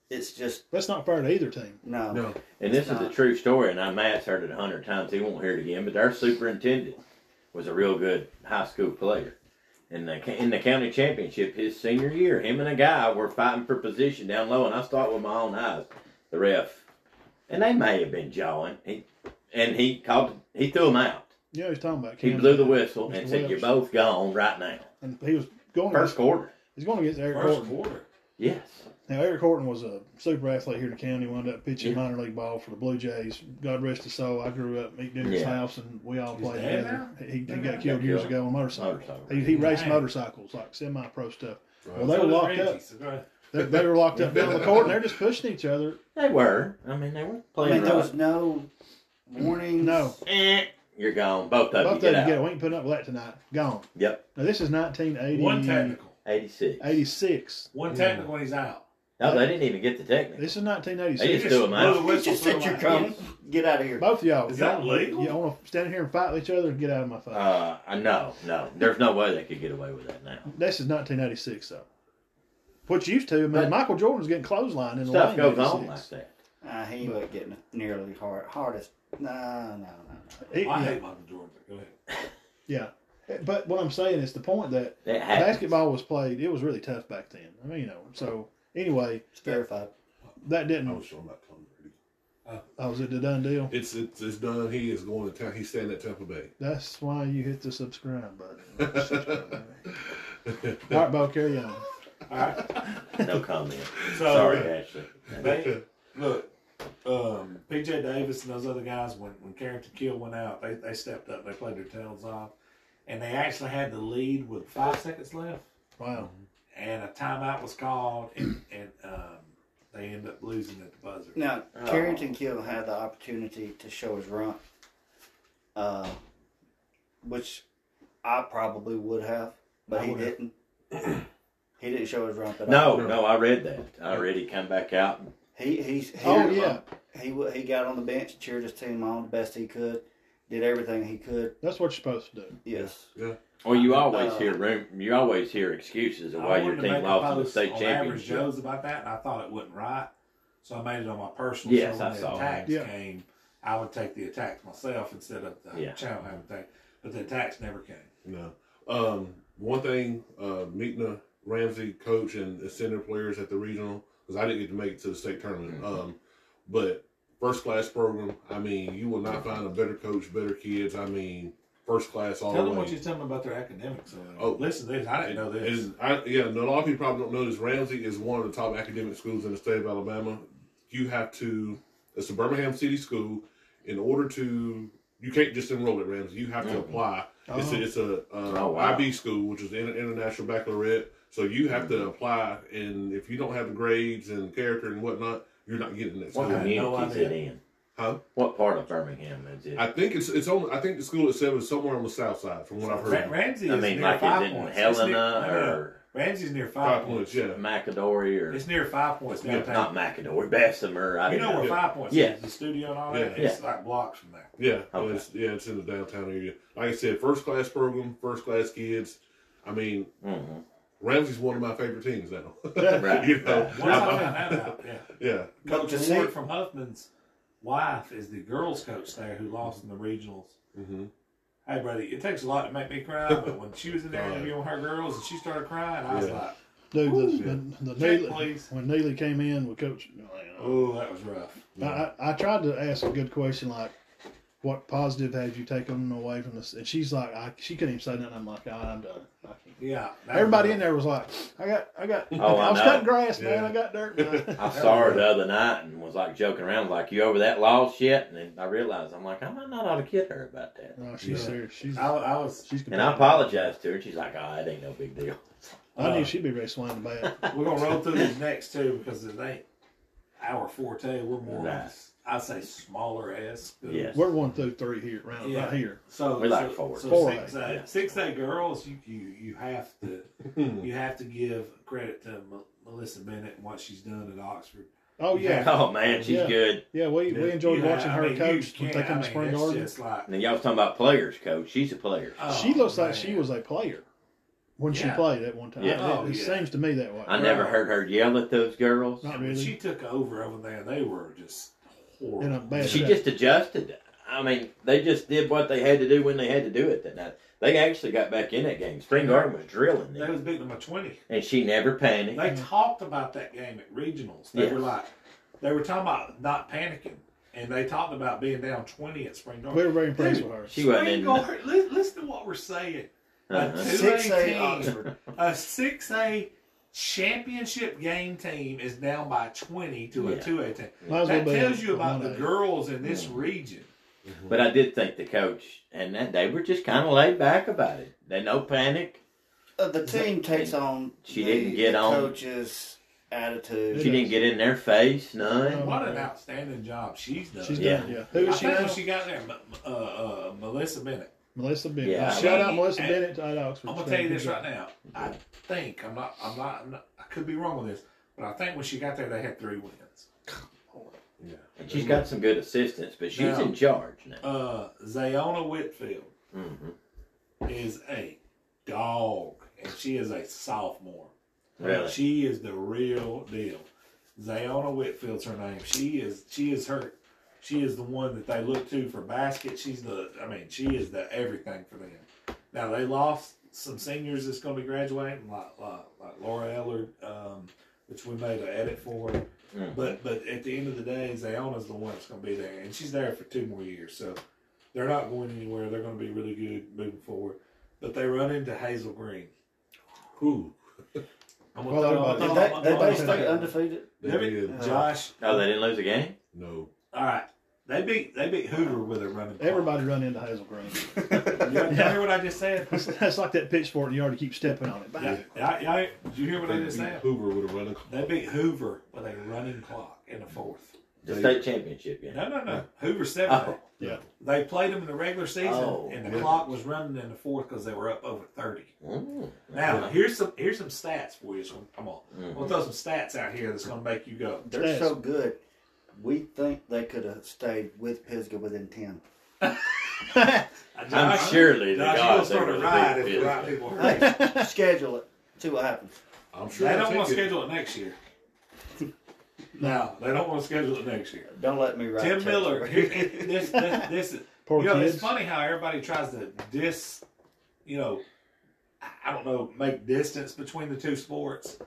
S5: it's just
S2: That's not fair to either team.
S5: no.
S6: No.
S4: And this is
S5: It's
S4: a
S5: not.
S4: true story, and I Matt's heard it a hundred times. He won't hear it again. But our superintendent was a real good high school player. In the ca- in the county championship his senior year, him and a guy were fighting for position down low, and I saw it with my own eyes. The ref, and they may have been jawing. He and he called. He threw him out.
S2: Yeah, he's talking about.
S4: He
S2: Cam-
S4: blew the whistle and
S2: Mr.
S4: said, "You're
S2: Welch.
S4: both gone right now."
S2: And he was going.
S4: First
S2: First,
S4: quarter.
S2: he's going against Eric
S3: First
S2: Horton.
S3: quarter.
S4: Yes.
S2: Now, Eric Horton was a super athlete here in the county. Wound up pitching
S4: Yeah.
S2: minor league ball for the Blue Jays. God rest his soul. I grew up eating in his
S4: Yeah.
S2: house, and we all
S3: He's
S2: played
S3: dead
S2: together. He, he
S3: Dead now?
S2: got killed years
S4: Yeah.
S2: ago on a motorcycle.
S4: Motorcycle.
S2: He, he raced
S3: Dang.
S2: motorcycles, like semi-pro stuff. Well, they
S3: So
S2: were
S3: does
S2: locked
S3: Reggie,
S2: up.
S3: so go ahead.
S2: They, they were locked up down on the court, and they're just pushing each other.
S4: They were. I mean, they were
S5: I
S4: playing.
S5: mean, there
S4: right.
S5: was no warning.
S2: No,
S4: Eh, you're gone. Both
S2: both
S4: of you
S2: of
S4: get
S2: them
S4: out.
S2: get it. We ain't putting up with that tonight. Gone.
S4: Uh, Yep.
S2: Now this is 1980.
S3: One technical.
S4: 86.
S2: 86.
S3: One technical and he's out.
S4: No, they didn't even get the technical.
S2: This is
S4: They just
S2: 1986.
S4: threw him
S3: Blow the
S4: out.
S5: It's
S3: whistle.
S5: just
S3: throw
S5: that
S3: him
S5: you're
S3: out.
S5: coming. Get out of here.
S2: Both of y'all.
S3: Is that legal?
S2: You want to stand here and fight with each other and get out of my face.
S4: Uh, no, no. There's no way they could get away with that now.
S2: this is 1986 though. What you used to, I mean,
S4: But-
S2: Michael Jordan was getting clotheslined in the
S4: Stuff
S2: lane
S4: goes
S2: in
S4: on
S2: 86.
S4: like that.
S5: Uh, he wasn't getting nearly hard, hardest. No, no, no, no.
S3: I
S2: He- yeah,
S3: hate Michael Jordan. but Go ahead.
S2: yeah. But what I'm saying is the point that
S4: That happens.
S2: basketball was played. It was really tough back then. I mean, you know. So anyway,
S5: It's verified.
S2: that
S6: I
S2: didn't.
S6: was showing about Tom Brady.
S2: Oh, was it the done deal?
S6: It's, it's it's done. He is going to town. He's staying at Tampa Bay.
S2: That's why you hit the subscribe button. All right, Bo, carry on.
S4: No comment.
S3: So,
S4: Sorry, Ashley.
S3: They, look, um, PJ Davis and those other guys, when, when Carrington Kill went out, they, they stepped up. They played their tails off. And they actually had the lead with five seconds left.
S2: Wow.
S3: And a timeout was called. And, and um, they ended up losing at the buzzer.
S5: Now,
S4: Oh.
S5: Carrington Kill had the opportunity to show his rump, uh, which I probably would have. but
S8: I
S5: he
S8: would've-
S5: didn't. he didn't show his rump at all.
S4: No, no, I read that. I read he come back out. and-
S5: He he's he,
S2: Oh yeah,
S5: he wa- he got on the bench, cheered his team on the best he could, did everything he could.
S2: that's what you're supposed to do.
S5: Yes.
S4: Well, you always
S5: Uh,
S4: hear room. You always hear excuses of why
S3: wanted
S4: your
S3: to
S4: team
S3: make a
S4: lost in the
S3: post
S4: state
S3: on Average
S4: championship.
S3: Joe's about that, and I thought it wasn't right, so I made it on my personal. so
S4: Yes,
S3: when
S4: I
S3: the
S4: saw that.
S3: attacks
S2: Yeah.
S3: came, I would take the attacks myself instead of the
S4: Yeah.
S3: channel having to take. But the attacks never came.
S6: No. Um, one thing, uh, Meetna Ramsey, coach and the center players at the regional, because I didn't get to make it to the state
S3: Mm-hmm.
S6: tournament. Um, but first class program. I mean, you will not find a better coach, better kids. I mean, first class all
S3: Tell
S6: the
S3: them
S6: way.
S3: what you tell them about their academics. Uh, over there.
S6: Oh.
S3: listen, to this I didn't know this.
S6: And I, yeah, a lot of people probably don't know this. Ramsey is one of the top academic schools in the state of Alabama. You have to, it's a Birmingham City school. In order to, you can't just enroll at Ramsey. You have to apply. It's a, it's a uh,
S4: Oh, wow.
S6: IB school, which is the Inter- International Baccalaureate. So you have
S3: Mm-hmm.
S6: to apply, and if you don't have the grades and character and whatnot, you're not getting that
S3: What
S6: school.
S3: I had no
S4: Communities it in.
S6: Huh?
S4: What part of Birmingham is it?
S6: I think it's it's on. I think the school itself is somewhere on the south side, from what I've
S3: Ra-
S6: heard.
S3: Ramsey
S4: I
S3: is
S4: mean,
S3: near
S4: like
S3: five
S4: it in
S3: points. It's near-
S4: Helena
S3: no, no, no.
S4: or
S3: Ramsey's near five,
S6: Five points, yeah.
S4: McAdory or
S3: It's near five points downtown.
S4: not McAdory, Bessemer. I
S3: You
S4: don't
S3: know where
S6: Yeah.
S3: Five Points
S4: Yeah.
S3: is, the studio and all that?
S6: Yeah.
S3: It's like blocks from there.
S6: Yeah, well,
S4: Okay.
S6: it's, yeah, it's in the downtown area. Like I said, first class program, first class kids. I mean,
S4: Mhm.
S6: Ramsey's one of my favorite teams now.
S4: Right,
S6: you know,
S3: Once I found that out, yeah.
S6: yeah,
S3: Coach
S5: to
S3: Ward
S5: see-
S3: from Huffman's wife is the girls coach there who lost in the regionals.
S6: hmm
S3: Hey, buddy, it takes a lot to make me cry, but when she was in there
S6: God.
S3: interviewing her girls and she started crying, I was
S6: Yeah.
S3: like,
S2: Dude,
S6: Ooh.
S2: the, the, the
S3: Check,
S2: Neely,
S3: please.
S2: when Neely came in with Coach,
S3: oh, that was rough.
S2: I, I, I tried to ask a good question like, what positive have you taken away from this? And she's like, I, she couldn't even say nothing. I'm like, "Ah, I'm done. I can't.
S3: Yeah. that was
S2: Everybody
S3: rough.
S2: in there was like, I got, I got,
S4: Oh, I
S2: I was
S4: know.
S2: cutting grass, man.
S6: Yeah.
S2: I got dirt. Man.
S4: I saw her the other night and was like joking around, like, "You over that loss yet?" And then I realized I'm like, I might not ought to kid her about that.
S2: no, she's
S3: Yeah.
S2: serious. She's,
S3: I, I was.
S2: she's.
S4: And I apologized to her. and She's like, "Ah, it ain't no big deal."
S2: I knew she'd be ready to swing the bat.
S3: uh, We're going to roll through these next two because it ain't our forte. We're more,
S4: Right.
S3: I say, smaller esque.
S4: Yes.
S2: We're one through three here, round
S3: Yeah.
S2: right here.
S3: So
S4: We like
S3: so,
S4: forward.
S3: So
S2: Forward,
S3: six A
S4: yeah.
S3: six A girls, you, you you have to
S6: Mm-hmm.
S3: you have to give credit to M- Melissa Bennett and what she's done at Oxford.
S2: Oh yeah, yeah.
S4: Oh man, she's
S2: Yeah.
S4: good.
S2: we, we enjoyed
S3: You know,
S2: watching
S3: I
S2: her
S3: mean, you
S2: coach when they
S3: can't-
S2: come
S3: I
S2: to
S3: mean,
S2: Spring
S3: it's
S2: Garden.
S3: just like-
S4: And then y'all was talking about players, coach. She's a player.
S2: she
S3: oh,
S2: looks like
S3: man.
S2: she was a player when she
S3: Yeah.
S2: played at one time.
S4: Yeah.
S2: It-
S3: Oh,
S2: it
S3: yeah.
S2: seems to me that way.
S4: I never
S3: Right.
S4: heard her yell at those girls.
S2: Not
S3: When
S2: really.
S3: She took over over there. They were just horrible.
S2: In a bad
S4: She
S2: shape.
S4: just adjusted. I mean, they just did what they had to do when they had to do it that night. They actually got back in that game. Spring Garden was drilling
S3: They
S4: them,
S3: was beating them by twenty.
S4: and she never panicked.
S3: They talked about that game at regionals. They
S4: Yeah.
S3: were like, they were talking about not panicking, and they talked about being down twenty at Spring Garden.
S2: we were very impressed
S3: Dude,
S2: with her.
S4: She wasn't in.
S3: Spring Garden, li- listen to what we're saying.
S4: Uh-huh.
S3: Two
S5: Six A
S3: eighteen.
S5: Oxford.
S3: A six A championship game team is down by twenty to a
S4: Yeah.
S3: two A team.
S2: Might as well
S3: That
S2: be
S3: tells you
S2: a
S3: about the
S2: 1A.
S3: girls in this region.
S4: But I did think the coach and that they were just kind of laid back about it. They no panic.
S5: Uh, the team takes on
S4: She
S5: the,
S4: didn't get
S5: the
S4: on.
S5: coach's attitude.
S4: She didn't get in their face, none.
S2: No.
S3: What an outstanding job she's done.
S2: She's
S4: Yeah.
S2: done. Yeah. Who
S3: I
S2: is she?
S3: think
S2: now?
S3: when she got there, M- M- uh, uh, Melissa Bennett.
S2: Melissa Bennett.
S4: Yeah.
S2: Shout out
S3: Hey,
S2: Melissa
S3: hey,
S2: Bennett at Oxford.
S3: I'm gonna
S2: She
S3: tell you
S2: done a
S3: this
S2: good
S3: right now. I think I'm not. I'm not. I'm not I could be wrong with this, but I think when she got there, they had three wins.
S4: And she's got some good assistants, but she's
S3: Now-
S4: in charge now.
S3: Uh, Zayona Whitfield
S4: hmm
S3: is a dog, and she is a sophomore.
S4: Really?
S3: She is the real deal. Zayona Whitfield's her name. She is she is her she is the one that they look to for baskets. She's the I mean, she is the everything for them. Now they lost some seniors that's gonna be graduating, like like, like Laura Ellard, um, which we made an edit for.
S4: Mhm.
S3: But but at the end of the day, Zayona's the one that's gonna be there and she's there for two more years, so they're not going anywhere. They're gonna be really good moving forward. But they run into Hazel Green.
S6: Who?
S3: I'm
S2: Well,
S3: throw-
S2: everybody-
S3: I'm
S5: uh, Did
S3: gonna- I'm
S5: that, they
S3: gonna
S5: both
S3: throw-
S5: stay undefeated?
S6: They
S3: Let me-
S6: did.
S3: Josh.
S4: Oh, they didn't lose a game.
S6: No.
S3: All right. They beat they beat Hoover with a running.
S2: job. Everybody run into Hazel Green.
S3: clock. You hear what I just said?
S2: That's, that's like that pitchfork, and you already keep stepping on it. Bang.
S3: Yeah. yeah, yeah. Did you hear what I just said?
S6: Hoover would have run a
S3: They beat Hoover with a running clock in the fourth.
S4: The
S6: They-
S4: state championship, yeah.
S3: No, no, no. Hoover seven.
S4: Oh,
S3: They played them in the regular season,
S4: Oh,
S3: and the
S6: yeah.
S3: clock was running in the fourth because they were up over thirty.
S4: Mm.
S3: Now,
S6: Yeah.
S3: here's some here's some stats for you. So, come on, I'm
S4: Mhm.
S3: gonna throw some stats out here that's gonna make you go.
S5: They're
S2: Yes.
S5: so good. We think they could have stayed with Pisgah within ten.
S4: I'm surely
S3: Josh, you gonna
S4: the gods they
S3: start a
S4: would
S3: ride
S4: have
S3: if the right
S4: been.
S3: people hurt.
S5: Hey, schedule it. See what happens.
S6: I'm sure
S3: They don't
S6: they'll
S3: want to
S6: take it.
S3: schedule it next year. no, they don't want to schedule it next year.
S5: Don't let me write.
S3: Tim
S5: checks.
S3: Miller, here- this, this, this, is-
S2: Poor
S3: you know,
S2: kids.
S3: it's funny how everybody tries to dis, you know, I- I don't know, make distance between the two sports.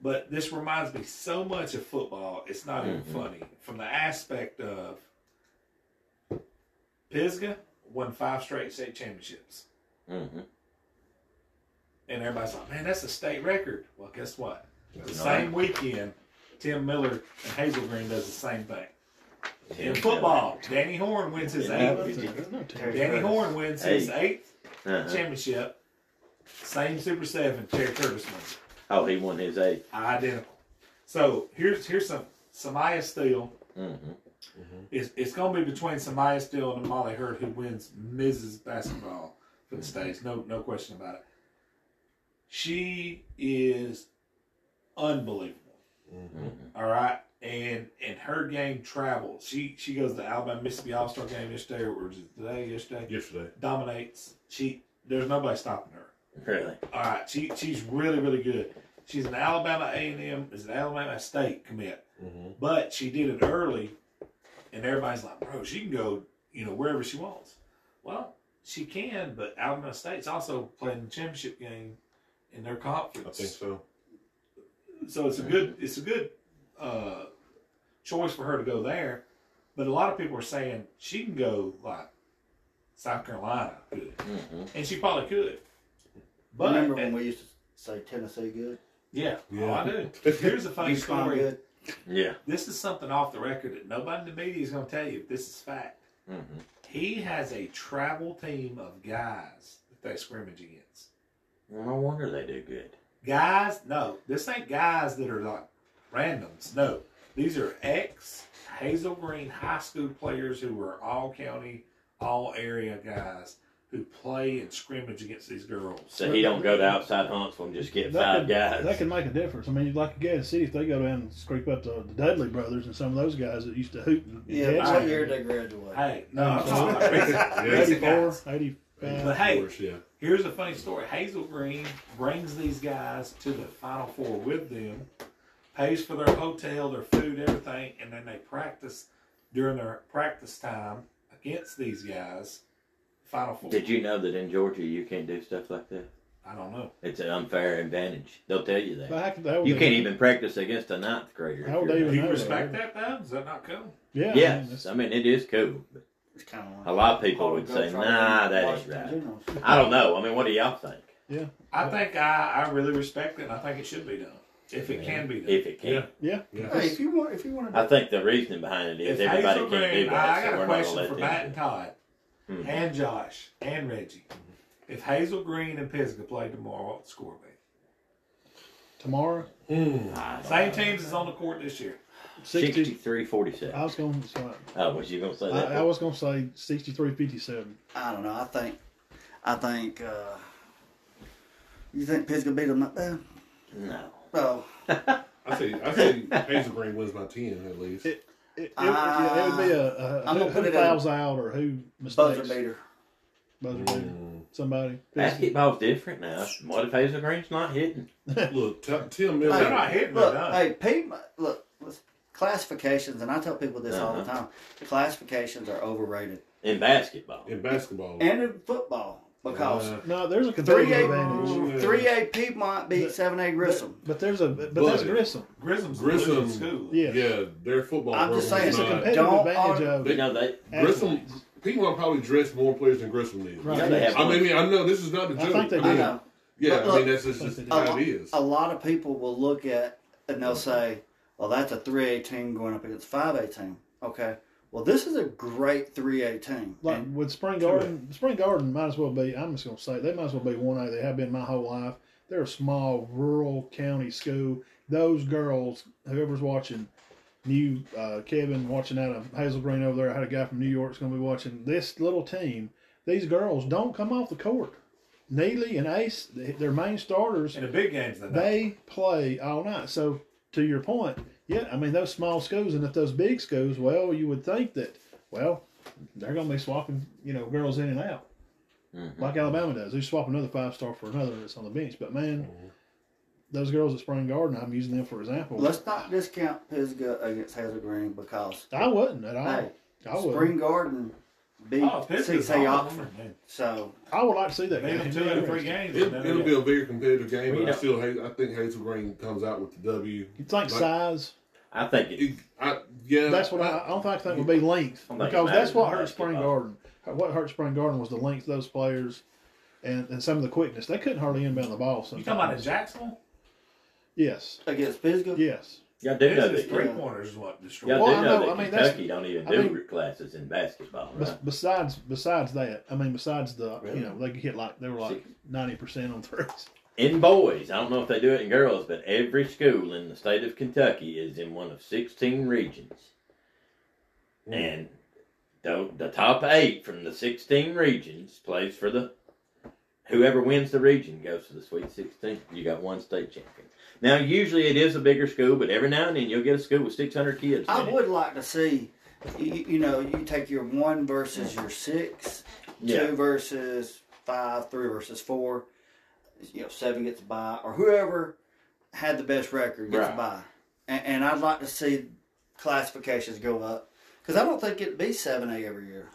S3: But this reminds me so much of football. It's not even
S4: Mm-hmm.
S3: funny from the aspect of Pisgah won five straight state championships,
S4: Mhm.
S3: and everybody's like, "Man, that's a state record." Well, guess what? The
S4: not.
S3: same weekend, Tim Miller and Hazel Green does the same thing
S4: Yeah.
S3: in football. Danny Horn wins his eighth. Danny Horn wins his eighth
S4: Uh-huh.
S3: championship. Same Super Seven. Terry Curtis wins. it.
S4: Oh, he won his eighth.
S3: Identical. So here's here's some Samaya Steele.
S4: Mm-hmm.
S3: It's, it's going to be between Samaya Steele and Molly Hurd who wins Mrs. Basketball for the States. No no question about it. She is unbelievable.
S4: Mm-hmm.
S3: All right. And and her game travels. She she goes to Alabama Mississippi All Star game yesterday or was it today yesterday?
S6: yesterday.
S3: dominates. She there's nobody stopping her.
S4: Really?
S3: All right, she she's really really good. She's an Alabama A and M, is an Alabama State commit,
S6: Mhm.
S3: but she did it early, and everybody's like, bro, she can go you know wherever she wants. Well, she can, but Alabama State's also playing the championship game in their
S6: I
S3: conference,
S6: think so.
S3: so it's a good it's a good uh, choice for her to go there. But a lot of people are saying she can go like South Carolina, good.
S4: Mm-hmm.
S3: And she probably could. But
S5: Remember when we used to say Tennessee good?
S3: yeah,
S6: Yeah.
S3: Oh, I do. Here's a funny
S5: UConn
S3: story.
S5: good?
S4: Yeah.
S3: This is something off the record that nobody in the media is going to tell you. If this is fact,
S4: Mm-hmm.
S3: he has a travel team of guys that they scrimmage against.
S4: No wonder they do good.
S3: Guys, no, this ain't guys that are like randoms. No, these are ex Hazel Green high school players who were all county, all area guys who play and scrimmage against these girls.
S4: So he don't go to outside Huntsville and just get
S2: That
S4: five
S2: could,
S4: guys.
S2: that could make a difference. I mean, like again, see if they go down and scrape up the, the Dudley brothers and some of those guys that used to hoot. And
S5: Yeah,
S2: catch
S5: what
S2: and-
S5: year did they graduate?
S3: Hey, no, I'm
S2: So-
S3: talking about recent-
S6: Yeah.
S3: recent
S2: 84,
S3: guys.
S2: 85.
S3: But Uh, hey,
S6: Of course, yeah.
S3: Here's a funny story. Hazel Green brings these guys to the Final Four with them, pays for their hotel, their food, everything, and then they practice during their practice time against these guys. Final Four.
S4: Did you know that in Georgia you can't do stuff like that?
S3: I don't know.
S4: It's an unfair advantage. They'll tell you
S2: But
S4: that.
S2: how could- how would
S4: You
S2: they-
S4: can't even practice against a ninth grader. if
S2: How would
S4: you're
S2: they
S3: Do
S2: even
S4: not-
S3: you
S2: know
S3: respect that though? Is that not cool?
S2: Yeah. I mean,
S4: Yes,
S2: that's-
S4: I mean it is cool. but
S5: It's kind of like
S4: A lot of people would say, "Nah, that ain't
S5: Washington
S4: right."
S5: Generals.
S4: I don't know. I mean, what do y'all think?
S3: I think I, I really respect it and I think it should be done. If it can be done.
S4: If it can,
S6: Yeah.
S2: yeah.
S5: Hey, if you want, if you want to,
S4: I think the reasoning behind it is
S3: If
S4: everybody
S3: Hazel
S4: can't
S3: Green-
S4: do
S3: I,
S4: that,
S3: I
S4: so
S3: got
S4: we're
S3: a
S4: not gonna
S3: question for
S4: let
S3: Matt and
S4: them.
S3: Todd
S4: Hmm.
S3: and Josh and Reggie.
S4: Mm-hmm.
S3: If Hazel Green and Pisgah played tomorrow, what would the score be?
S2: Tomorrow, Ah,
S3: Same teams is on the court this year.
S2: 60.
S4: Sixty-three forty-seven.
S2: I was going to
S4: Oh, was you gonna say
S2: I,
S4: that?
S2: I was going to say 63 57.
S5: I don't know. I think, I think. uh You think Pisgah beat them up Eh, there?
S4: no.
S5: Oh,
S6: I say I say Hazel Green wins by ten at least.
S2: It- It, it, yeah, it would be a, a
S5: I'm
S2: who,
S5: gonna put
S2: who
S5: it
S2: fouls out or who mistakes
S5: buzzer beater.
S2: Buzzer beater.
S6: Mm.
S2: Somebody.
S4: Basketball's different now. What if Hazel Green's not hitting?
S6: Look, t- Tim Miller.
S3: They're not hitting
S5: Look,
S3: it, huh?
S5: hey, Pete. Look, let's- classifications, and I tell people this all the
S3: Uh-huh.
S5: time. Classifications are overrated,
S4: In basketball.
S6: in basketball.
S5: and in football because.
S6: Uh,
S2: No, there's a
S5: Three
S2: competitive advantage.
S5: A three A Piedmont beat seven A Grissom.
S2: But there's a but,
S6: But-
S2: that's Grissom.
S3: Grissom's
S6: Grissom-
S3: losing school.
S2: Yeah.
S6: yeah, their football.
S5: I'm just
S2: It's
S6: program's
S2: a
S5: saying,
S6: not-
S5: compa-
S2: competitive
S5: Don't
S2: advantage
S5: argue-
S2: of
S4: You know they.
S6: Grissom,
S2: athletes.
S6: Piedmont probably dressed more players than Grissom did.
S2: Right.
S4: Yeah, they have
S6: I mean, I mean, I know this is not a
S2: I
S6: joke.
S2: think they
S5: I
S2: do.
S6: mean,
S5: know
S6: Yeah,
S5: But
S6: I
S5: look,
S6: mean that's just, just
S2: a
S5: a
S6: how
S5: lot,
S6: it is.
S2: Oh,
S5: a lot of people will look at and they'll say, "Well, that's a three A team going up against five A team." Okay. Well, this is a great three A team.
S2: Like
S5: And
S2: with Spring Garden, Spring Garden might as well be. I'm just gonna say they might as well be one A. They have been my whole life. They're a small rural county school. Those girls, whoever's watching, knew uh, Kevin watching out of Hazel Green over there. I had a guy from New York's going to be watching this little team. These girls don't come off the court. Neely and Ace, th- their main starters,
S3: In the big games, they don't.
S2: they play all night. So to your point, yeah, I mean those small schools and if those big schools, well, you would think that, well, they're going to be swapping, you know, girls in and out,
S3: Mm-hmm.
S4: Mhm.
S2: like Alabama does. They swap another five star for another that's on the bench. But man,
S3: Mm-hmm.
S2: those girls at Spring Garden, I'm using them for example.
S5: Let's not discount Pisgah against Hazel Green because
S2: I wouldn't at all.
S5: hey,
S2: I would.
S5: Spring Garden beat
S3: Oh, Pittsburgh's
S5: six A
S3: all
S5: Oxford.
S3: over, man.
S5: So
S2: I would like to see that.
S3: Beat them
S2: game.
S3: two out of three games.
S6: It,
S3: and then
S6: it'll
S3: they-
S6: be a very competitive game,
S4: We
S6: but I
S4: don't-
S6: still hate, I think Hazel Green comes out with the W.
S2: You think size?
S4: I think it,
S6: It, I, yeah,
S2: That's what I, I don't think I think would be length
S4: I don't think it
S2: because that's
S4: matters
S2: what
S4: in
S2: hurt Spring
S4: basketball.
S2: Garden. What hurt Spring Garden was the length of those players, and, and some of the quickness. They couldn't hardly inbound the ball.
S3: You
S2: Sometimes.
S3: talking about in Jacksonville?
S2: yes,
S5: against Pisgah,
S2: yes.
S4: y'all do know
S3: This
S4: that
S3: is three
S4: y'all
S3: pointers is what destroyed.
S4: do
S2: Well, I
S4: know
S2: know,
S4: that
S2: I mean, that's-
S4: Kentucky don't even
S2: I
S4: do
S2: mean-
S4: root classes in basketball,
S2: Bes-
S4: right?
S2: Besides, besides that, I mean, besides the
S4: Really?
S2: you know they could hit like they were like ninety percent on threes.
S4: In boys, I don't know if they do it in girls, but every school in the state of Kentucky is in one of 16 regions. And the, the top eight from the 16 regions plays for the. Whoever wins the region goes to the Sweet 16. You got one state champion. Now, usually it is a bigger school, but every now and then you'll get a school with 600 kids. in
S5: I
S4: it.
S5: would like to see. You, you know, you take your one versus your six,
S4: Yeah.
S5: two versus five, three versus four. You know, seven gets a bye, or whoever had the best record gets
S4: Right.
S5: a bye. And, and I'd like to see classifications go up because I don't think it'd be seven A every year.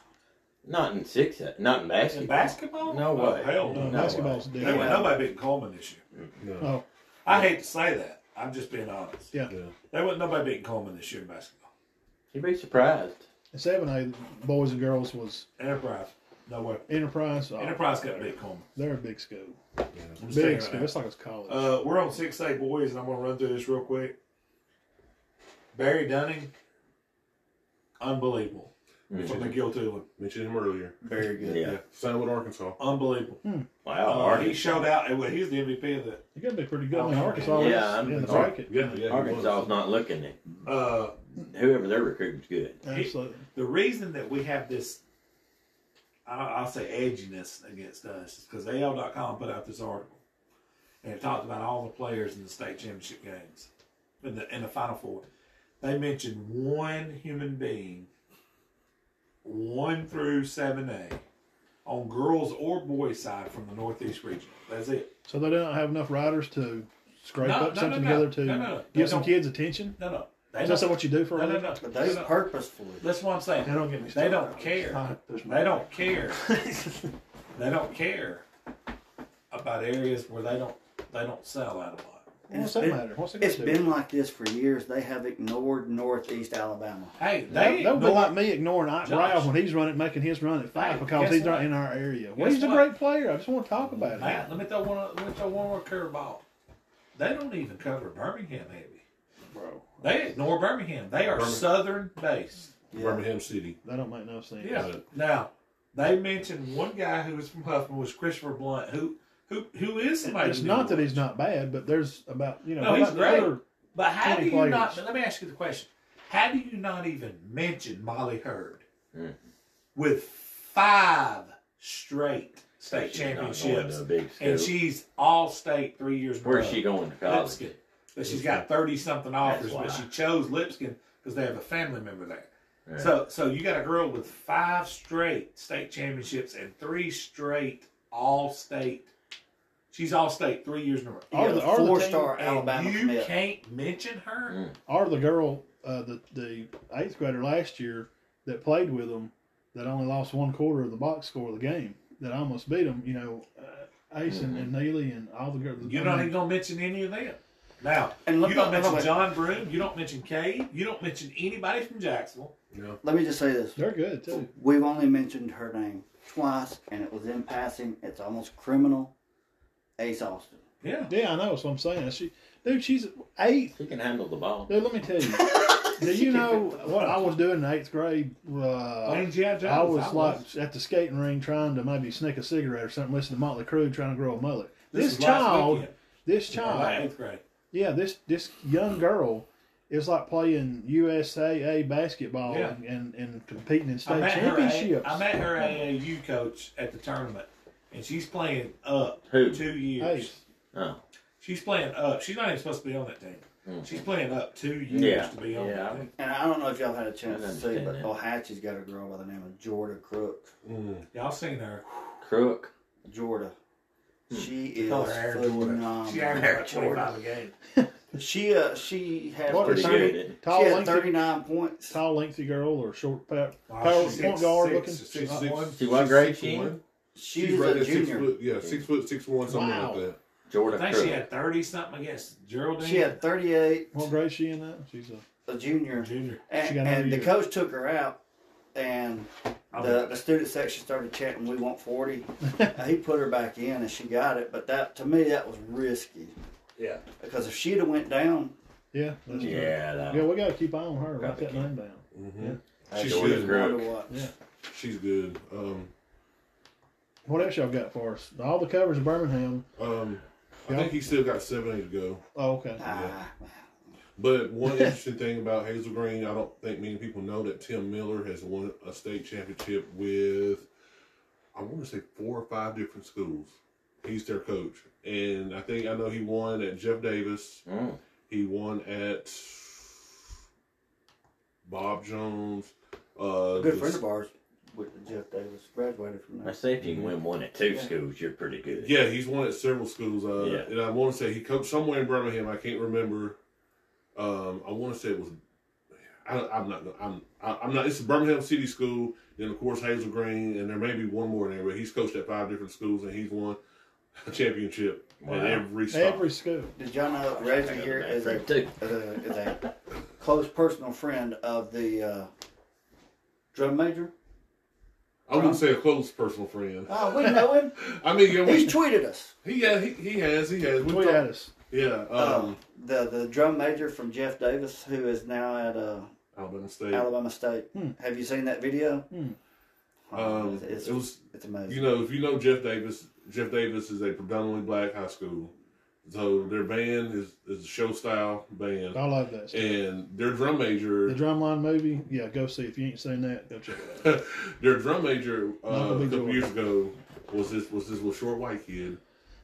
S4: Not in six, uh, not in
S3: In
S4: basketball.
S3: basketball?
S4: No
S3: Oh,
S4: way.
S3: hell
S2: No,
S3: no.
S4: No
S2: Uh, basketball's
S3: There
S2: different.
S3: was nobody beating Coleman this year.
S6: No.
S2: Oh,
S3: I hate to say that. I'm just being honest.
S2: Yeah.
S6: Yeah.
S3: There wasn't nobody beating Coleman this year in basketball.
S4: You'd be surprised.
S2: and seven A boys and girls was
S3: Enterprise. No way.
S2: Enterprise. Oh,
S3: Enterprise got beat Coleman.
S2: They're a big school.
S3: I'm just
S2: Big
S3: saying
S2: school.
S3: right
S2: It's like it's college.
S3: now. Uh, we're on 6A boys, and I'm going to run through this real quick. Barry Dunning, unbelievable. From the guilty one.
S6: Mentioned him earlier.
S5: Very good.
S4: Yeah.
S6: Yeah. Same with Arkansas.
S3: Unbelievable.
S4: Wow.
S3: Uh, he showed out. and, Well, he's the MVP of the.
S2: you got to be pretty good. I mean,
S3: Yeah,
S2: Arkansas
S4: I'm-
S2: was in the bracket.
S6: Yeah, yeah. he
S4: Arkansas
S6: was.
S4: is not looking at
S3: Uh,
S4: whoever they're recruiting's good.
S2: Absolutely.
S3: the reason that we have this, I- I'll say edginess against us, is because AL.com put out this article, and it talked about all the players in the state championship games, in the in the Final Four. They mentioned one human being, one through seven A, on girls or boys side from the Northeast region. That's it.
S2: So they don't have enough riders to scrape
S3: No,
S2: up
S3: no,
S2: something
S3: no, no.
S2: together to
S3: No, no, no. They
S2: give some
S3: don't-
S2: kids attention.
S3: No, no, they
S2: Is that
S3: don't.
S2: what you do for
S3: No,
S2: a
S3: no,
S2: living?
S3: no.
S5: But they
S3: no, no.
S5: purposefully.
S3: That's what I'm saying.
S2: They don't get me
S3: They
S2: started.
S3: don't care.
S2: It's not-
S3: They don't care. they don't care about areas where they don't they don't sell out a lot.
S2: What's
S5: It's
S2: that
S5: been-
S2: matter? What's it got
S5: It's
S2: to do?
S5: been like this for years. They have ignored Northeast Alabama.
S3: Hey,
S2: That,
S3: they
S2: that would be
S3: ignore-
S2: like me ignoring Ike
S3: Josh.
S2: Ralph when he's running, making his run at five
S3: Hey,
S2: because
S3: guess
S2: he's
S3: what?
S2: not in our area. Well,
S3: Guess
S2: he's a
S3: what?
S2: great player. I just want to talk about
S3: Matt,
S2: it.
S3: let me throw one let me throw one more curveball. They don't even cover Birmingham heavy.
S2: Bro,
S3: They ignore Birmingham. They are
S6: Birmingham.
S3: southern based.
S5: Yeah.
S6: Birmingham City.
S2: that don't make no sense.
S3: Yeah. Now, they mentioned one guy who was from Huffman was Christopher Blunt, who who who is somebody.
S2: It's
S3: to
S2: not that
S3: watch.
S2: he's not bad, but there's about you know
S3: No, he's
S2: about
S3: great.
S2: the other
S3: But how do
S2: 20
S3: you not?
S2: players.
S3: Let me ask you the question: How do you not even mention Molly Hurd
S4: Mhm.
S3: with five straight state
S4: She's not going to
S3: championships,
S4: a big
S3: and
S4: school.
S3: she's all state three years. in a
S4: Where's
S3: row?
S4: she going to college?
S3: Lipskin, but she's got thirty something offers,
S4: That's
S3: but
S4: why.
S3: she chose Lipskin because they have a family member there.
S4: Right.
S3: So, so you got a girl with five straight state championships and three straight all state. She's all state three years in a row.
S2: Are the- are the
S5: four star
S3: And
S5: Alabama
S3: you
S5: commit.
S3: can't mention her.
S4: Mm.
S2: or the girl uh, the the eighth grader last year that played with them that only lost one quarter of the box score of the game that almost beat them. You know, uh, Ace and, and Neely and all the girls.
S3: You're not even gonna mention any of them. Now
S5: And let
S3: you
S5: me-
S3: don't mention
S5: let me-
S3: John Broom, you don't mention Cade, you don't mention anybody from Jacksonville.
S6: Yeah.
S5: Let me just say this.
S2: They're good too.
S5: We've only mentioned her name twice, and it was in passing. It's almost criminal. Ace Austin.
S3: Yeah.
S2: Yeah, I know. That's what I'm saying. She, dude, she's eighth.
S4: She can handle the ball.
S2: Dude, let me tell you. Do you know what I was doing in eighth grade? Uh,
S3: Playing G.I. Jones,
S2: I was like at the skating ring trying to maybe sneak a cigarette or something, listen to Motley Crue trying to grow a mullet. This,
S3: was last
S2: child,
S3: weekend,
S2: this
S3: or last
S2: child,
S3: eighth grade.
S2: yeah, this this young girl it's like playing USAA basketball
S3: Yeah.
S2: and, and, and competing in
S3: I
S2: state
S3: met, her, A-
S2: championships.
S3: I met her AAU coach at the tournament, and she's playing up
S4: Who?
S3: two
S2: hey,
S3: years.
S4: Oh.
S3: She's playing up. She's not even supposed to be on that team.
S4: Mhm.
S3: She's playing up two years
S4: Yeah.
S3: to be on
S4: Yeah,
S3: that
S4: I
S3: team.
S5: And I don't know if y'all had a chance
S4: I
S5: to see,
S4: understand
S5: but
S4: that.
S5: Ohatchee's got a girl by the name of Jorda Crook.
S6: Mm.
S3: Y'all seen her.
S4: Crook.
S5: Jorda.
S4: Hmm.
S5: She
S3: They
S5: is
S3: call her Air
S5: phenomenal.
S3: Jordan. She averaged about 25 a game.
S5: She uh she had
S2: What are
S4: Pretty
S2: you
S5: 30,
S4: good.
S5: she
S4: isn't it?
S2: tall,
S5: had
S2: lengthy,
S5: thirty nine points.
S2: tall, lengthy girl or short, power,
S3: Wow,
S2: power
S3: she's
S2: point
S3: six,
S2: guard
S3: six,
S2: looking.
S3: six,
S6: She's
S3: six.
S6: six-
S4: She what
S6: she's
S4: grade
S6: six
S4: she in?
S6: one.
S5: She's,
S6: She's right
S5: a
S6: at six
S5: junior.
S6: foot. Yeah, six foot six one, something
S2: Wow.
S6: like that.
S3: I
S4: Jordan
S3: think
S4: Crook.
S3: she had 30 something against Geraldine.
S5: She had thirty eight,
S2: What grade is she in that? She's a
S5: a junior.
S3: junior.
S5: And,
S2: She got another
S5: and the
S2: year.
S5: coach took her out and
S3: I'm-
S5: the, the student section started chanting, "We want 40. And he put her back in, and she got it. But that, to me, that was risky
S3: yeah.
S5: because if she'd have went down,
S2: yeah. That's right.
S4: Yeah, that,
S2: Yeah, we got to keep an eye on her.
S4: Got
S2: Write
S4: the
S2: that
S4: kid.
S2: name down.
S6: Mm-hmm.
S2: Yeah.
S4: that
S6: She
S4: Jordan
S6: should.
S5: wonder
S4: Crook.
S5: what.
S2: Yeah.
S6: She's good. Um,
S2: What else y'all got for us? All the covers of Birmingham.
S6: um, I
S2: Yeah.
S6: think he still got seven eight to go.
S2: Oh, okay.
S5: Ah,
S6: But one interesting thing about Hazel Green, I don't think many people know that Tim Miller has won a state championship with, I want to say four or five different schools. He's their coach, and I think I know he won at Jeff Davis.
S4: Mm.
S6: He won at Bob Jones. Uh,
S5: a good
S6: the-
S5: friend of ours with Jeff Davis graduated from
S4: I
S5: there.
S4: say if you can win one at two
S5: Yeah.
S4: schools, you're pretty good.
S6: Yeah, he's won at several schools. Uh,
S4: Yeah.
S6: And I want to say he coached somewhere in Birmingham. I can't remember. Um, I want to say it was. I, I'm not. I'm. I, I'm not. It's Birmingham City School. Then of course Hazel Green, and there may be one more in there. But he's coached at five different schools, and he's won a championship
S4: Wow.
S6: at every stop.
S2: Every school.
S5: Did y'all know Reggie here is a,
S4: Two.
S5: is a is a close personal friend of the uh, drum major?
S6: I wouldn't say a close personal friend.
S5: Oh, we know him.
S6: I mean, yeah, we,
S5: He's tweeted us.
S6: he, yeah, he, he has, he has. We've
S2: Tweet
S6: talked-
S2: at us.
S6: Yeah, um,
S4: Oh.
S5: Um, the the drum major from Jeff Davis, who is now at uh,
S6: Alabama State.
S5: Alabama State.
S2: Hmm.
S5: Have you seen that video?
S2: Hmm.
S5: Oh,
S6: Um,
S5: it's,
S6: it was
S5: it's amazing.
S6: You know, if you know Jeff Davis, Jeff Davis is a predominantly black high school. So their band is, is a show style band.
S2: I love that. Stuff.
S6: And their drum
S2: The
S6: major,
S2: Drumline movie. Yeah, go see if you ain't seen that. Go check it out.
S6: their drum major
S2: Not
S6: uh,
S2: the
S6: a
S2: big
S6: couple
S2: one.
S6: years ago was this was this little short white kid,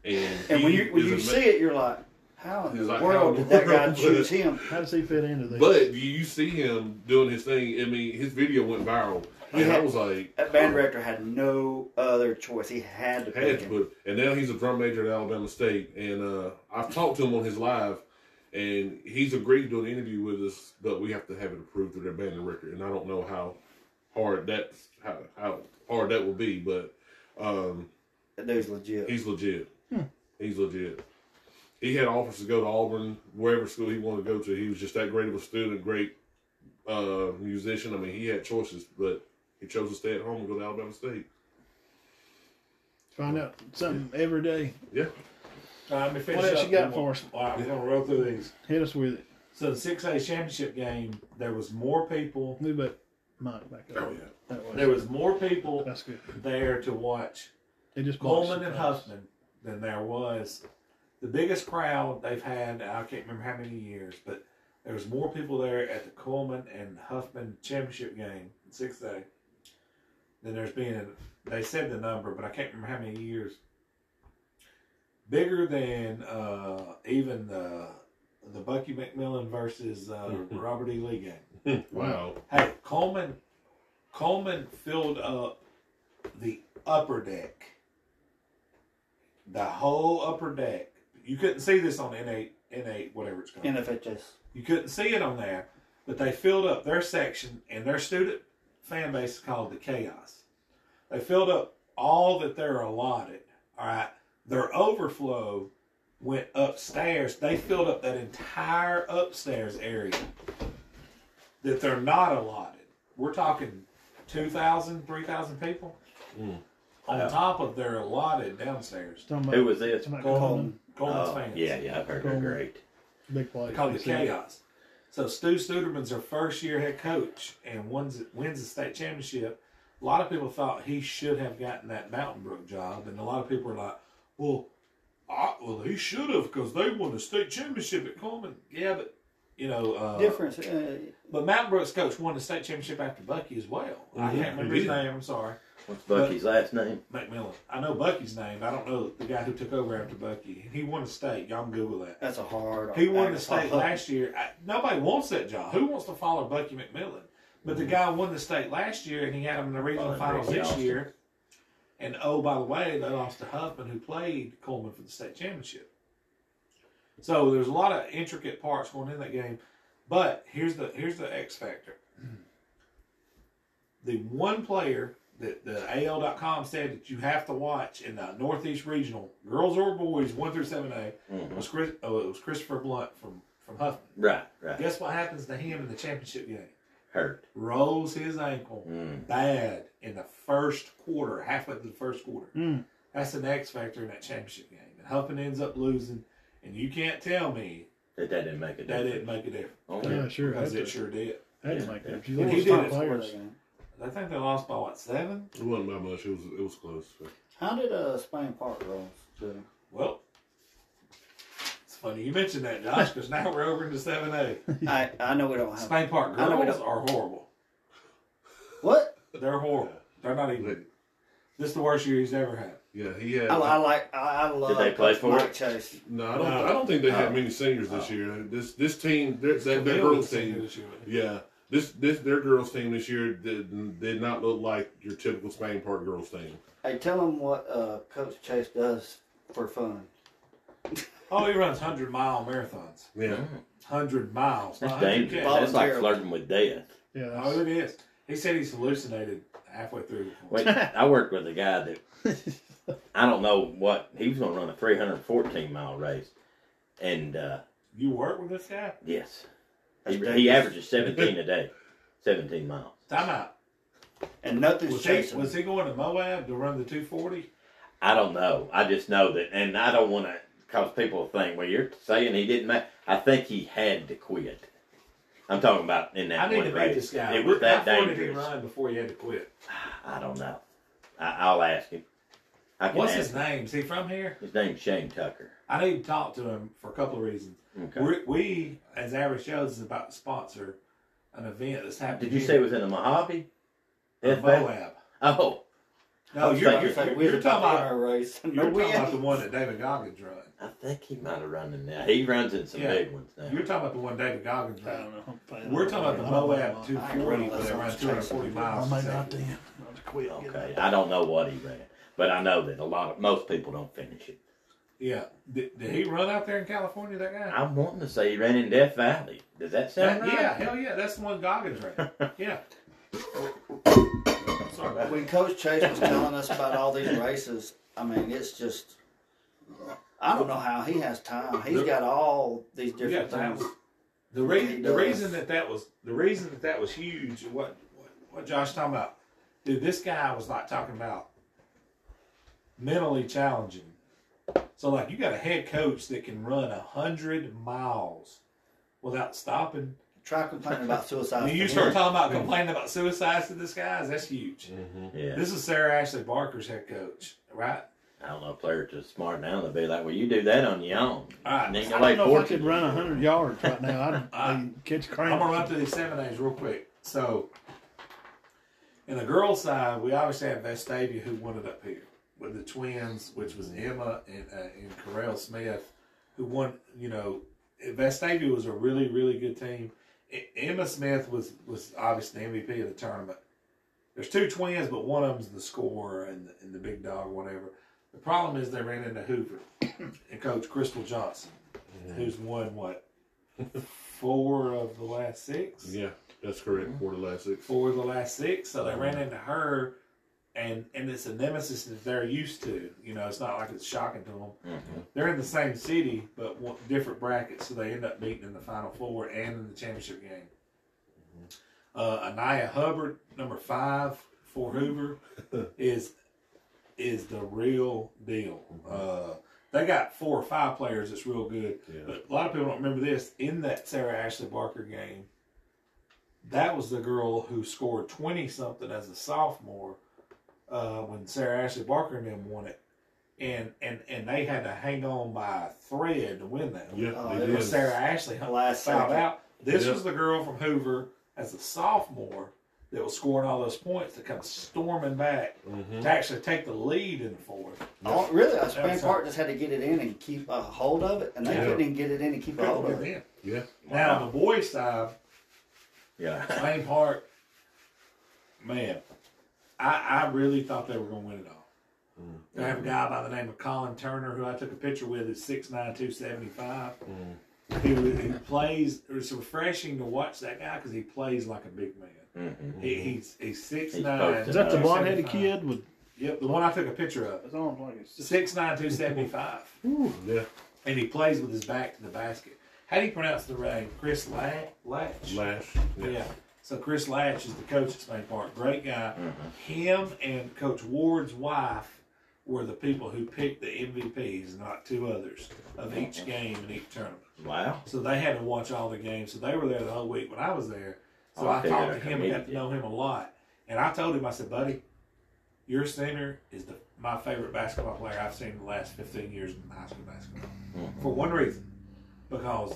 S6: and
S5: And when
S6: he
S5: you when
S6: is
S5: you
S6: ama-
S5: see it, you're like, how in
S6: He's
S5: the
S6: like,
S5: world
S6: how in
S5: did
S6: the
S5: that guy
S6: world?
S5: choose him?
S2: How does he fit into this?
S6: but you see him doing his thing. I mean, his video went viral,
S5: He
S6: and I
S5: had-
S6: was like,
S5: That band director had no other choice. He had to pick
S6: had to
S5: him.
S6: put, and now he's a drum major at Alabama State. And uh, I've talked to him on his live, and he's agreed to do an interview with us, but we have to have it approved through their band record. And I don't know how hard that's how, how hard that will be, but um,
S5: That dude's legit.
S6: he's legit. He's legit. He had offers to go to Auburn, wherever school he wanted to go to. He was just that great of a student, great uh, musician. I mean, he had choices, but he chose to stay at home and go to Alabama State.
S2: Find out something every day.
S6: Yeah.
S3: Time to finish
S2: What else
S3: Um, up.
S2: you got
S3: Then we'll-
S2: for us?
S3: All right, we're going to roll through these.
S2: Hit us with it.
S3: So the 6A championship game, there was more people.
S2: Move that mic back up.
S6: Oh, yeah.
S2: That way.
S3: There was more people
S2: That's good.
S3: there to watch
S2: It just blocks
S3: Coleman
S2: the
S3: and
S2: pass.
S3: Huffman than there was the biggest crowd they've had. I can't remember how many years, but there was more people there at the Coleman and Huffman championship game, sixth day, than there's been. They said the number, but I can't remember how many years. Bigger than uh, even the the Bucky McMillan versus uh, Robert E. Lee game.
S6: Wow.
S3: Hey, Coleman, Coleman filled up the upper deck, the whole upper deck. You couldn't see this on N eight, N eight, whatever it's called.
S5: NFHS.
S3: you couldn't see it on there, but they filled up their section and their student fan base is called the Chaos. They filled up all that they're allotted. All right, their overflow went upstairs. They filled up that entire upstairs area that they're not allotted. We're talking 2,000, 3,000 people
S4: Mm.
S3: on top of their allotted downstairs.
S2: Talking about,
S4: Who was this?
S2: talking about
S3: Coleman.
S2: Coleman.
S3: Coleman's
S4: Oh,
S3: fans.
S4: yeah, yeah, I've heard they're
S2: Coleman.
S4: great.
S2: Big play.
S3: They call it
S2: See it.
S3: chaos. So Stu Studerman's our first year head coach and wins wins the state championship. A lot of people thought he should have gotten that Mountain Brook job, and a lot of people are like, "Well, I, well, he should have because they won the state championship at Coleman." Yeah, but You know, uh,
S5: Difference. Uh,
S3: but Mountain Brook's coach won the state championship after Bucky as well. I
S6: Yeah,
S3: can't remember
S6: Mm-hmm. he
S3: his
S6: did.
S3: name. I'm sorry.
S4: What's Bucky's last name?
S3: McMillan. I know Bucky's name. I don't know the guy who took over after Bucky. He won the state. Y'all can Google that.
S5: that's a hard.
S3: He won the
S5: act-
S3: state
S5: uh,
S3: last year. I, nobody wants that job. Who wants to follow Bucky McMillan? But the guy won the state last year, and he had him in the regional
S4: Well,
S3: finals
S4: Ricky
S3: this
S4: Austin.
S3: year. And oh, by the way, they lost to Huffman, who played Coleman for the state championship. So there's a lot of intricate parts going in that game. But here's the here's the X factor. The one player that the AL.com said that you have to watch in the Northeast Regional, girls or boys, one through seven A,
S4: Mhm.
S3: was Chris, oh, it was Christopher Blunt from from Huffman.
S4: Right, right.
S3: Guess what happens to him in the championship game?
S4: Hurt.
S3: Rolls his ankle
S4: Mm.
S3: bad in the first quarter, halfway through the first quarter.
S2: Mm.
S3: That's an X factor in that championship game. And Huffman ends up losing, and you can't tell me
S4: That that didn't make a
S3: that
S4: difference.
S3: didn't make a difference
S4: Oh,
S2: Yeah, sure.
S3: because
S2: Had
S3: it
S2: to,
S3: sure did.
S2: had to make that. If you
S3: If
S2: lost
S3: you
S2: top
S3: did it,
S2: players,
S3: I think they lost by what seven?
S6: It wasn't by much. It was it was close.
S5: How did uh, Spain Park roll? do?
S3: Well, it's funny you mentioned that, Josh, because now we're over into seven A.
S5: I I know we don't have
S3: Spain Park
S5: I know we
S3: girls
S5: don't-
S3: are horrible.
S5: what.
S3: They're horrible. They're not even.
S6: But,
S3: This is the worst year he's ever had.
S6: yeah, he had.
S5: I, I like. I, I love.
S4: they play for
S5: Mike
S4: it?
S5: Chase.
S6: no, I don't. I don't think they had many seniors this year. This this team, that, that girls team. Yeah, this this their girls team this year did, did not look like your typical Spain Park girls team.
S5: Hey, tell them what uh, Coach Chase does for fun.
S3: Oh, he runs hundred mile marathons.
S6: Yeah,
S3: Hundred miles.
S4: That's
S3: not 100K.
S4: Mm. dangerous. That's like
S5: Voluntarily.
S4: flirting with death.
S2: yeah,
S3: Oh,
S2: that's-
S3: it is. He said he's hallucinated halfway through.
S4: Wait, I worked with a guy that I don't know what he was going to run a 314 mile race, and uh,
S3: You work with this guy?
S4: yes,
S5: That's
S4: he, he
S5: dangerous.
S4: averages 17 a day, 17 miles.
S3: Time out.
S5: and nothing's
S3: Was he,
S5: chasing.
S3: was he going to Moab to run the 240?
S4: I don't know. I just know that, and I don't want to cause people to think, well, you're saying he didn't make. I think he had to quit. I'm talking about in that
S3: I need
S4: one
S3: to meet
S4: race.
S3: this guy.
S4: It was
S3: How
S4: that
S3: far did he
S4: dangerous.
S3: run before he had to quit?
S4: I don't know. I, I'll ask him. I can
S3: What's
S4: ask
S3: his name? Is he from here?
S4: him. His name's Shane Tucker.
S3: I need to talk to him for a couple of reasons.
S4: Okay.
S3: We're, we, as Average Joe's, is about to sponsor an event that's happening
S4: Did you
S3: here
S4: say it was in the Mojave?
S3: in
S4: Death Valley?
S3: Moab.
S4: Oh,
S3: No,
S4: was
S3: you're,
S4: thinking-
S3: you're,
S5: It's like,
S3: you're,
S5: we're
S3: talking about,
S5: our race.
S3: you're talking about the one that David Goggins run.
S4: I think he might have run in there. He runs in some
S3: Yeah.
S4: big ones now.
S3: You're talking about the one David Goggins
S2: I
S3: ran.
S2: don't know. I'm playing.
S3: We're talking about the
S2: I don't know.
S3: Moab 240 where they run 240
S2: I
S3: miles.
S2: may
S3: a
S2: not
S3: second.
S2: then. I'll just quit. Get
S4: okay,
S2: out.
S4: I don't know what he ran, but I know that a lot of most people don't finish it.
S3: Yeah. Did, did he run out there in California, that guy?
S4: I'm wanting to say he ran in Death Valley. Does that sound
S3: That-
S4: right?
S3: yeah, hell yeah. That's the one Goggins ran. Yeah. Sorry about that.
S5: When Coach Chase was telling us about all these races, I mean, it's just. I don't know how he has time. He's got all these
S3: You got
S5: different
S3: time.
S5: things.
S3: The, re- the reason that that was the reason that that was huge. What what, what Josh talking about? Dude, this guy was not talking about mentally challenging. So like, you got a head coach that can run a hundred miles without stopping.
S5: Try complaining about suicide.
S3: When you
S5: for
S3: start
S5: him.
S3: talking about complaining about suicides to this guys, that's
S5: Mm-hmm.
S3: huge.
S6: Mm-hmm.
S4: Yeah.
S3: This is Sarah Ashley Barker's head coach, right?
S4: I don't know if players are smart now. They'll be like, well, you do that on your own.
S3: All right,
S4: And then you
S2: I
S4: lay
S2: don't know if I
S4: 14.
S2: could run 100 yards right now. I'd, I'd catch a cramp.
S3: I'm gonna run through these seven A's real quick. So, in the girls' side, we obviously have Vestavia who won it up here with the twins, which was Emma and uh, and Corral Smith, who won. You know, Vestavia was a really really good team. E- Emma Smith was was obviously the MVP of the tournament. There's two twins, but one of them's the scorer and the, and the big dog, or whatever. The problem is they ran into Hoover and Coach Crystal Johnson, who's won what four of the last six
S6: yeah, that's correct.
S5: Mm-hmm.
S6: Four to last six.
S3: for the last six. So they ran into her, and and it's a nemesis that they're used to. You know, it's not like it's shocking to them.
S4: Mm-hmm.
S3: They're in the same city, but one, different brackets, so they end up meeting in the final four and in the championship game. Uh, Anaya Hubbard, number five for Hoover, is is the real deal. Uh, they got four or five players that's real good.
S6: Yeah.
S3: But a lot of people don't remember this. In that Sarah Ashley Barker game, that was the girl who scored 20 something as a sophomore uh, when Sarah Ashley Barker and them won it. And, and and they had to hang on by a thread to win that.
S6: Yeah,
S5: Oh,
S6: they
S5: it
S6: did.
S3: Because Sarah Ashley
S5: Last
S3: fouled
S5: second.
S3: out. This
S6: Yeah.
S3: was the girl from Hoover as a sophomore that was scoring all those points to come storming back
S6: Mhm.
S3: to actually take the lead in the fourth.
S5: Oh, really, a Spain
S3: That's
S5: Park just had to get it in and keep a hold of it, and they
S6: Yeah.
S5: couldn't even get it in and keep a hold of it.
S3: Now
S6: Yeah.
S3: on the boys' side,
S4: Yeah.
S3: Lane Park, man, I, I really thought they were going to win it all. They have a guy by the name of Colin Turner who I took a picture with is six nine two seventy five. He, he plays. It's refreshing to watch that guy because he plays like a big man.
S4: Mhm.
S3: He, he's he's six
S4: posted
S2: Is that the
S4: Uh,
S2: blonde headed kid with
S3: Yep, the one I took a picture of.
S2: It's on like it's just
S3: Six nine two seventy five,
S6: Yeah.
S3: and he plays with his back to the basket. How do you pronounce the name? Chris La- Latch.
S6: Lash.
S3: Yeah. So Chris Latch is the coach at Spain Park. Great guy. Him and Coach Ward's wife were the people who picked the MVPs, not two others, of each game and each tournament.
S4: Wow.
S3: So they had to watch all the games. So they were there the whole week when I was there. So
S4: Oh,
S3: I
S4: okay,
S3: talked
S4: yeah,
S3: to him and got to
S4: comedian.
S3: know him a lot. And I told him, I said, buddy, your center is the my favorite basketball player I've seen in the last 15 years in high school basketball.
S4: Mm-hmm.
S3: For one reason. Because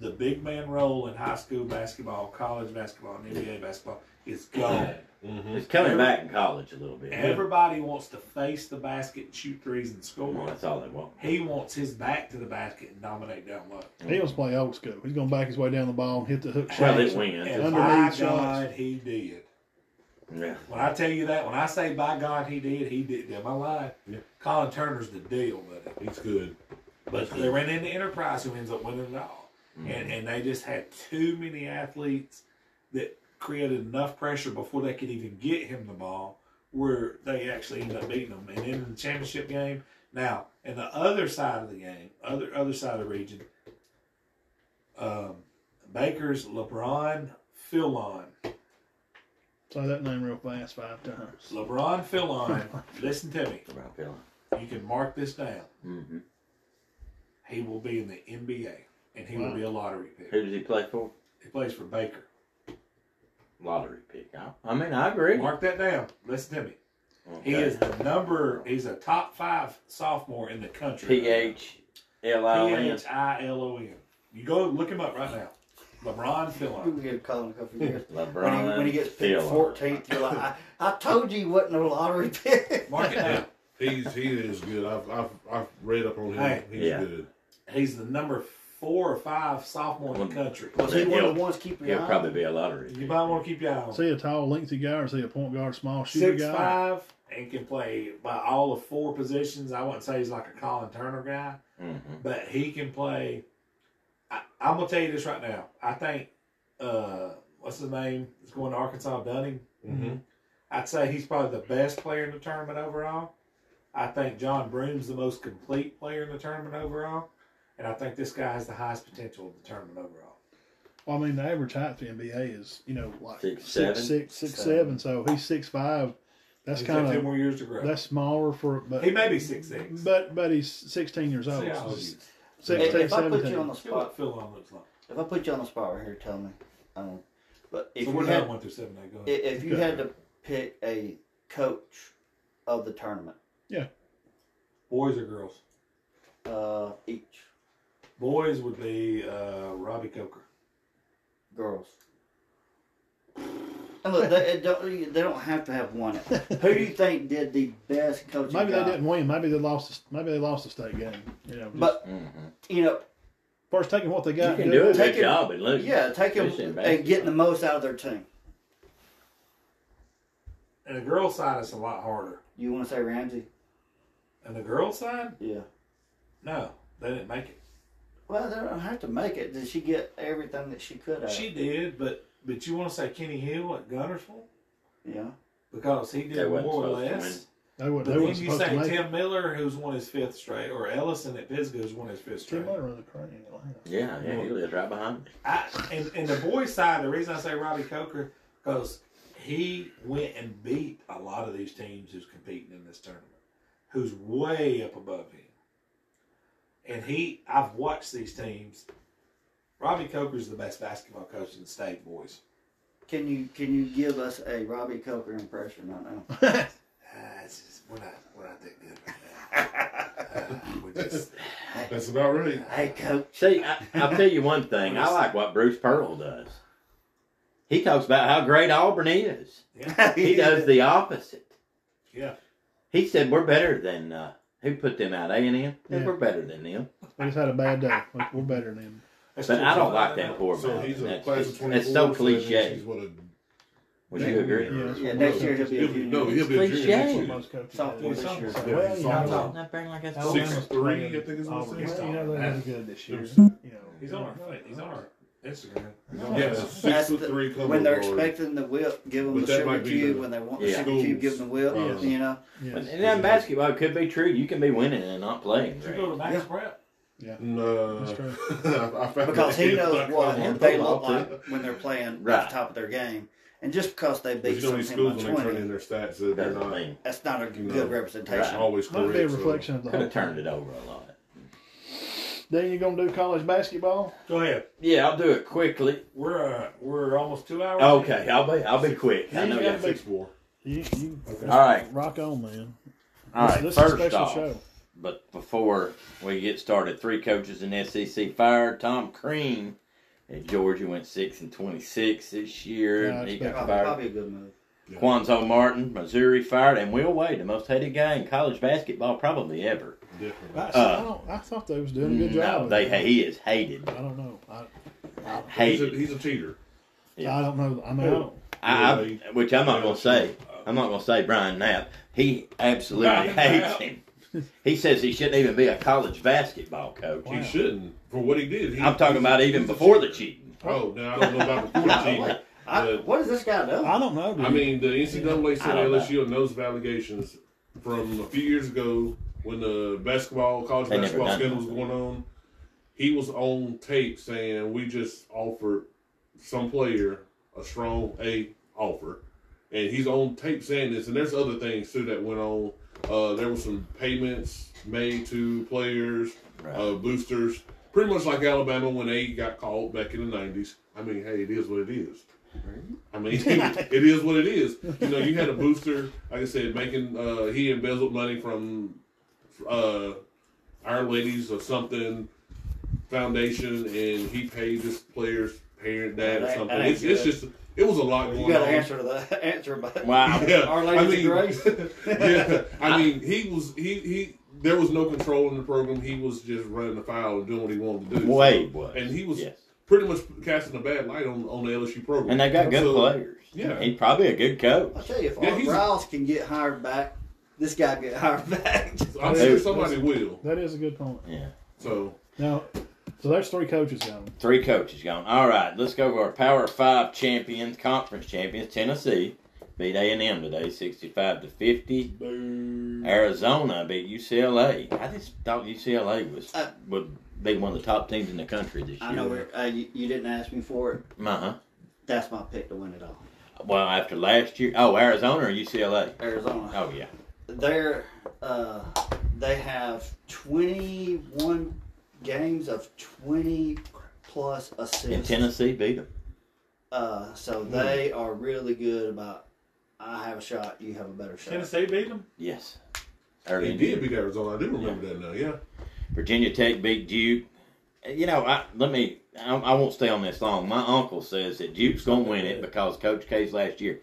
S3: the big man role in high school basketball, college basketball, and NBA basketball is gone.
S6: Mm-hmm.
S4: It's coming
S3: Every-
S4: back in college a little bit.
S3: Everybody wants to face the basket, shoot threes, and
S4: Well,
S3: score.
S4: That's all they want.
S3: He wants his back to the basket and dominate down low.
S2: he was playing old school. He's gonna back his way down the ball and hit the hook
S4: Well,
S2: shot.
S4: it wins.
S3: And by
S2: Underneath shots.
S3: God, he did.
S4: Yeah.
S3: When I tell you that, when I say by God he did, he did. Am I lying?
S6: Yeah.
S3: Colin Turner's the deal with it.
S6: It's good.
S3: But they ran into Enterprise, who ends up winning it all,
S4: Mm-hmm.
S3: and and they just had too many athletes that created enough pressure before they could even get him the ball, where they actually ended up beating him. And then in the championship game, now in the other side of the game, other other side of the region, um, Baker's LeBron Philon
S2: Say that name real fast five times.
S3: LeBron Philon, listen to me.
S4: LeBron Phillon.
S3: You can mark this down.
S4: Mhm.
S3: He will be in the NBA, and he will
S2: Wow.
S3: be a lottery pick.
S4: Who does he play for?
S3: He plays for Baker.
S4: Lottery pick. I, I mean, I agree.
S3: Mark that down. Listen to me.
S4: Okay.
S3: He is the number. He's a top five sophomore in the country.
S4: P H L I O N.
S3: P-H-I-L-O-N. You go look him up right now. LeBron
S5: We
S3: Philon.
S5: can give Colin a couple of years. When he,
S4: LeBron.
S5: when he gets picked
S4: Phillon.
S5: 14th, you're like, I, I told you he wasn't a lottery pick.
S3: Mark it down.
S6: He's he is good. I've I've I've read up on him.
S3: Hey.
S6: He's
S4: Yeah.
S6: good.
S3: He's the number four or five sophomore in the country.
S5: Was he
S4: He'll-
S5: one of the ones keeping an
S4: He'll
S5: eye
S4: probably
S5: on?
S4: be a lottery.
S3: You
S4: Pick.
S3: might want to keep your eye on
S2: Is
S3: him.
S2: he a tall, lengthy guy, or is he a point guard, small shooter
S3: Six
S2: guy?
S3: five and can play by all of four positions. I wouldn't say he's like a Colin Turner guy.
S4: Mhm.
S3: but he can play. I, I'm gonna tell you this right now. I think uh, what's his name is going to Arkansas. Dunning.
S6: Mm-hmm.
S3: I'd say he's probably the best player in the tournament overall. I think John Broom's the most complete player in the tournament overall, and I think this guy has the highest potential of the tournament overall.
S2: Well, I mean, the average height for the NBA is you know like
S4: Six,
S2: six,
S4: seven?
S2: six, six,
S5: Seven.
S2: seven. So he's six five. That's
S3: He's got
S2: kind
S3: two
S2: of
S3: more years to grow.
S2: that's smaller for but
S3: he may be six six.
S2: but but he's sixteen years old.
S3: See
S2: so
S3: how old he
S2: he's
S3: is.
S5: If,
S2: 16,
S5: if I put you on
S2: 17.
S5: the
S3: See what
S5: spot,
S3: Philon looks like.
S5: if I put you on the spot right here, tell me. Um, but if
S3: so
S5: you
S3: we're
S5: had
S3: down one through seven. Now go
S5: I-
S3: ahead.
S5: If you
S2: Okay.
S5: had to pick a coach of the tournament,
S3: Boys or girls?
S5: uh, each
S3: Boys would be uh, Robbie Coker.
S5: girls. And look, they, it don't, they don't have to have won it. Who do you think did the best coaching?
S2: Maybe they
S5: job?
S2: didn't win. Maybe they lost. the- Maybe they lost the state game. You know, but
S5: But
S4: Mhm.
S5: you know,
S2: first taking what they got.
S4: You can
S2: and
S4: do a
S2: doing
S4: good
S5: Take it-
S4: job and lose.
S5: yeah, take them
S4: This is
S5: and getting the most out of their team.
S3: And the girls' side is a lot harder.
S5: You want to say Ramsey?
S3: And the girls' side,
S5: Yeah.
S3: no, they didn't make it.
S5: Well, they don't have to make it. Did she get everything that she could? Out?
S3: She did, but but you want to say Kenny Hill at Gunnersville
S5: Yeah.
S3: because he
S4: They
S3: did more
S4: wasn't
S3: or
S4: supposed to
S3: less.
S2: They were
S3: But
S2: they were
S3: then you
S2: supposed to
S3: say
S2: make.
S3: Tim Miller, who's won his fifth straight, or Ellison at Pisgah, who's won his fifth
S2: Tim
S3: straight.
S2: Miller on the crane in Atlanta.
S4: Yeah, yeah, he lives right behind me.
S3: I, and, and the boys' side, the reason I say Robbie Coker, because he went and beat a lot of these teams who's competing in this tournament, who's way up above him. And he, I've watched these teams. Robbie Coker's the best basketball coach in the state, boys.
S5: Can you can you give us a Robbie Coker impression right now?
S3: Ah, it's just, we're not we're not that good right
S7: we just,
S6: That's about right.
S5: Hey, coach.
S4: See, I, I'll tell you one thing. I like what Bruce Pearl does. He talks about how great Auburn is. He does the opposite.
S7: Yeah.
S4: He said we're better than uh, who put them out, A and M.
S2: Yeah.
S4: We're better than them.
S2: We just had a bad day. Like, we're better than them.
S7: That's
S4: But
S7: true.
S4: I don't like that poor
S6: So
S4: man.
S6: he's a
S4: That's,
S6: class
S4: just-
S6: of 24.
S4: that's so
S6: so that means
S4: cliche.
S6: he's what a-
S4: Would you agree?
S2: Yeah.
S5: Yeah, next year he'll be a
S6: He'll be-
S5: junior.
S6: no, he'll be a junior next
S4: Cliche.
S6: year.
S2: Most coaches.
S5: Sophomore
S2: do.
S5: this year.
S6: Yeah,
S1: Well, you
S6: sophomore.
S1: know,
S4: Not very like that's
S6: Six
S2: Alabama's
S6: and three,
S2: playing
S6: I think is what
S2: Auburn.
S6: it says.
S2: Well, you know, they're really good this year.
S6: Yeah.
S2: You know,
S7: He's on our fa- he's on our Instagram.
S6: Yeah, so six
S5: That's
S6: foot
S5: the-
S6: three coming
S5: When they're
S6: guard.
S5: expecting the whip, give them
S6: But
S5: the
S6: that
S5: sugar
S6: might be
S5: cube.
S6: the-
S5: When they want the
S4: Yeah.
S5: sugar cube, give them the whip.
S6: Yes.
S5: You know,
S4: And
S2: Yes.
S4: then basketball it could be true. You can be winning and not playing.
S7: Did you go to Max
S5: Yeah.
S7: Prep?
S6: No,
S2: That's true.
S6: uh, I, I found
S5: because
S6: it.
S5: he knows
S4: him
S5: what they
S4: football
S5: look like when they're playing at
S4: Right.
S5: the top of their game. And just because they
S6: But
S5: beat
S6: you know these
S5: something by
S6: schools when they turn
S5: twenty,
S6: in their stats, that they're
S4: Doesn't
S6: not
S4: mean
S5: that's not a
S6: You know,
S5: good representation.
S6: always
S2: Might be a
S6: correct. so-
S2: reflection of the
S4: could
S2: whole.
S4: have turned it over a lot.
S2: Then you gonna do college basketball?
S7: Go ahead.
S4: Yeah, I'll do it quickly.
S7: We're uh, we're almost two hours.
S4: Okay, I'll be I'll be quick. I know.
S6: Yeah,
S4: you-
S6: six four.
S2: You, you
S4: All right,
S2: rock on, man.
S4: all right.
S2: This, this is a
S4: First
S2: special
S4: off,
S2: show.
S4: But before we get started, three coaches in SEC fired. Tom Crean at Georgia went six and twenty-six this year.
S2: Yeah, I
S4: and he
S2: expect
S4: got
S5: Probably,
S4: fired.
S5: probably a good move.
S4: Quanzo Martin, Missouri fired, and Will Wade, the most hated guy in college basketball probably ever.
S2: I,
S6: Definitely.
S4: uh, Mm,
S2: I, don't, I thought they was doing a good job.
S4: No,
S2: with
S4: they
S2: it.
S4: he is hated,
S2: I don't know. I,
S6: He's a,
S4: hated.
S6: he's a cheater.
S4: Yeah.
S2: I don't know. I mean, I don't,
S4: I, I, which I'm not gonna say. I'm not gonna say Brian Knapp. He absolutely
S7: Brian
S4: hates
S7: Knapp.
S4: him. He says he shouldn't even be a college basketball coach.
S2: Wow.
S6: He shouldn't for what he did. He,
S4: I'm talking
S6: he's-
S4: about even
S6: he's a
S4: before the
S6: cheater.
S4: cheating.
S6: Oh, no, I don't know about before the cheating.
S5: I,
S6: But,
S5: what does this guy do?
S2: I don't know. Dude.
S6: I mean, the NCAA
S4: I
S6: said
S4: don't know.
S6: LSU knows of allegations from a few years ago when the basketball college
S4: They never
S6: basketball
S4: done
S6: scandal was
S4: nothing.
S6: going on. He was on tape saying we just offered some player a strong A offer, and he's on tape saying this. And there's other things too that went on. Uh, there were some payments made to players, uh, boosters, pretty much like Alabama when they got called back in the '90s. I mean, hey, it is what it is. I mean, it is what it is. You know, you had a booster, like I said, making uh, he embezzled money from uh, Our Ladies or something foundation, and he paid his player's parent, dad, or
S5: That-
S6: something.
S5: that ain't
S6: It's, it's
S5: good.
S6: just it was a lot
S5: you
S6: going
S5: got to
S6: on.
S5: answer to that answer, but
S4: Wow.
S6: Yeah,
S5: Our Ladies of
S6: mean, yeah, I mean, he was he he. There was no control in the program. He was just running the foul and doing what he wanted to do.
S4: Wade was.
S6: and he was
S4: Yes.
S6: pretty much casting a bad light on, on the LSU program.
S4: And they got good
S6: So,
S4: players.
S6: Yeah.
S4: He's probably a good coach.
S5: I'll tell you, if
S6: Yeah,
S5: Art
S6: he's-
S5: Riles can get hired back, this guy get hired back.
S6: I'm sure somebody will.
S2: that is a good point.
S4: Yeah.
S6: So
S2: Now, so there's three coaches gone.
S4: Three coaches gone. All right, let's go to our Power Five champions, conference champions. Tennessee beat A and M today, sixty-five to fifty. Arizona beat UCLA. I just thought UCLA was
S5: Uh,
S4: would be one of the top teams in the country this
S5: I know
S4: year.
S5: where, uh, you, you didn't ask me for it.
S4: Uh huh.
S5: That's my pick to win it all.
S4: Well, after last year, oh Arizona or UCLA?
S5: Arizona.
S4: Oh yeah,
S5: they're uh, they have 21 games of 20 plus assists.
S4: and Tennessee beat them.
S5: Uh, so they are really good about. I have a shot. You have a better shot.
S7: Tennessee beat them.
S4: Yes. Early
S6: they
S4: in the year.
S6: did beat Arizona. I do remember that now. Yeah,
S4: Virginia Tech beat Duke. You know, I, let me. I, I won't stay on this long. My uncle says that Duke's going to win it because Coach K's last year.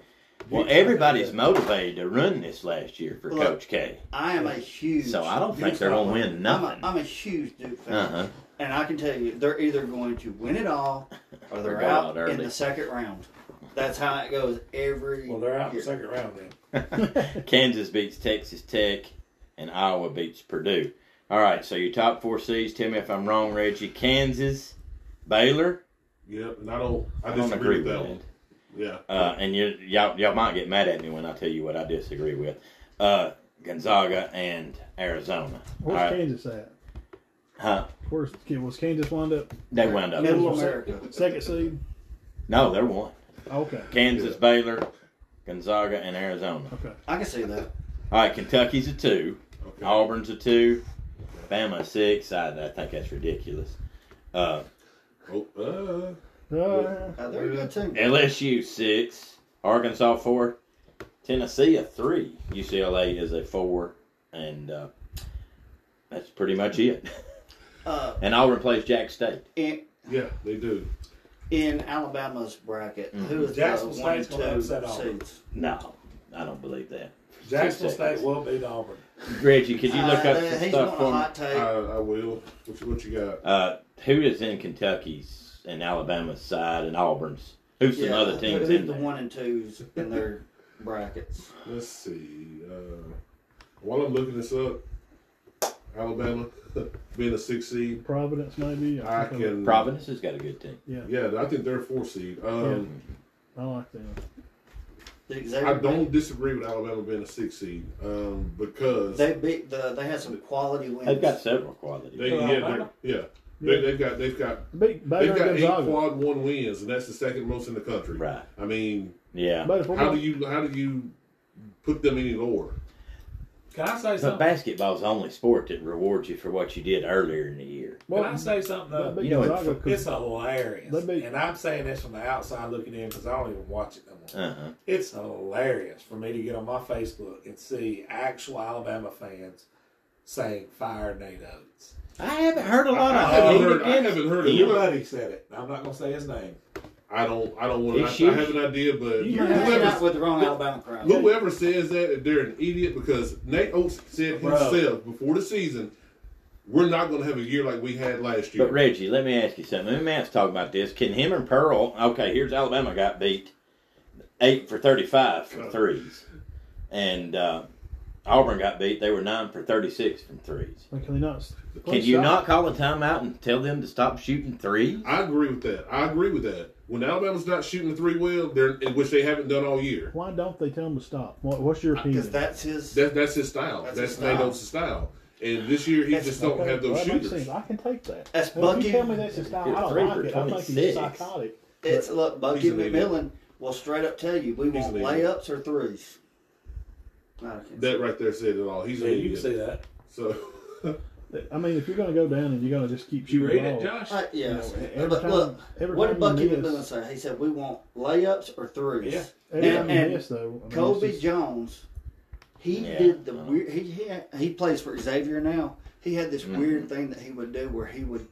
S4: Well, everybody's motivated to run this last year for
S5: Look.
S4: Coach K,
S5: I Uh-huh. am a huge.
S4: so I don't think they're going to win
S5: I'm a,
S4: nothing.
S5: I'm a huge Duke fan,
S4: Uh huh.
S5: and I can tell you they're either going to win it all, or
S4: Or
S5: they're
S4: go
S5: out
S4: out early.
S5: in the second round. That's how it goes every.
S7: Well, they're out in
S5: year.
S7: the second round then.
S4: Kansas beats Texas Tech, and Iowa beats Purdue. All right, so your top four seeds. Tell me if I'm wrong, Reggie. Kansas, Baylor.
S6: yep. And I don't. I,
S4: I
S6: disagree
S4: don't agree
S6: with
S4: with
S6: that
S4: it.
S6: one. Yeah,
S4: Uh, and you, y'all, y'all might get mad at me when I tell you what I disagree with. Uh, Gonzaga and Arizona. All
S2: Where's
S4: right.
S2: Kansas at?
S4: Huh?
S2: Where's was Kansas wound up
S4: They wound up.
S5: Middle America.
S2: second seed?
S4: No, they're one.
S2: Okay,
S4: Kansas,
S6: Yeah.
S4: Baylor, Gonzaga, and Arizona.
S2: okay.
S5: I can see that.
S4: All right, Kentucky's a two.
S6: okay.
S4: Auburn's a two. Bama a six. I, I think that's ridiculous. Uh,
S6: Oh, uh,
S2: Uh,
S5: Uh, they're a good too.
S4: LSU six. Arkansas four. Tennessee a three. UCLA is a four. And uh, That's pretty much it.
S5: Uh,
S4: And I'll replace Jack State.
S5: in,
S6: Yeah, they do.
S5: in Alabama's bracket,
S4: Mm-hmm.
S5: who is the
S7: Jacksonville
S5: one and
S7: State's gonna
S5: two
S7: upset Auburn.
S5: seeds?
S4: No, I don't believe that.
S7: Jacksonville
S4: Two
S7: State
S4: seconds.
S7: will beat Auburn.
S4: Reggie, could you look
S5: Uh,
S4: up
S5: he's
S4: some
S5: going
S4: stuff
S5: to
S4: for me?
S5: hot
S6: I,
S5: take.
S6: I will. What you, what you got?
S4: Uh, who is in Kentucky's and Alabama's side and Auburn's? Who's some
S5: Yeah,
S4: other
S5: who-
S4: teams
S5: who's
S4: in
S5: the
S4: there?
S5: one and twos in their brackets?
S6: Let's see. Uh, while I'm looking this up, Alabama being a six seed,
S2: Providence, maybe.
S6: I
S2: think
S6: can.
S4: Providence has got a good team.
S6: Yeah, I think they're a four seed. Um,
S2: I like them.
S5: The Xavier
S6: I don't disagree with Alabama being a six seed um, because
S5: They beat the. They had some quality wins.
S4: They've got several quality.
S6: they yeah they're- yeah they, they've got they've got
S2: Beat Baylor
S6: they've got eight
S2: Gonzaga.
S6: quad one wins and that's the second most in the country.
S4: Right.
S6: I mean,
S4: Yeah.
S2: Baylor, what
S6: how
S2: about-
S6: do you how do you put them any lower?
S3: Can I say
S4: But
S3: something?
S4: basketball's the only sport that rewards you for what you did earlier in the year.
S3: Can
S2: what-
S3: I say something
S2: they
S3: though?
S2: beat
S4: You know,
S2: Gonzaga
S4: it's-
S2: 'cause-
S3: It's hilarious.
S2: Let me-
S3: and I'm saying this from the outside looking in because I don't even watch it no more.
S4: Uh-huh.
S3: It's hilarious for me to get on my Facebook and see actual Alabama fans saying fire Nate Oates.
S4: I haven't heard a lot
S6: I,
S4: of
S6: haven't
S4: him.
S6: heard, I haven't heard of them.
S3: Anybody said it. I'm not going to say his name.
S6: I don't I don't want
S4: It's
S6: I, I
S4: huge.
S6: have an idea, but
S2: You
S5: You're
S2: might
S5: hanging
S6: whoever
S5: out with the wrong Alabama crowd.
S6: Whoever says that, they're an idiot because Nate Oates said
S3: Bro.
S6: himself before the season, we're not going to have a year like we had last year.
S4: But Reggie, let me ask you something. Let me ask talk about this. Can him and Pearl? Okay, here's Alabama got beat, eight for thirty-five from threes, and uh, Auburn got beat. They were nine for thirty-six from threes.
S2: Like, Can they not?
S4: Can you not call a timeout and tell them to stop shooting threes?
S6: I agree with that. I agree with that. When Alabama's not shooting the three well, they're which they haven't done all year.
S2: Why don't they tell them to stop? What, what's your
S5: Because
S2: opinion?
S5: that's his.
S6: That, that's his style.
S5: That's
S6: That's,
S5: his
S6: Nate
S5: style.
S6: Oates' style. And this year he
S5: That's-
S6: just don't have those
S2: well, that makes
S6: shooters.
S2: sense. I can take that.
S5: That's
S2: But if
S5: Bucky.
S2: You tell me that's his style. I
S4: Three
S2: don't
S4: for
S2: like it. I think
S4: 26.
S2: he's psychotic.
S5: It's look, Bucky
S6: He's an idiot.
S5: McMillan will straight up tell you we want
S6: an
S5: layups or threes. No, I can't
S6: That right there said it all. He's
S3: Yeah,
S6: an
S3: you can
S6: idiot.
S3: see that.
S6: So
S2: I mean, if you're going to go down and you're going to just keep
S3: You read
S2: shooting the
S3: it,
S2: ball,
S3: Josh?
S5: say. Uh,
S2: you
S5: yeah.
S2: know,
S5: but
S2: every time,
S5: look,
S2: every
S5: what
S2: time
S5: did Bucky
S2: you
S5: McMillan
S2: miss,
S5: say? He said we want layups or threes.
S3: Yeah.
S2: every
S5: And-
S2: time you
S5: and
S2: miss, though, I mean, it's
S5: Kobe
S2: just-
S5: Jones, he
S4: Yeah.
S5: did the weird. He, he had- he plays for Xavier now. He had this
S4: Mm-hmm.
S5: weird thing that he would do where he would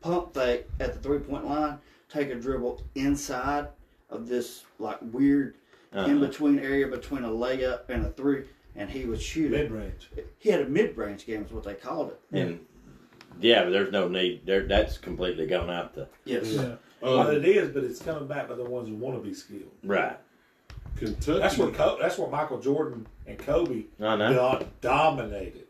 S5: pump fake at the three point line, take a dribble inside of this like weird in
S4: Uh-huh.
S5: between area between a layup and a three, and he would shoot
S3: Mid
S5: it.
S3: range.
S5: He had a mid range game, is what they called it.
S4: And yeah, but there's no need. There, that's completely gone out the
S5: Yes.
S2: Yeah.
S3: Well,
S6: um,
S3: it is, but it's coming back by the ones who want to be skilled.
S4: right.
S6: Kentucky,
S3: That's what Co- that's what Michael Jordan and Kobe
S4: I know.
S3: do- dominated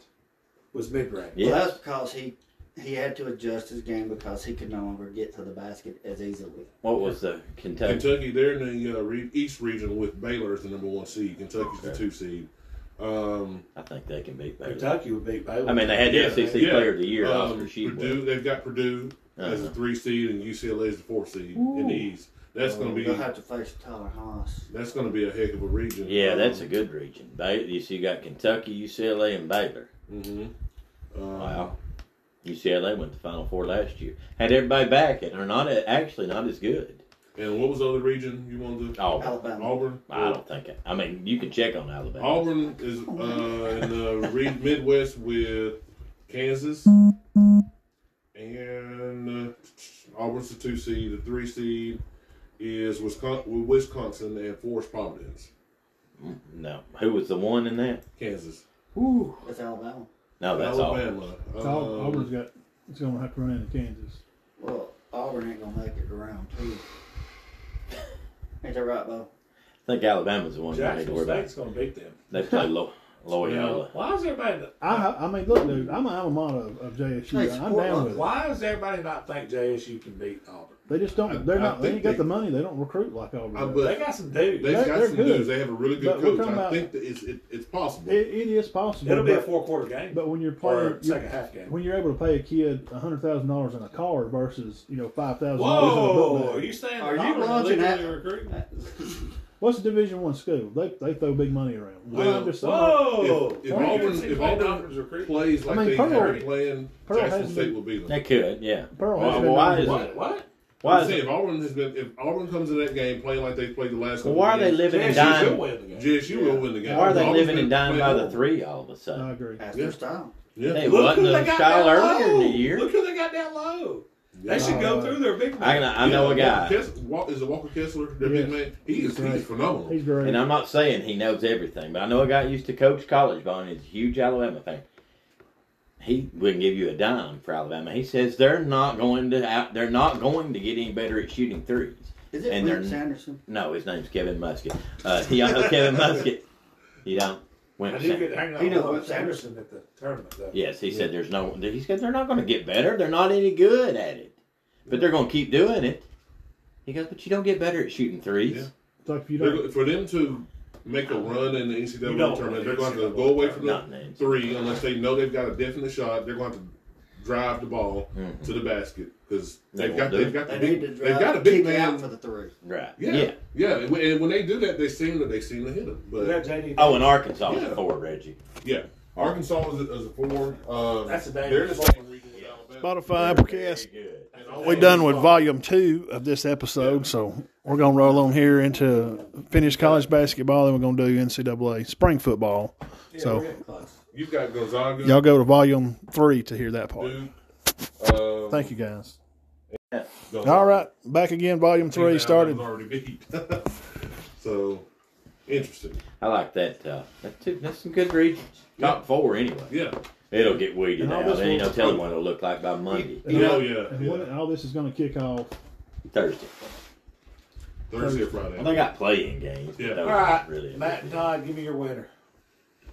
S3: was mid range.
S4: Yeah.
S5: Well, that's because he he had to adjust his game because he could no longer get to the basket as easily.
S4: What was the Kentucky?
S6: Kentucky, they're in the uh, re- East region with Baylor as the number one seed. Kentucky's the
S3: Okay.
S6: two seed. Um,
S4: I think they can beat Baylor.
S3: Kentucky would beat Baylor.
S4: I mean, they had the E
S6: Yeah,
S4: SEC
S6: yeah.
S4: Player of the Year,
S6: Um,
S4: Oscar Sheepwell.
S6: Purdue, they've got Purdue as a
S4: Uh-huh.
S6: three seed and UCLA as the four seed in the East. That's
S4: Oh,
S6: going to
S5: They'll
S6: be
S5: have to face Tyler Haas.
S6: that's going to be a heck of a region.
S4: Yeah, that's a good region. Ba- You see, you got Kentucky, UCLA, and Baylor.
S6: hmm Um,
S4: Wow. UCLA went to Final Four last year. Had everybody back and are not a- actually not as good.
S6: And what was the other region you wanted to?
S4: Auburn.
S5: Alabama.
S6: Auburn.
S4: I don't think it. I mean, you can check on Alabama.
S6: Auburn is uh, in the re- Midwest with Kansas, and uh, Auburn's the two seed. The three seed is Wisconsin, Wisconsin and Forest Providence,
S4: No. Who was the one in that?
S6: Kansas,
S5: That's Alabama.
S4: No, Oh, that's Auburn.
S6: Alabama.
S2: Aub-
S6: Um,
S2: Auburn's got. It's going to have to run into Kansas.
S5: Well, Auburn ain't gonna make it around two. Ain't that right, Bo?
S4: I think Alabama's the one we need to
S3: Jacksonville
S4: worry about.
S3: State's going to beat them.
S4: They play Lo- Loyola.
S3: Why is everybody?
S2: I, I mean, look, dude, I'm an alma mater of, of JSU.
S5: Hey,
S2: and I'm
S5: support
S2: down
S5: us.
S2: with it.
S3: Why does everybody not think JSU can beat Auburn?
S2: They just
S6: I-
S2: don't. They're
S6: I
S2: not. They
S6: think
S2: ain't got
S6: they-
S2: the money. They don't recruit like Auburn.
S6: I-
S2: does.
S6: but
S3: They got some dudes.
S6: They've
S2: They're-
S6: got
S2: they're
S6: some
S2: good.
S6: dudes. They have a really good
S2: But we're
S6: coach.
S2: talking
S6: I
S2: about-
S6: think that it's, it, it's possible.
S2: It, it is possible.
S3: It'll be a
S2: but-
S3: four quarter game
S2: But when you're
S3: or
S2: playing,
S3: second
S2: you're-
S3: half game.
S2: when you're able to pay a kid hundred thousand dollars in a car versus you know five thousand dollars in a
S3: Whoa!
S2: book
S3: Are
S2: bag.
S3: you saying
S5: Are you
S3: Auburn
S5: launching
S3: illegally
S5: at-
S3: recruiting?
S2: What's a Division One school? They they throw big money around.
S6: Well,
S2: I'm just saying,
S3: Whoa!
S6: If, if
S2: Why
S3: you
S6: Auburn,
S3: see
S6: if
S3: Clay
S6: Auburn
S3: Dawkins recruit?
S6: plays like
S2: I mean,
S6: they
S2: Pearl-
S6: have been playing,
S2: Pearl
S6: Jackson
S2: has
S6: State
S2: been-
S6: will beat them.
S4: They could, yeah.
S2: Pearl
S4: Why,
S2: has been
S4: why
S2: on-
S4: is
S3: What? What?
S4: Why
S6: I'm
S4: is
S6: saying, if Auburn has been, if Auburn comes in that game playing like they played the last, couple
S4: Why are they
S6: games,
S4: living and
S3: JSU will
S4: dying?
S3: win the game.
S6: JSU will win the game.
S4: Why are they
S6: Auburn's
S4: living
S6: been Uh,
S4: and dying
S6: playing
S4: by
S6: Auburn.
S4: the three all of a sudden?
S2: I agree.
S5: That's
S6: Yeah.
S5: their style.
S6: Yeah.
S4: They wasn't
S9: who
S4: a style earlier in the year.
S9: Look who they got down low. They
S6: Yeah.
S9: should go through their big
S4: I,
S9: man.
S4: I know a
S6: You
S4: guy,
S6: Walker Kessler- Wa- is it Walker Kessler? That
S2: Yes.
S6: big man? He is
S2: Right.
S6: he's phenomenal.
S2: He's great.
S4: and I'm not saying he knows everything, but I know a guy that used to coach college ball and he's a huge Alabama fan. He wouldn't give you a dime for Alabama. He says they're not going to out, they're not going to get any better at shooting threes.
S5: Is it
S4: And
S5: Rick
S4: they're-
S5: Sanderson?
S4: No, his name's Kevin Musket. Uh, y'all know Kevin Musket? You don't. Wimp
S3: I
S4: Sam-
S3: do get hanging out
S5: He knows
S3: with
S5: what's
S3: Anderson at the tournament though.
S4: Yes, he said there's no. He said they're not going to get better. They're not any good at it, but they're going to keep doing it. He goes, but you don't get better at shooting threes.
S6: Yeah.
S2: It's like if you
S6: They're
S2: don't,
S6: go- For them to make a run in the NCAA
S3: You don't want
S6: tournament, they're going to have to
S3: NCAA
S6: go away from
S4: Not
S6: the
S4: names.
S6: three unless they know they've got a definite shot. They're going to have to drive the ball
S4: Mhm.
S6: to the basket because
S4: They won't
S6: they've got
S4: do
S6: they've
S4: it.
S6: got the
S5: They
S6: big,
S5: need to
S6: they've
S5: drive,
S6: got a big
S5: kick it out for
S6: man.
S5: the three.
S4: Right.
S6: Yeah,
S4: Yeah.
S6: yeah. And when- and when they do that, they seem to they seem to hit them. But
S3: Is that JD?
S4: Oh, and Arkansas was
S6: Yeah.
S4: a four, Reggie.
S6: yeah, Arkansas is a, is a four. Uh,
S3: That's a
S6: they're in the
S3: dangerous
S6: same region with Alabama.
S2: Spotify, Podcast,
S4: Very good.
S2: We're done with volume two of this episode, so we're going to roll on here into finish college basketball, and we're going to do NCAA spring football.
S3: we're
S2: So
S3: getting close.
S6: You've got Gonzaga,
S2: y'all go to volume three to hear that part.
S6: Duke. Um,
S2: Thank you, guys.
S6: Gonzaga.
S2: All right, back again, volume
S6: Team
S2: three
S6: that
S2: started.
S6: was already beat. so interesting.
S4: I like that. Uh, that's, it. that's some good regions. Top four, anyway.
S6: Yeah.
S4: It'll get weeded
S2: And all
S4: out.
S2: this
S4: There ain't
S2: will-
S4: no telling what it'll look like by Monday,
S6: You know, Oh, yeah.
S2: And
S6: yeah.
S2: what- all this is going to kick off.
S4: Thursday.
S6: Thursday or Friday.
S4: Well, they got playing games. but
S6: Yeah.
S4: those
S3: All right,
S4: aren't Really.
S3: Matt and Todd, give me your winner.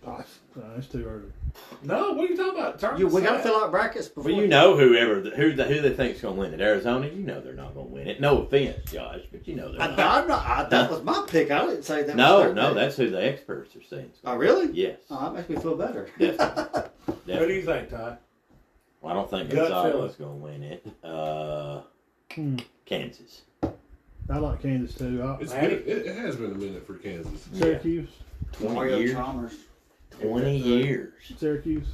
S2: Uh, it's too early.
S3: No, what are you talking about? Turn
S5: You, we
S3: this
S5: got to
S3: out.
S5: fill out brackets before
S4: Well, you know whoever who the, who they think's going to win it. Arizona, you know they're not going to win it. No offense, Josh, but you know they're
S5: I,
S4: not.
S5: I'm not, I, that was my pick. I didn't say that. was
S4: No,
S5: their
S4: no,
S5: pick.
S4: that's who the experts are saying.
S5: Oh, really?
S4: Yes.
S5: Oh,
S3: Uh,
S5: that makes me feel better.
S4: Definitely.
S3: What do
S4: Definitely.
S3: you think, Todd?
S4: Well, I don't think
S3: Gut
S4: Gonzaga's going to win it. Uh,
S2: Hmm.
S4: Kansas.
S2: I like Kansas too. I,
S6: It's been, it, it has been a minute for Kansas.
S2: Syracuse,
S4: 20
S5: Mario
S4: years.
S5: Chalmers.
S4: 20 years.
S2: Syracuse.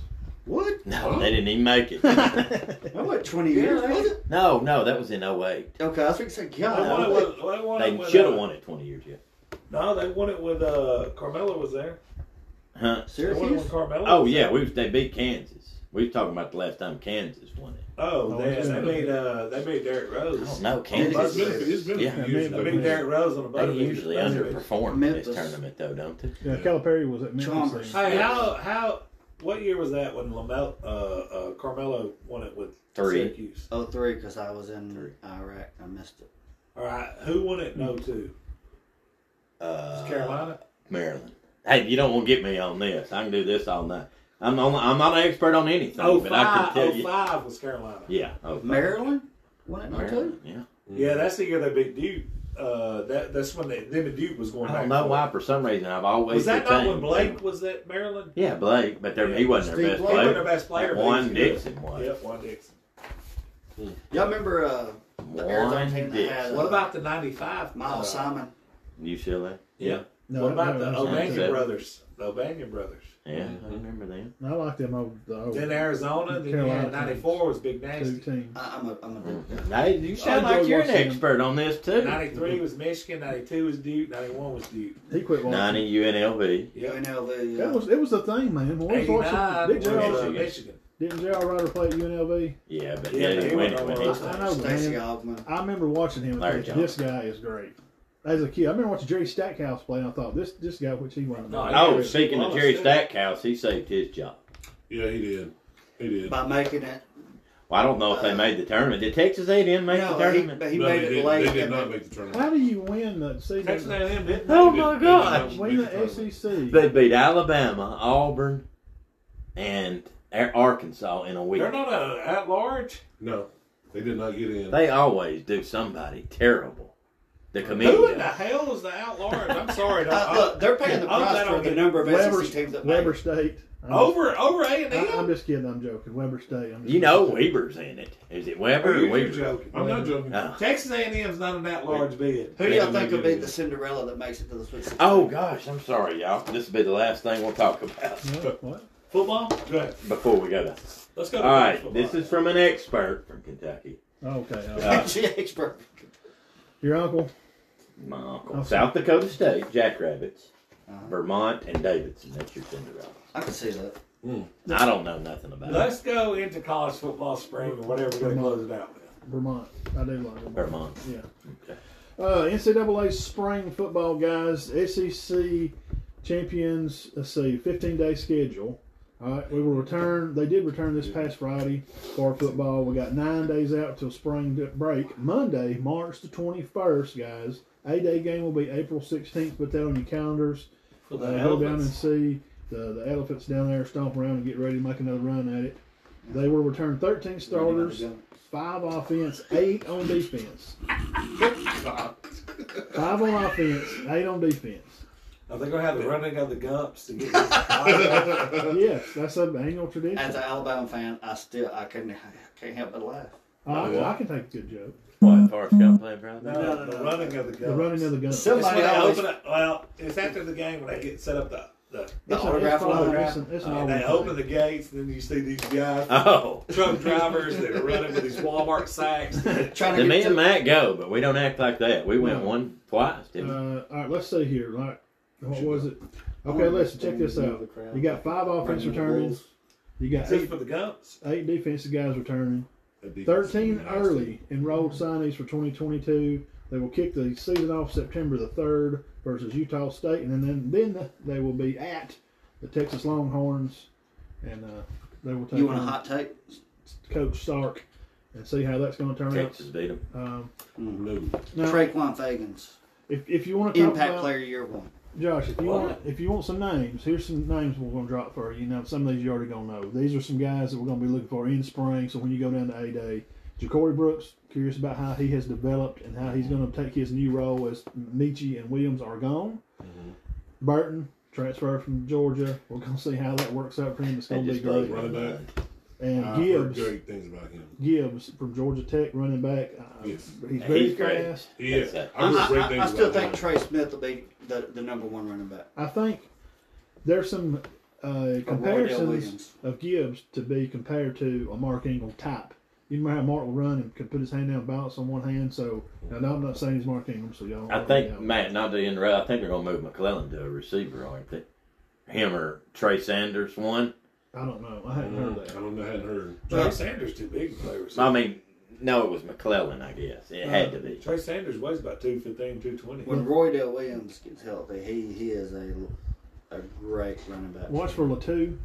S5: What?
S4: No, they didn't even make it.
S5: That was 20 years, was it?
S4: no, no, that was in 08.
S5: Okay, I was going to say, God.
S3: They won
S5: I
S3: it
S5: don't
S3: with- they won it
S4: They
S3: with,
S4: should have
S3: uh,
S4: won it 20 years ago.
S3: No, they won it with uh, Carmelo was there.
S4: Huh?
S5: think-
S3: They won it
S5: Syracuse?
S3: with Carmelo.
S4: Oh,
S3: was
S4: yeah,
S3: there.
S4: we was, they beat Kansas. We was talking about the last time Kansas won it.
S3: Oh, they,
S2: Oh,
S3: they
S2: yeah.
S3: made uh, they made Derrick
S4: I don't
S3: Rose.
S4: know,
S6: It's
S4: Kansas.
S6: been, it's been
S4: Yeah.
S6: a few years.
S2: They
S3: They
S6: though.
S3: made Derrick Rose on a
S4: They
S3: buzzer. beater.
S4: usually
S3: Buzzer beater.
S4: underperform this
S5: Memphis.
S4: tournament, though, don't they?
S2: Yeah, Calipari was at Memphis.
S5: Chalmers.
S2: then.
S3: Hey, how how what year was that when Lamel uh, uh, Carmelo won it with
S4: Three.
S3: Syracuse?
S5: Oh, three, because I was in
S4: Three.
S5: Iraq. I missed it.
S3: All right, who won it? No, two.
S4: Uh,
S3: Carolina.
S4: Maryland. Hey, you don't want to get me on this. I can do this all night. I'm only, I'm not an expert on anything,
S3: Oh
S4: but I can
S3: five,
S4: tell
S3: oh
S4: you.
S3: five was Carolina.
S4: Yeah. Oh, five.
S5: Maryland? Won it, not
S4: Maryland,
S5: two?
S4: Yeah.
S6: Mm-hmm.
S3: Yeah, that's the year they beat Duke. Uh, that that's when they, them and Duke was going.
S4: I don't
S3: back
S4: know
S3: and
S4: why.
S3: forth.
S4: For some reason, I've always
S3: Was that not when
S4: retained-
S3: Blake was at Maryland?
S4: Yeah, Blake, but there, he wasn't
S5: Steve
S4: their best
S5: Blake.
S3: He wasn't
S4: player.
S3: their best player. but he was
S4: Juan
S3: good.
S4: Dixon was.
S3: Yep, Juan Dixon.
S5: Y'all remember uh, The Arizona
S4: Juan
S5: team that had,
S4: Dixon.
S5: uh,
S3: What about the '95
S5: Miles Simon?
S4: UCLA.
S3: Yeah.
S2: No,
S3: what about
S2: no,
S3: the
S2: that's not
S4: O'Bannon?
S3: O'Banion
S2: it.
S3: brothers? The O'Banion brothers.
S4: Yeah, I remember them.
S2: I like them over the old
S3: Then Arizona. Then you
S2: Oh. Carolina
S3: had '94 was Big
S2: two
S3: Nasty.
S2: teams.
S5: I, I'm a, I'm a
S6: Mm.
S5: dude.
S4: Hey, Mm-hmm. you sound
S2: I
S4: like
S2: enjoy
S4: you're an
S2: watching them.
S4: Oh, expert on this too.
S3: '93 was Michigan. '92 was Duke. '91 was Duke.
S2: He quit watching.
S4: Ninety UNLV.
S5: Yeah.
S3: Yep.
S5: UNLV.
S2: That was it was the thing, man. When we
S3: '89
S2: was
S3: was
S2: watching, did J.R.
S3: uh,
S4: Michigan.
S3: Michigan.
S2: didn't J.R. Ryder play at UNLV?
S4: Yeah, but
S3: Yeah,
S4: yeah,
S3: they
S4: didn't win it
S3: were
S4: when he
S3: number
S5: uh,
S4: was
S2: I know,
S5: Stacy
S2: man.
S5: Ogman.
S2: I remember watching him.
S4: Larry
S2: And thinking, this
S4: Johnson.
S2: guy is great. As a kid, I remember watching Jerry Stackhouse play, and I thought this this guy, which he wasn't.
S3: No, I-
S4: Oh, speaking of
S3: Wallace
S4: Jerry
S3: did.
S4: Stackhouse, he saved his job.
S6: Yeah, he did. He did.
S5: By making it.
S4: Well, I don't know if they
S5: Uh,
S4: made the tournament. Did Texas A&M make the
S5: No, he,
S4: tournament?
S5: but he
S6: No,
S5: made
S6: they
S5: it
S6: did,
S5: late.
S6: They did not make the tournament.
S2: How do you win the
S3: Texas
S2: season?
S3: A&M didn't.
S4: Oh
S6: They did-
S4: my
S6: they did not
S4: gosh.
S6: make
S2: Win
S6: the
S2: the E
S6: tournament.
S2: SEC.
S4: They beat Alabama, Auburn, and Ar- Arkansas in a week.
S3: They're not uh, at large.
S6: No, they did not get in.
S4: They always do somebody terrible. The
S3: Who in
S4: comedian.
S3: the hell is the at large? I'm sorry.
S5: Uh,
S3: I- I-
S5: look, they're paying the
S3: I'm
S5: price
S3: glad I
S5: for
S3: don't
S5: the
S3: get-
S5: number of
S2: Weber,
S5: SEC teams that made
S2: Weber
S5: it.
S2: State. I'm
S3: Uh, over over A and
S2: just- I, am
S3: M.
S2: just kidding. I'm joking. Weber State. I'm just
S4: You know
S2: joking.
S4: Weber's in it. Is it Weber or
S3: Oh, You're
S4: Weber? Oh.
S3: joking.
S6: I'm not joking.
S4: No.
S3: Texas A&M's not an at large bid.
S5: Who do
S6: They
S5: y'all
S6: did
S5: think will
S6: not get
S5: be
S6: in.
S5: the Cinderella that makes it to the Sweet Sixteen?
S4: Oh gosh, I'm sorry, y'all. This will be the last thing we'll talk about
S2: What? what?
S3: Football. Go ahead.
S4: before we go. To,
S3: Let's go.
S4: all
S3: To
S4: right,
S3: football.
S4: this is from an expert from Kentucky.
S2: Oh, okay. all right.
S4: Uh,
S5: Expert.
S2: Your uncle.
S4: my uncle,
S2: Okay.
S4: South Dakota State, Jackrabbits,
S5: Uh-huh.
S4: Vermont, and Davidson. That's your Cinderella.
S5: I can see that.
S4: I don't know nothing about it.
S3: Let's go into college football spring or whatever we're going to close it out with.
S2: Vermont. I do like Vermont.
S4: Vermont.
S2: Yeah.
S4: Okay.
S2: Uh, NCAA spring football guys, SEC champions. Let's see, fifteen day schedule. All right, we will return. They did return this past Friday for football. We got nine days out till spring d- break. Monday, March the twenty first, guys. A day game will be April sixteenth. Put that on your calendars.
S3: For the
S2: Uh, go down and see the, the elephants down there stomp around and get ready to make another run at it. They will return thirteen starters five offense, eight on defense. five on offense, eight on defense.
S3: Are they going to have the running of the gumps to get this?
S2: Yes, that's an annual tradition.
S5: As an Alabama fan, I still I couldn't can't help but laugh.
S2: I,
S6: yeah.
S2: I can take a good joke.
S4: What, Forrest Gump playing Friday?
S3: no, no, the running of the gumps.
S2: The running of the gun.
S5: Some-
S3: It's when
S5: Somebody
S3: they
S5: always-
S3: open it, well, it's after the game when they get set up the, the
S5: The
S2: It's a-
S5: autograph
S2: it's probably-
S5: autograph.
S2: it's an- it's an
S3: and they
S2: autograph.
S3: open the gates, and then you see these guys,
S4: Oh.
S3: truck drivers that are running with these Walmart sacks.
S5: Trying to
S4: Then me
S5: get
S4: and
S5: to,
S4: Matt go, but we don't act like that. We went
S2: No.
S4: one twice, didn't we?
S2: Uh, all right, let's see here. Like, what was it? Okay, listen. Check this out. You got five offense returning. You got
S3: Just
S2: eight,
S3: for the gumps.
S2: eight defensive guys returning.
S6: That'd be-
S2: 13
S6: nasty.
S2: early enrolled signees for 2022. They will kick the season off September the 3rd versus Utah State, and then then, then they will be at the Texas Longhorns, and uh, they will take
S5: You want a
S2: on
S5: hot take?
S2: Coach Stark and see how that's going to turn
S4: Texas beat them.
S2: out. Um,
S6: No.
S2: now,
S5: Traquan Fagans,
S2: if, if you want to talk
S5: impact
S2: about
S5: player year one.
S2: Josh, if you
S3: What?
S2: want if you want some names, here's some names we're going to drop for you. Now, some of these you already going to know. These are some guys that we're going to be looking for in spring. So when you go down to A Day, Ja'Cory Brooks, curious about how he has developed and how he's going to take his new role as Michi and Williams are gone.
S4: Mm-hmm.
S2: Burton, transfer from Georgia. We're going to see how that works out for him. It's
S4: They
S2: going to be
S4: just blew
S2: great.
S4: my
S6: Running back. Uh,
S4: mind.
S2: And
S6: I've heard
S2: Gibbs,
S6: great things about him.
S2: Gibbs from Georgia Tech, running back. Uh,
S6: Yes.
S2: He's very
S4: He's great.
S2: fast.
S6: He is.
S4: That's it.
S6: I've heard
S5: I,
S6: great
S5: I-
S6: things
S5: I still
S6: about
S5: think
S6: him.
S5: Trey Smith will be the, the number one running back.
S2: I think there's some uh, comparisons
S5: Williams.
S2: of Gibbs to be compared to a Mark Ingle type. You remember how Mark will run and could put his hand down, and balance on one hand. So and I'm not saying he's Mark Ingle, so y'all.
S4: I think, Matt, not to interrupt, I think they're going to move McClellan to a receiver, aren't they? Him or Trey Sanders, one.
S2: I don't know. I hadn't
S6: Mm,
S2: heard
S6: I
S2: that.
S6: don't know. I hadn't heard.
S3: Trey Sanders too big for players.
S4: I mean, no, it was McClellan, I guess. It had to be.
S3: Trey Sanders weighs about 215, 220.
S5: When Roy Dale Williams gets healthy, he he is a a great running back.
S2: Watch for Latu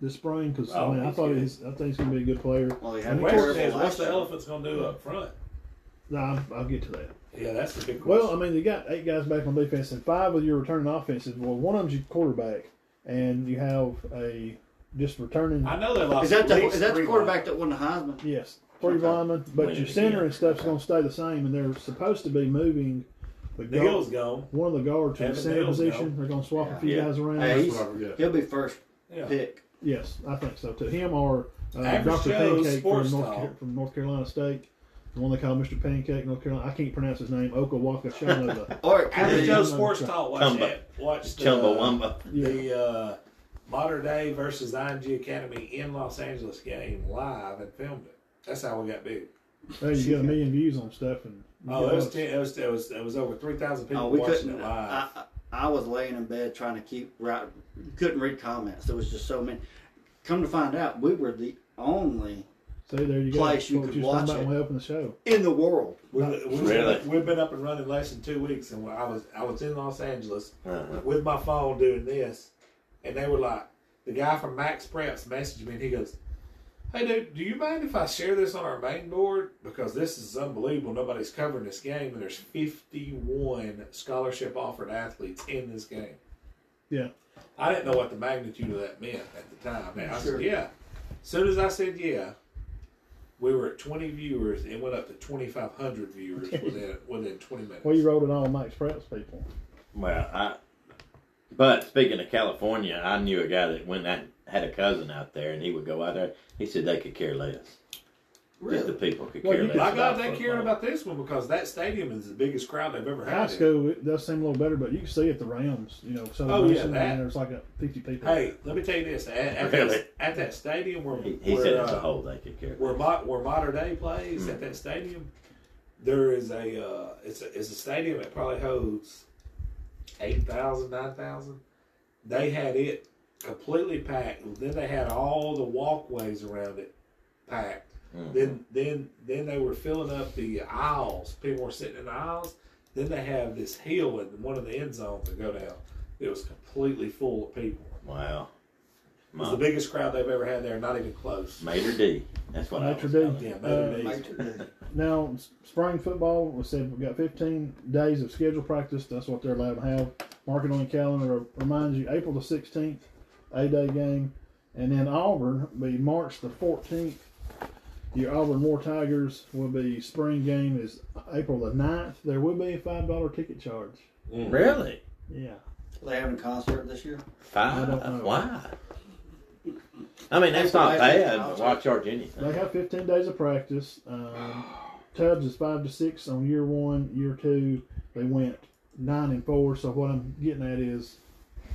S2: this spring because
S4: Oh,
S2: I mean I
S4: he's
S2: thought
S4: good.
S2: he's, I think he's going to be a good player.
S5: Well, he had
S2: And
S5: a
S2: of
S3: Question
S5: terrible
S3: is, what's
S5: last
S3: the
S5: year.
S3: elephant's going to do up front?
S2: Nah, I'll, I'll get to that.
S3: Yeah, that's the big question.
S2: Well, I mean, you got eight guys back on defense, and five of your returning offenses. Well, one of them's your quarterback, and you have a just returning.
S3: I know they lost.
S5: Is that
S3: at
S5: the
S3: least
S5: is that the
S3: three lines.
S5: quarterback that won the Heisman?
S2: Yes, three
S5: Okay.
S2: linemen,
S4: Win
S2: but your
S4: it
S2: center
S4: again.
S2: and stuff's gonna stay the same, and they're supposed to be moving the guard,
S3: Neal's gone.
S2: one of the guards to the
S3: Evan
S2: center
S3: Neal's
S2: position.
S3: gone.
S2: They're gonna swap a
S5: Yeah.
S2: few
S4: Yeah.
S2: guys around.
S5: Hey,
S6: That's
S5: he's,
S6: what I forget.
S5: he'll be first
S3: Yeah.
S5: pick.
S2: yes, I think so too. Him or uh,
S3: Average
S2: Doctor
S3: Joe
S2: Pancake from
S3: sports
S2: North,
S3: style.
S2: Car- from North Carolina State, the one they call Mister Pancake, North Carolina. I can't pronounce his name. Okawaka Shanova.
S5: Or it could
S3: Average
S5: be
S3: Joe
S2: Chumba.
S3: Sports Talk. Watch
S4: Chumba.
S3: that. Watch the, uh,
S4: Chumbawamba.
S2: yeah,
S3: the uh, Modern Day versus IMG Academy in Los Angeles game live and filmed it. That's how we got big.
S2: there you get a million views on stuff, and
S3: Oh, it was, ten, it was it was it was over three thousand people
S5: Oh, we
S3: watching
S5: couldn't.
S3: it
S5: I,
S3: live.
S5: I I was laying in bed trying to keep right. Couldn't read comments. There was just so many. Come to find out, we were the only
S2: see there you go.
S5: place you
S2: What
S5: could
S2: was talking
S5: watch
S2: about
S5: it.
S2: when we opened the show.
S5: in the world.
S3: We've, we've,
S4: Really?
S3: we've been up and running less than two weeks, and I was I was in Los Angeles
S4: Uh-huh.
S3: with my phone doing this, and they were like, the guy from Max Preps messaged me, and he goes, "Hey dude, do you mind if I share this on our main board because this is unbelievable? Nobody's covering this game, and there's 51 scholarship offered athletes in this game."
S2: Yeah.
S3: I didn't know what the magnitude of that meant at the time. And I
S5: Sure.
S3: said, "Yeah." Soon as I said, "Yeah." We were at 20 viewers. It went up to 2,500 viewers within within 20 minutes.
S2: Well, you wrote it all, Mike's Preps people.
S4: Well, I. But speaking of California, I knew a guy that went out, had a cousin out there, and he would go out there. He said they could care less. That The people could
S2: Well,
S4: care
S2: you-
S4: less.
S3: My God,
S4: about
S3: they caring
S4: football.
S3: about this one because that stadium is the biggest crowd they've ever
S2: High
S3: had.
S2: school, it does seem a little better, but you can see at the Rams, you know, Southern
S3: Oh, yeah,
S2: Miss, and
S3: that.
S2: there's like a 50 people.
S3: Hey, let me tell you this: at, at,
S4: Really?
S3: that, at that stadium where
S4: He, he
S3: where,
S4: said as
S3: uh,
S4: a whole they could care.
S3: where,
S4: less.
S3: Mo- where modern day plays at that stadium, there is a uh, it's a it's a stadium that probably holds 8,000, 9,000. They had it
S7: completely packed. Then they had all the walkways around it packed.
S4: Mhm.
S7: Then then then they were filling up the aisles. People were sitting in the aisles. Then they have this hill in one of the end zones to go down. It was completely full of people.
S4: Wow.
S7: It was the
S4: My,
S7: biggest crowd they've ever had there. Not even close.
S4: Mater D. That's what I
S2: Maitre
S4: was
S2: d'.
S4: calling it.
S7: Yeah,
S2: Uh,
S7: maybe.
S5: Major D.
S2: Now, s- spring football, we said we've got 15 days of scheduled practice. That's what they're allowed to have. Mark it on your calendar. Reminds you, April the 16th, A Day game. And then Auburn will be March the 14th. Your Auburn War Tigers will be spring game is April the 9th. There will be a $5 ticket charge.
S6: Mm.
S4: Really?
S2: Yeah.
S5: They having a concert this year?
S4: Five?
S2: I don't know.
S4: Why? I mean, that's not bad, but why charge anything?
S2: They have 15 days of practice. Um, Tubbs is five to six on year one. Year two, they went nine and four. So what I'm getting at is,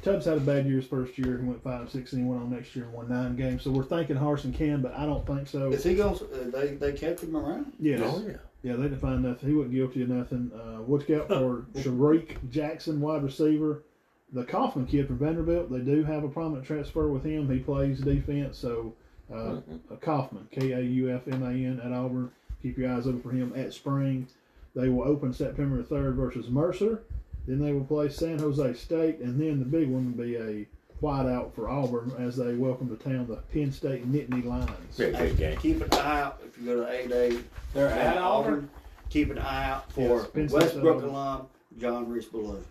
S2: Tubbs had a bad year his first year. He went five and six, and he went on next year and won nine games. So we're thinking Harson can, but I don't think so.
S5: Is he going? Uh, they they kept him around.
S2: Yes.
S4: Oh, yeah.
S2: Yeah, they didn't find nothing. He wasn't guilty of nothing. Uh, watch out for Sharik Jackson, wide receiver. The Kaufman kid from Vanderbilt, they do have a prominent transfer with him. He plays defense, so uh, Kaufman, K A U F M A N, at Auburn. Keep your eyes open for him at spring. They will open September the 3rd versus Mercer. Then they will play San Jose State, and then the big one will be a whiteout for Auburn as they welcome to town the Penn State Nittany Lions.
S4: Very good game.
S5: Keep an eye out if you go to A Day.
S7: They're at Auburn.
S5: Keep an eye out for
S2: Yes, Penn State's at
S5: Westbrook
S2: Auburn.
S5: alum John Reese Ballou.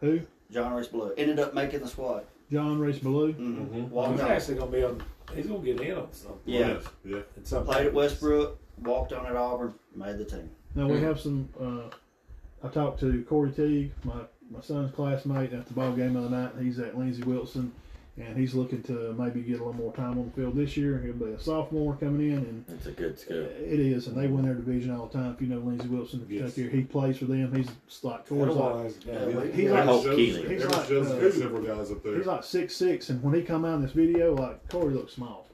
S2: Who?
S5: John Reese Ballou ended up making the squad.
S2: John Reese Blue.
S5: Mm-hmm.
S7: He's
S5: Walked on.
S7: actually gonna be on. He's gonna get in on something.
S5: Yeah.
S6: Yeah.
S7: In some
S5: Played at Westbrook. Walked on at Auburn. Made the team.
S2: Now we have some. Uh, I talked to Corey Teague, my my son's classmate, at the ball game the other night. He's at Lindsey Wilson, and he's looking to maybe get a little more time on the field this year. He'll be a sophomore coming in, and
S4: That's a good school.
S2: it is. And they win their division all the time. If you know Lindsey Wilson, if you
S6: Yes.
S2: he plays for them. He's like Corey's like
S7: Otherwise, yeah.
S5: Yeah.
S6: Yeah.
S2: He's
S6: That
S4: like-
S6: was Joe's-
S4: Keely.
S6: that
S2: He's
S6: was
S2: like,
S6: Joe's-
S2: uh,
S6: there's several guys up there.
S2: he's like six six, and when he come out in this video, like Corey looks small.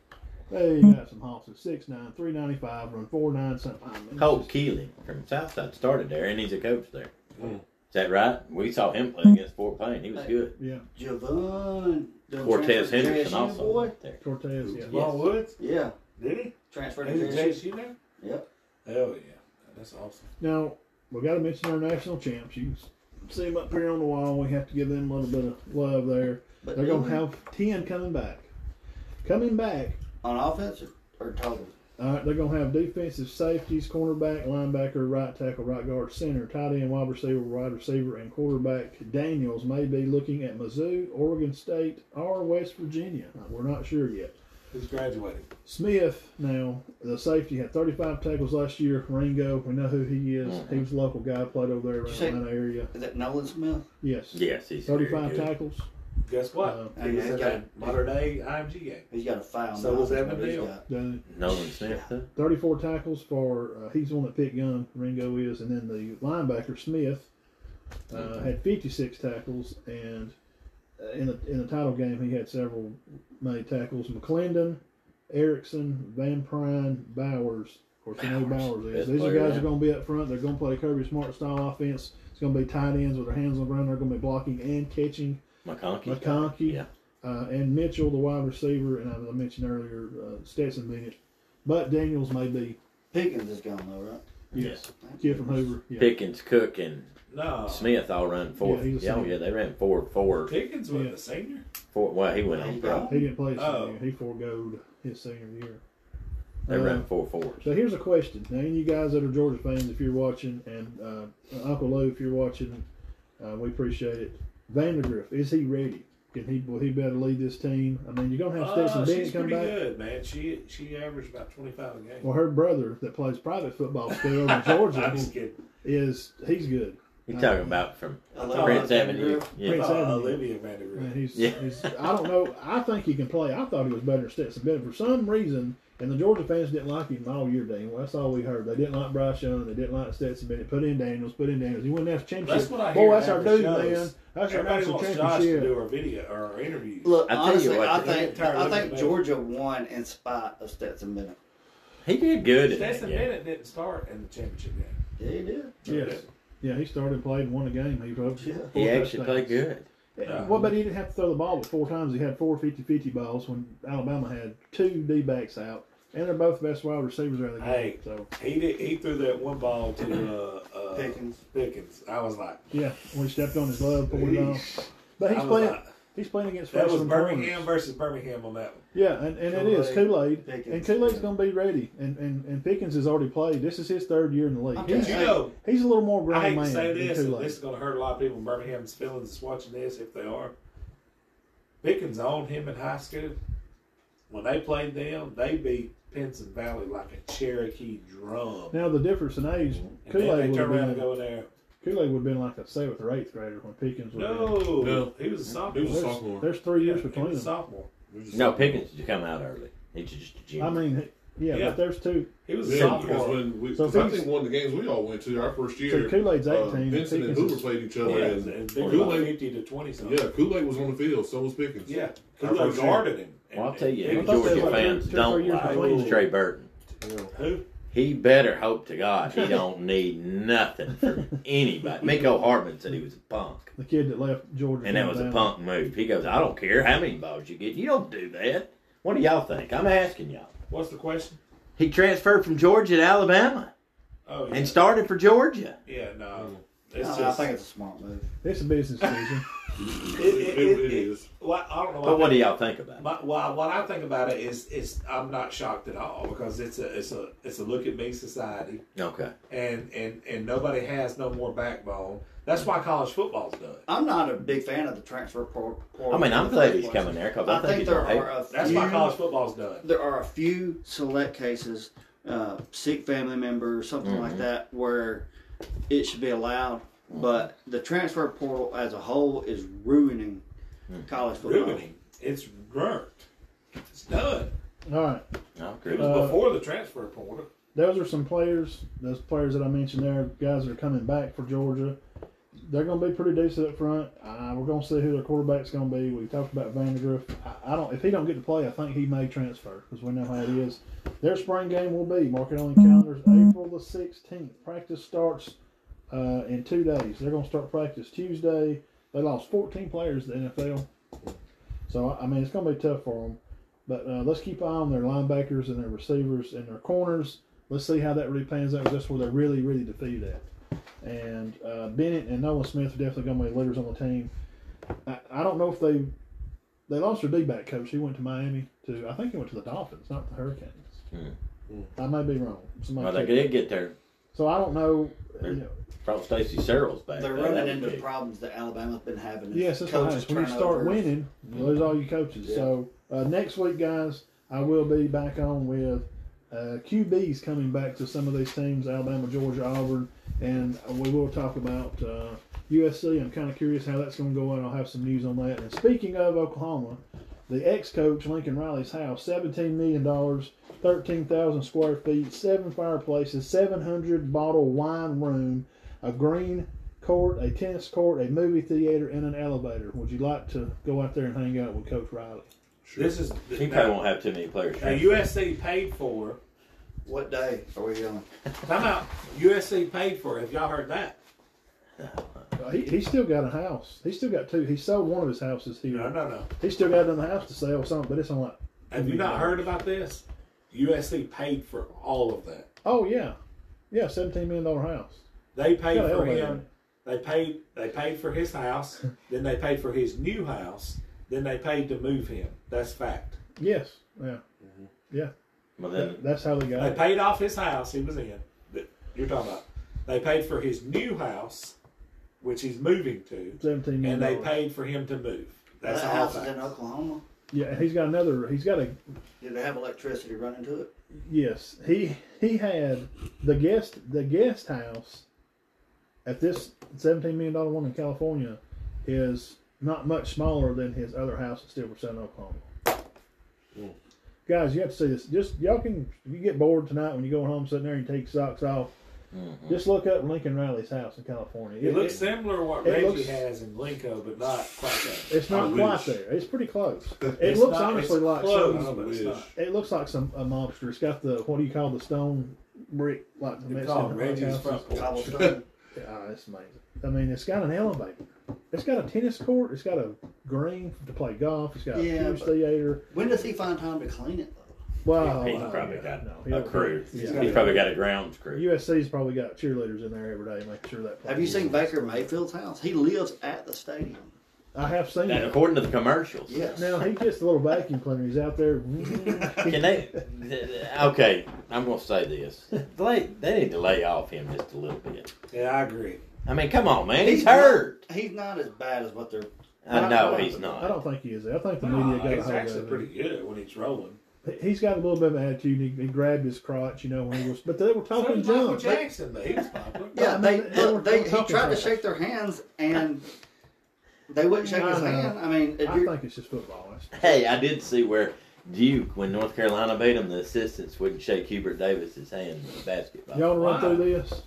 S2: They got some hops at 6'9", 395, run four nine something. I mean,
S4: Cole Keely from Southside started there, and he's a coach there. Is that right? We saw him play against Fort Payne. He was good.
S2: Yeah,
S5: Javon the
S4: Cortez
S5: transfer to
S4: Henderson
S5: JSU
S4: also
S5: Boy.
S4: went there.
S2: Cortez. Yeah.
S4: Yes.
S7: Ron Woods
S5: Yeah,
S7: did he?
S5: transferred
S7: He's
S5: to
S7: at
S5: JSU.
S7: JSU now.
S5: Yep.
S7: Hell yeah, that's awesome.
S2: Now, we got to mention our national champs. You can see them up here on the wall. We have to give them a little bit of love there.
S5: But
S2: They're going to have 10 coming back. Coming back,
S5: on offense or, or total.
S2: all right, they're going to have defensive safeties, cornerback, linebacker, right tackle, right guard, center, tight end, wide receiver, wide receiver, and quarterback. Daniels may be looking at Mizzou, Oregon State, or West Virginia. Uh, We're not sure yet.
S7: He's graduating.
S2: Smith now, the safety, had 35 tackles last year. Ringo, we know who he is. He was a local guy, played over there
S5: Mm-hmm. Say-
S2: around that area.
S5: Is that Nolan Smith?
S2: Yes.
S4: Yes, he's very
S2: 35
S4: good.
S2: tackles.
S7: Guess what?
S2: Uh,
S5: I
S7: he
S5: mean,
S7: was
S5: he's
S7: in
S5: got
S7: that
S5: a-
S7: modern day IMG game.
S5: He's got a foul.
S7: So was
S5: mouth, but
S7: Evan
S5: he's
S7: Neal.
S5: got-
S2: done
S4: Nolan Smith, huh?
S2: 34 tackles for, uh, he's the one that picked Young, Ringo is, and then the linebacker, Smith, uh,
S4: Mm-hmm.
S2: had 56 tackles, and uh, in the, in the title game, he had several made tackles. McClendon, Erickson, Van Prine, Bowers. Of course, you know who Bowers is.
S4: Best
S2: These are
S4: player
S2: guys
S4: now.
S2: that are going to be up front. They're going to play Kirby Smart style offense. It's going to be tight ends with their hands on the ground. They're going to be blocking and catching.
S4: McConkey.
S2: McConkey,
S4: Yeah.
S2: uh, and Mitchell, the wide receiver, and as I mentioned earlier, uh, Stetson Bennett. But Daniels may be,
S5: Pickens is gone though, right?
S2: yes, kid from Hoover. Yeah.
S4: Pickens, Cook, and
S7: No,
S4: Smith all run four.
S2: Yeah, he was
S4: Yeah, oh,
S2: senior.
S4: yeah, they ran four, four,
S7: Pickens was
S2: Yeah.
S7: a senior.
S4: four. Well, he went
S5: There
S4: on
S5: you
S4: pro.
S5: go.
S2: He didn't play his
S7: Oh.
S2: senior year. He foregoed his senior year.
S4: They
S2: Uh,
S4: ran four fours.
S2: So here's a question. Now, any of you guys that are Georgia fans, if you're watching, and uh, Uncle Lou, if you're watching, uh, we appreciate it. Vandergriff, is he ready? Can he will he better lead this team? I mean, you're gonna have Stetson
S7: Oh, she's
S2: Bennett
S7: pretty
S2: come back.
S7: good, man. She she averaged about twenty five a game.
S2: Well, her brother that plays private football still over in
S7: I'm
S2: Georgia
S7: just kidding.
S2: is he's good.
S4: You're talking about from
S5: I
S7: Oh,
S5: love
S4: Prince
S5: Alexander
S4: Avenue.
S5: Griff.
S4: Yeah.
S2: Prince-
S7: Uh,
S2: It's Avenue.
S7: Olivia Vanderbilt.
S2: Man, he's,
S4: Yeah.
S2: he's, I don't know. I think he can play. I thought he was better than Stetson Bennett for some reason, and the Georgia fans didn't like him all year. Daniel, that's all we heard. They didn't like Bryce Young. They didn't like Stetson Bennett. Put in Daniels. Put in Daniels. He won national championship.
S7: That's what I
S2: Boy,
S7: hear
S2: that's our
S7: after
S2: dude,
S7: shows.
S2: man. That's our
S7: Everybody
S2: national
S7: wants Josh to do
S2: championship.
S7: our video or our interviews.
S5: Look,
S4: I tell you
S5: honestly,
S4: what,
S5: I
S4: the-
S5: think
S7: Turn
S5: I
S7: looking
S5: think
S7: back.
S5: Georgia won in spite of Stetson Bennett.
S4: He did good in that
S7: Stetson
S4: game.
S7: Bennett didn't start in the championship game.
S5: Yeah, he did.
S2: Yes. Yeah, he started and played and won a game. He,
S5: Yeah.
S4: He actually played good.
S2: Well, but he didn't have to throw the ball but four times. He had four 50-50 balls when Alabama had two D backs out, and they're both the best wide receivers out of the game.
S3: Hey.
S2: So
S3: He did, he threw that one ball to uh, uh,
S5: Pickens.
S3: Pickens. I was like,
S2: yeah, when he stepped on his glove, pulled it
S3: Eesh.
S2: off. But
S3: I
S2: he's
S3: was
S2: playing.
S3: like,
S2: he's playing against
S3: that was
S2: freshman
S3: Birmingham
S2: corners.
S3: versus Birmingham on that one.
S2: Yeah, and, and it is
S5: Kool-Aid,
S2: Kool Aid, and
S5: Pickens,
S2: Kool Aid's
S5: yeah.
S2: going to be ready. And, and and Pickens has already played. This is his third year in the league.
S5: I'm
S2: He's,
S5: just-
S3: You
S5: Hey,
S3: know,
S2: he's a little more
S3: I
S2: grown
S3: hate to
S2: man
S3: say this,
S2: than
S3: and
S2: Kool Aid.
S3: this is going to hurt a lot of people in Birmingham's feelings that's watching this if they are. Pickens owned him in high school. When they played them, they beat Pinson Valley like a Cherokee drum.
S2: Now the difference in age,
S3: And then
S2: Kool Aid
S3: they
S2: would have
S3: turn around and
S2: been
S3: go there.
S2: Kool Aid would have been like a seventh or eighth grader when Pickens was.
S3: No,
S6: No.
S3: he was a sophomore.
S6: He was a
S2: there's,
S6: sophomore.
S2: there's three years
S3: Yeah, he
S2: between
S3: was a
S2: them.
S3: sophomore.
S4: No, Pickens should come out early. He's just a junior.
S2: I mean, yeah,
S3: Yeah.
S2: but there's two.
S3: He was a
S6: Yeah, because
S3: sophomore.
S6: when we,
S2: So
S6: cause I
S2: things-
S6: think one of the games we all went to our first year,
S2: So Kool-Aid's
S6: uh,
S2: 18,
S6: Benson and
S2: Pickens
S6: Hoover
S2: is-
S6: played each
S3: Yeah,
S6: other,
S3: and,
S6: and
S3: they were
S6: Kool-Aid-
S3: like 50 to 20 something.
S6: yeah, Kool Aid was on the field, so was Pickens.
S3: Yeah,
S6: Our
S3: Kool Aid
S6: first year.
S3: guarded him.
S4: well, I'll tell you,
S2: I thought
S4: if
S2: they
S4: Georgia
S2: were like
S4: fans
S2: two or
S4: don't
S2: three years
S4: like
S2: between.
S4: Trey Burton,
S3: Who?
S4: he better hope to God he don't need nothing from anybody. Miko Hartman said he was a punk,
S2: The kid that left Georgia,
S4: and that was a
S2: Alabama.
S4: punk move. He goes, I don't care how many balls you get, you don't do that. What do y'all think? I'm asking y'all.
S3: What's the question?
S4: He transferred from Georgia to Alabama
S3: Oh, yeah.
S4: and started for Georgia.
S3: yeah, no. It's
S5: No, I
S3: just,
S5: think it's a smart move.
S2: It's a business decision.
S3: it, it, it,
S6: it
S3: it-
S6: is.
S3: well, I don't know.
S4: But what do y'all think about it?
S3: My, well, what I think about it is, is I'm not shocked at all because it's a, it's a, it's a look at me society,
S4: Okay.
S3: and and and nobody has no more backbone. That's why college football's done.
S5: I'm not a big fan of the transfer por- portal.
S4: I mean, I'm glad he's coming there because I,
S5: I think
S4: he's
S5: there
S4: gonna
S5: are a
S3: That's
S5: few,
S3: why college football's done.
S5: there are a few select cases, uh, sick family member or something
S4: Mm-hmm.
S5: like that, where it should be allowed. But the transfer portal as a whole is ruining
S4: Mm.
S5: college football.
S3: Ruining. It's burnt. It's done.
S2: All right,
S4: I agree
S3: It
S4: with
S3: was
S2: Uh,
S3: before the transfer portal.
S2: those are some players. Those players that I mentioned there, guys that are coming back for Georgia. They're going to be pretty decent up front. Uh, we're going to see who their quarterback's going to be. We talked about Vandergriff. I, I don't. If he don't get to play, I think he may transfer because we know how it is. Their spring game will be mark it on your calendars April the sixteenth. Practice starts uh, in two days. They're going to start practice Tuesday. They lost fourteen players to the NFL, so I- I mean it's going to be tough for them. But uh, let's keep an eye on their linebackers and their receivers and their corners. Let's see how that really pans out. 'cause That's where they're really, really defeated at. And uh, Bennett and Nolan Smith are definitely going to be leaders on the team. I, I don't know if they they lost their D back coach. He went to Miami to I think he went to the Dolphins, not the Hurricanes.
S4: Hmm.
S2: I may be wrong. Somebody
S4: Well, they
S2: check
S4: did get their
S2: so I don't know. you know,
S4: probably Stacy Searles back.
S5: They're
S4: though. That
S5: running
S4: would
S5: into
S4: be-
S5: the problems that Alabama's been having. is
S2: yes, that's what
S5: coaches
S2: happens. When you start
S5: turnovers.
S2: winning, you lose all your coaches. So uh, next week, guys, I will be back on with uh, QBs coming back to some of these teams: Alabama, Georgia, Auburn, and we will talk about uh, USC. I'm kind of curious how that's going to go, and I'll have some news on that. And speaking of Oklahoma, the ex-coach Lincoln Riley's house, seventeen million dollars, thirteen thousand square feet, seven fireplaces, seven hundred bottle wine room, a green court, a tennis court, a movie theater, and an elevator. Would you like to go out there and hang out with Coach Riley?
S3: This is
S4: He
S3: now,
S4: probably won't have too many players.
S3: now USC paid for.
S5: What day are we going?
S3: Time out. USC paid for. it. Have y'all heard that?
S2: Uh, he, he's still got a house. He's still got two. He sold one of his houses here.
S3: No, no, no.
S2: He's still got another house to sell, or something, but it's on like,
S3: Have you not heard about this? USC paid for all of that.
S2: oh, yeah. Yeah, $17 million house.
S3: They paid
S2: Yeah,
S3: for
S2: they
S3: him. They paid. They paid for his house. then they paid for his new house. Then they paid to move him. That's fact.
S2: Yes. Yeah.
S4: Well,
S2: That-
S4: then,
S2: that's how they got
S3: They
S2: it.
S3: paid off his house he was in. That you're talking about. They paid for his new house, which he's moving to,
S2: $17 million.
S3: and they paid for him to move. That's
S5: that
S3: all
S5: house is in
S3: fact.
S5: Oklahoma.
S2: Yeah, and he's got another. He's got a
S5: Did they have electricity running to it?
S2: Yes, he he had the guest the guest house at this seventeen million dollar one in California is not much smaller than his other house that's still for sale in Oklahoma.
S3: Hmm.
S2: Guys, you have to see this. Just y'all can if you get bored tonight when you go home sitting there and you take your socks off. Just look up Lincoln Riley's house in California.
S3: It looks similar to what
S2: it
S3: Reggie
S2: looks-
S3: has in Lincoln, but not quite that.
S2: it's
S6: I
S2: not
S6: wish.
S2: quite there. It's pretty close. It
S3: It's
S2: looks
S3: not-
S2: honestly
S3: it's
S2: like
S3: close,
S2: some,
S3: but it's
S6: Wish.
S3: not.
S2: it looks like some a mobster. It's got the what do you call the stone brick like the
S3: They call it
S2: Mexican
S3: Reggie's
S2: houses.
S3: front porch.
S5: Cobblestone.
S2: Yeah, it's amazing. I mean, it's got an elevator. It's got a tennis court. It's got a green to play golf. It's got
S5: Yeah,
S2: a huge
S5: but-
S2: theater.
S5: When does he find time to clean it though?
S2: Wow.
S4: He's probably got
S2: Oh, uh, no,
S4: a
S2: he'll-
S4: crew.
S2: Yeah.
S4: He's probably got a grounds crew.
S2: USC's probably got cheerleaders in there every day, making sure that.
S5: Have you
S2: plays-
S5: seen Baker Mayfield's house? He lives at the stadium.
S2: I have seen
S4: And
S2: it.
S4: according to the commercials,
S5: Yes.
S2: Now he gets the little vacuum cleaner. He's out there.
S4: Can they? Okay, I'm gonna say this. They they need to lay off him just a little bit.
S7: Yeah, I agree.
S4: I mean, come on, man. He's hurt.
S5: Not, he's not as bad as what they're.
S4: I know he's
S2: I
S4: not.
S2: don't think he is. I think the media
S7: Nah,
S2: got a
S7: he's
S2: hold of
S7: actually
S2: him.
S7: pretty good when he's rolling.
S2: He's got a little bit of attitude. He, he grabbed his crotch, you know, when he was. But they were
S7: So
S2: talking
S7: did Michael
S2: junk. They-
S7: Jackson, though. He was popular.
S2: I
S5: Yeah,
S2: mean,
S5: they,
S2: they were-
S5: they,
S2: they were
S5: he
S2: talking
S5: tried to
S2: trash.
S5: shake their hands and they wouldn't shake his
S2: No, no.
S5: hand. I mean, if
S2: I
S5: you're,
S2: think it's just football. That's-
S4: Hey, I did see where Duke, when North Carolina beat him, the assistants wouldn't shake Hubert Davis's hand in the basketball.
S2: Y'all want to
S7: Why?
S2: run through this?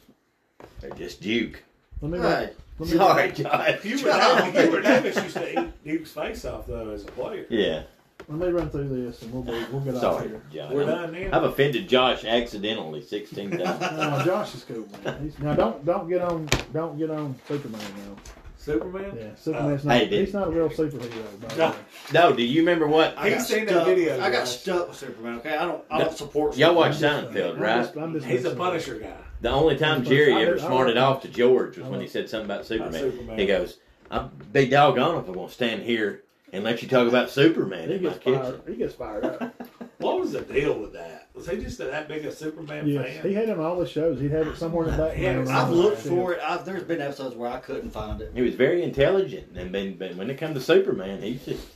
S4: They're just Duke.
S2: Let me.
S5: hey,
S2: Let me
S4: Sorry, Josh.
S7: Hubert Davis, Hubert Davis used to eat Duke's face off, though, as a player.
S4: Yeah,
S2: Let me run through this, and we'll be, we'll get out
S4: sorry,
S2: here.
S4: Josh.
S7: We're
S4: I'm-
S7: done now.
S4: I've offended Josh accidentally 16 times.
S2: No, Josh is cool, man. He's, now don't don't get on don't get on Superman now.
S7: Superman?
S2: Yeah, Superman's
S5: Uh,
S4: I
S2: not.
S4: didn't.
S2: He's not a real superhero. By the
S7: No.
S2: way.
S4: No, do you remember what?
S5: I
S7: He's
S5: got
S7: seen that
S5: stuck-
S7: video,
S5: I got
S7: guys.
S5: stuck with Superman. Okay, I don't. I
S4: No.
S5: don't support.
S4: Y'all
S5: Superman.
S4: watch Seinfeld,
S2: I'm
S4: right?
S2: just, I'm just
S7: He's a
S2: messing with you.
S7: Punisher guy.
S4: The only time Jerry ever smarted off to George was when
S2: Uh-huh.
S4: he said something about
S7: Not
S4: Superman.
S7: Superman.
S4: He goes, "I'd be doggone if I'm gonna stand here and let you talk about Superman
S2: He
S4: in my
S2: gets
S4: kitchen."
S2: fired. He gets fired up.
S7: What was the deal with that? Was he just that big a Superman
S2: yes, he
S7: fan?
S2: had him on all the shows. He'd have it somewhere in the back.
S7: Yeah,
S5: I've looked for it. I've, there's been episodes where I couldn't find it.
S4: He was very intelligent, and then but when it comes to Superman, he's just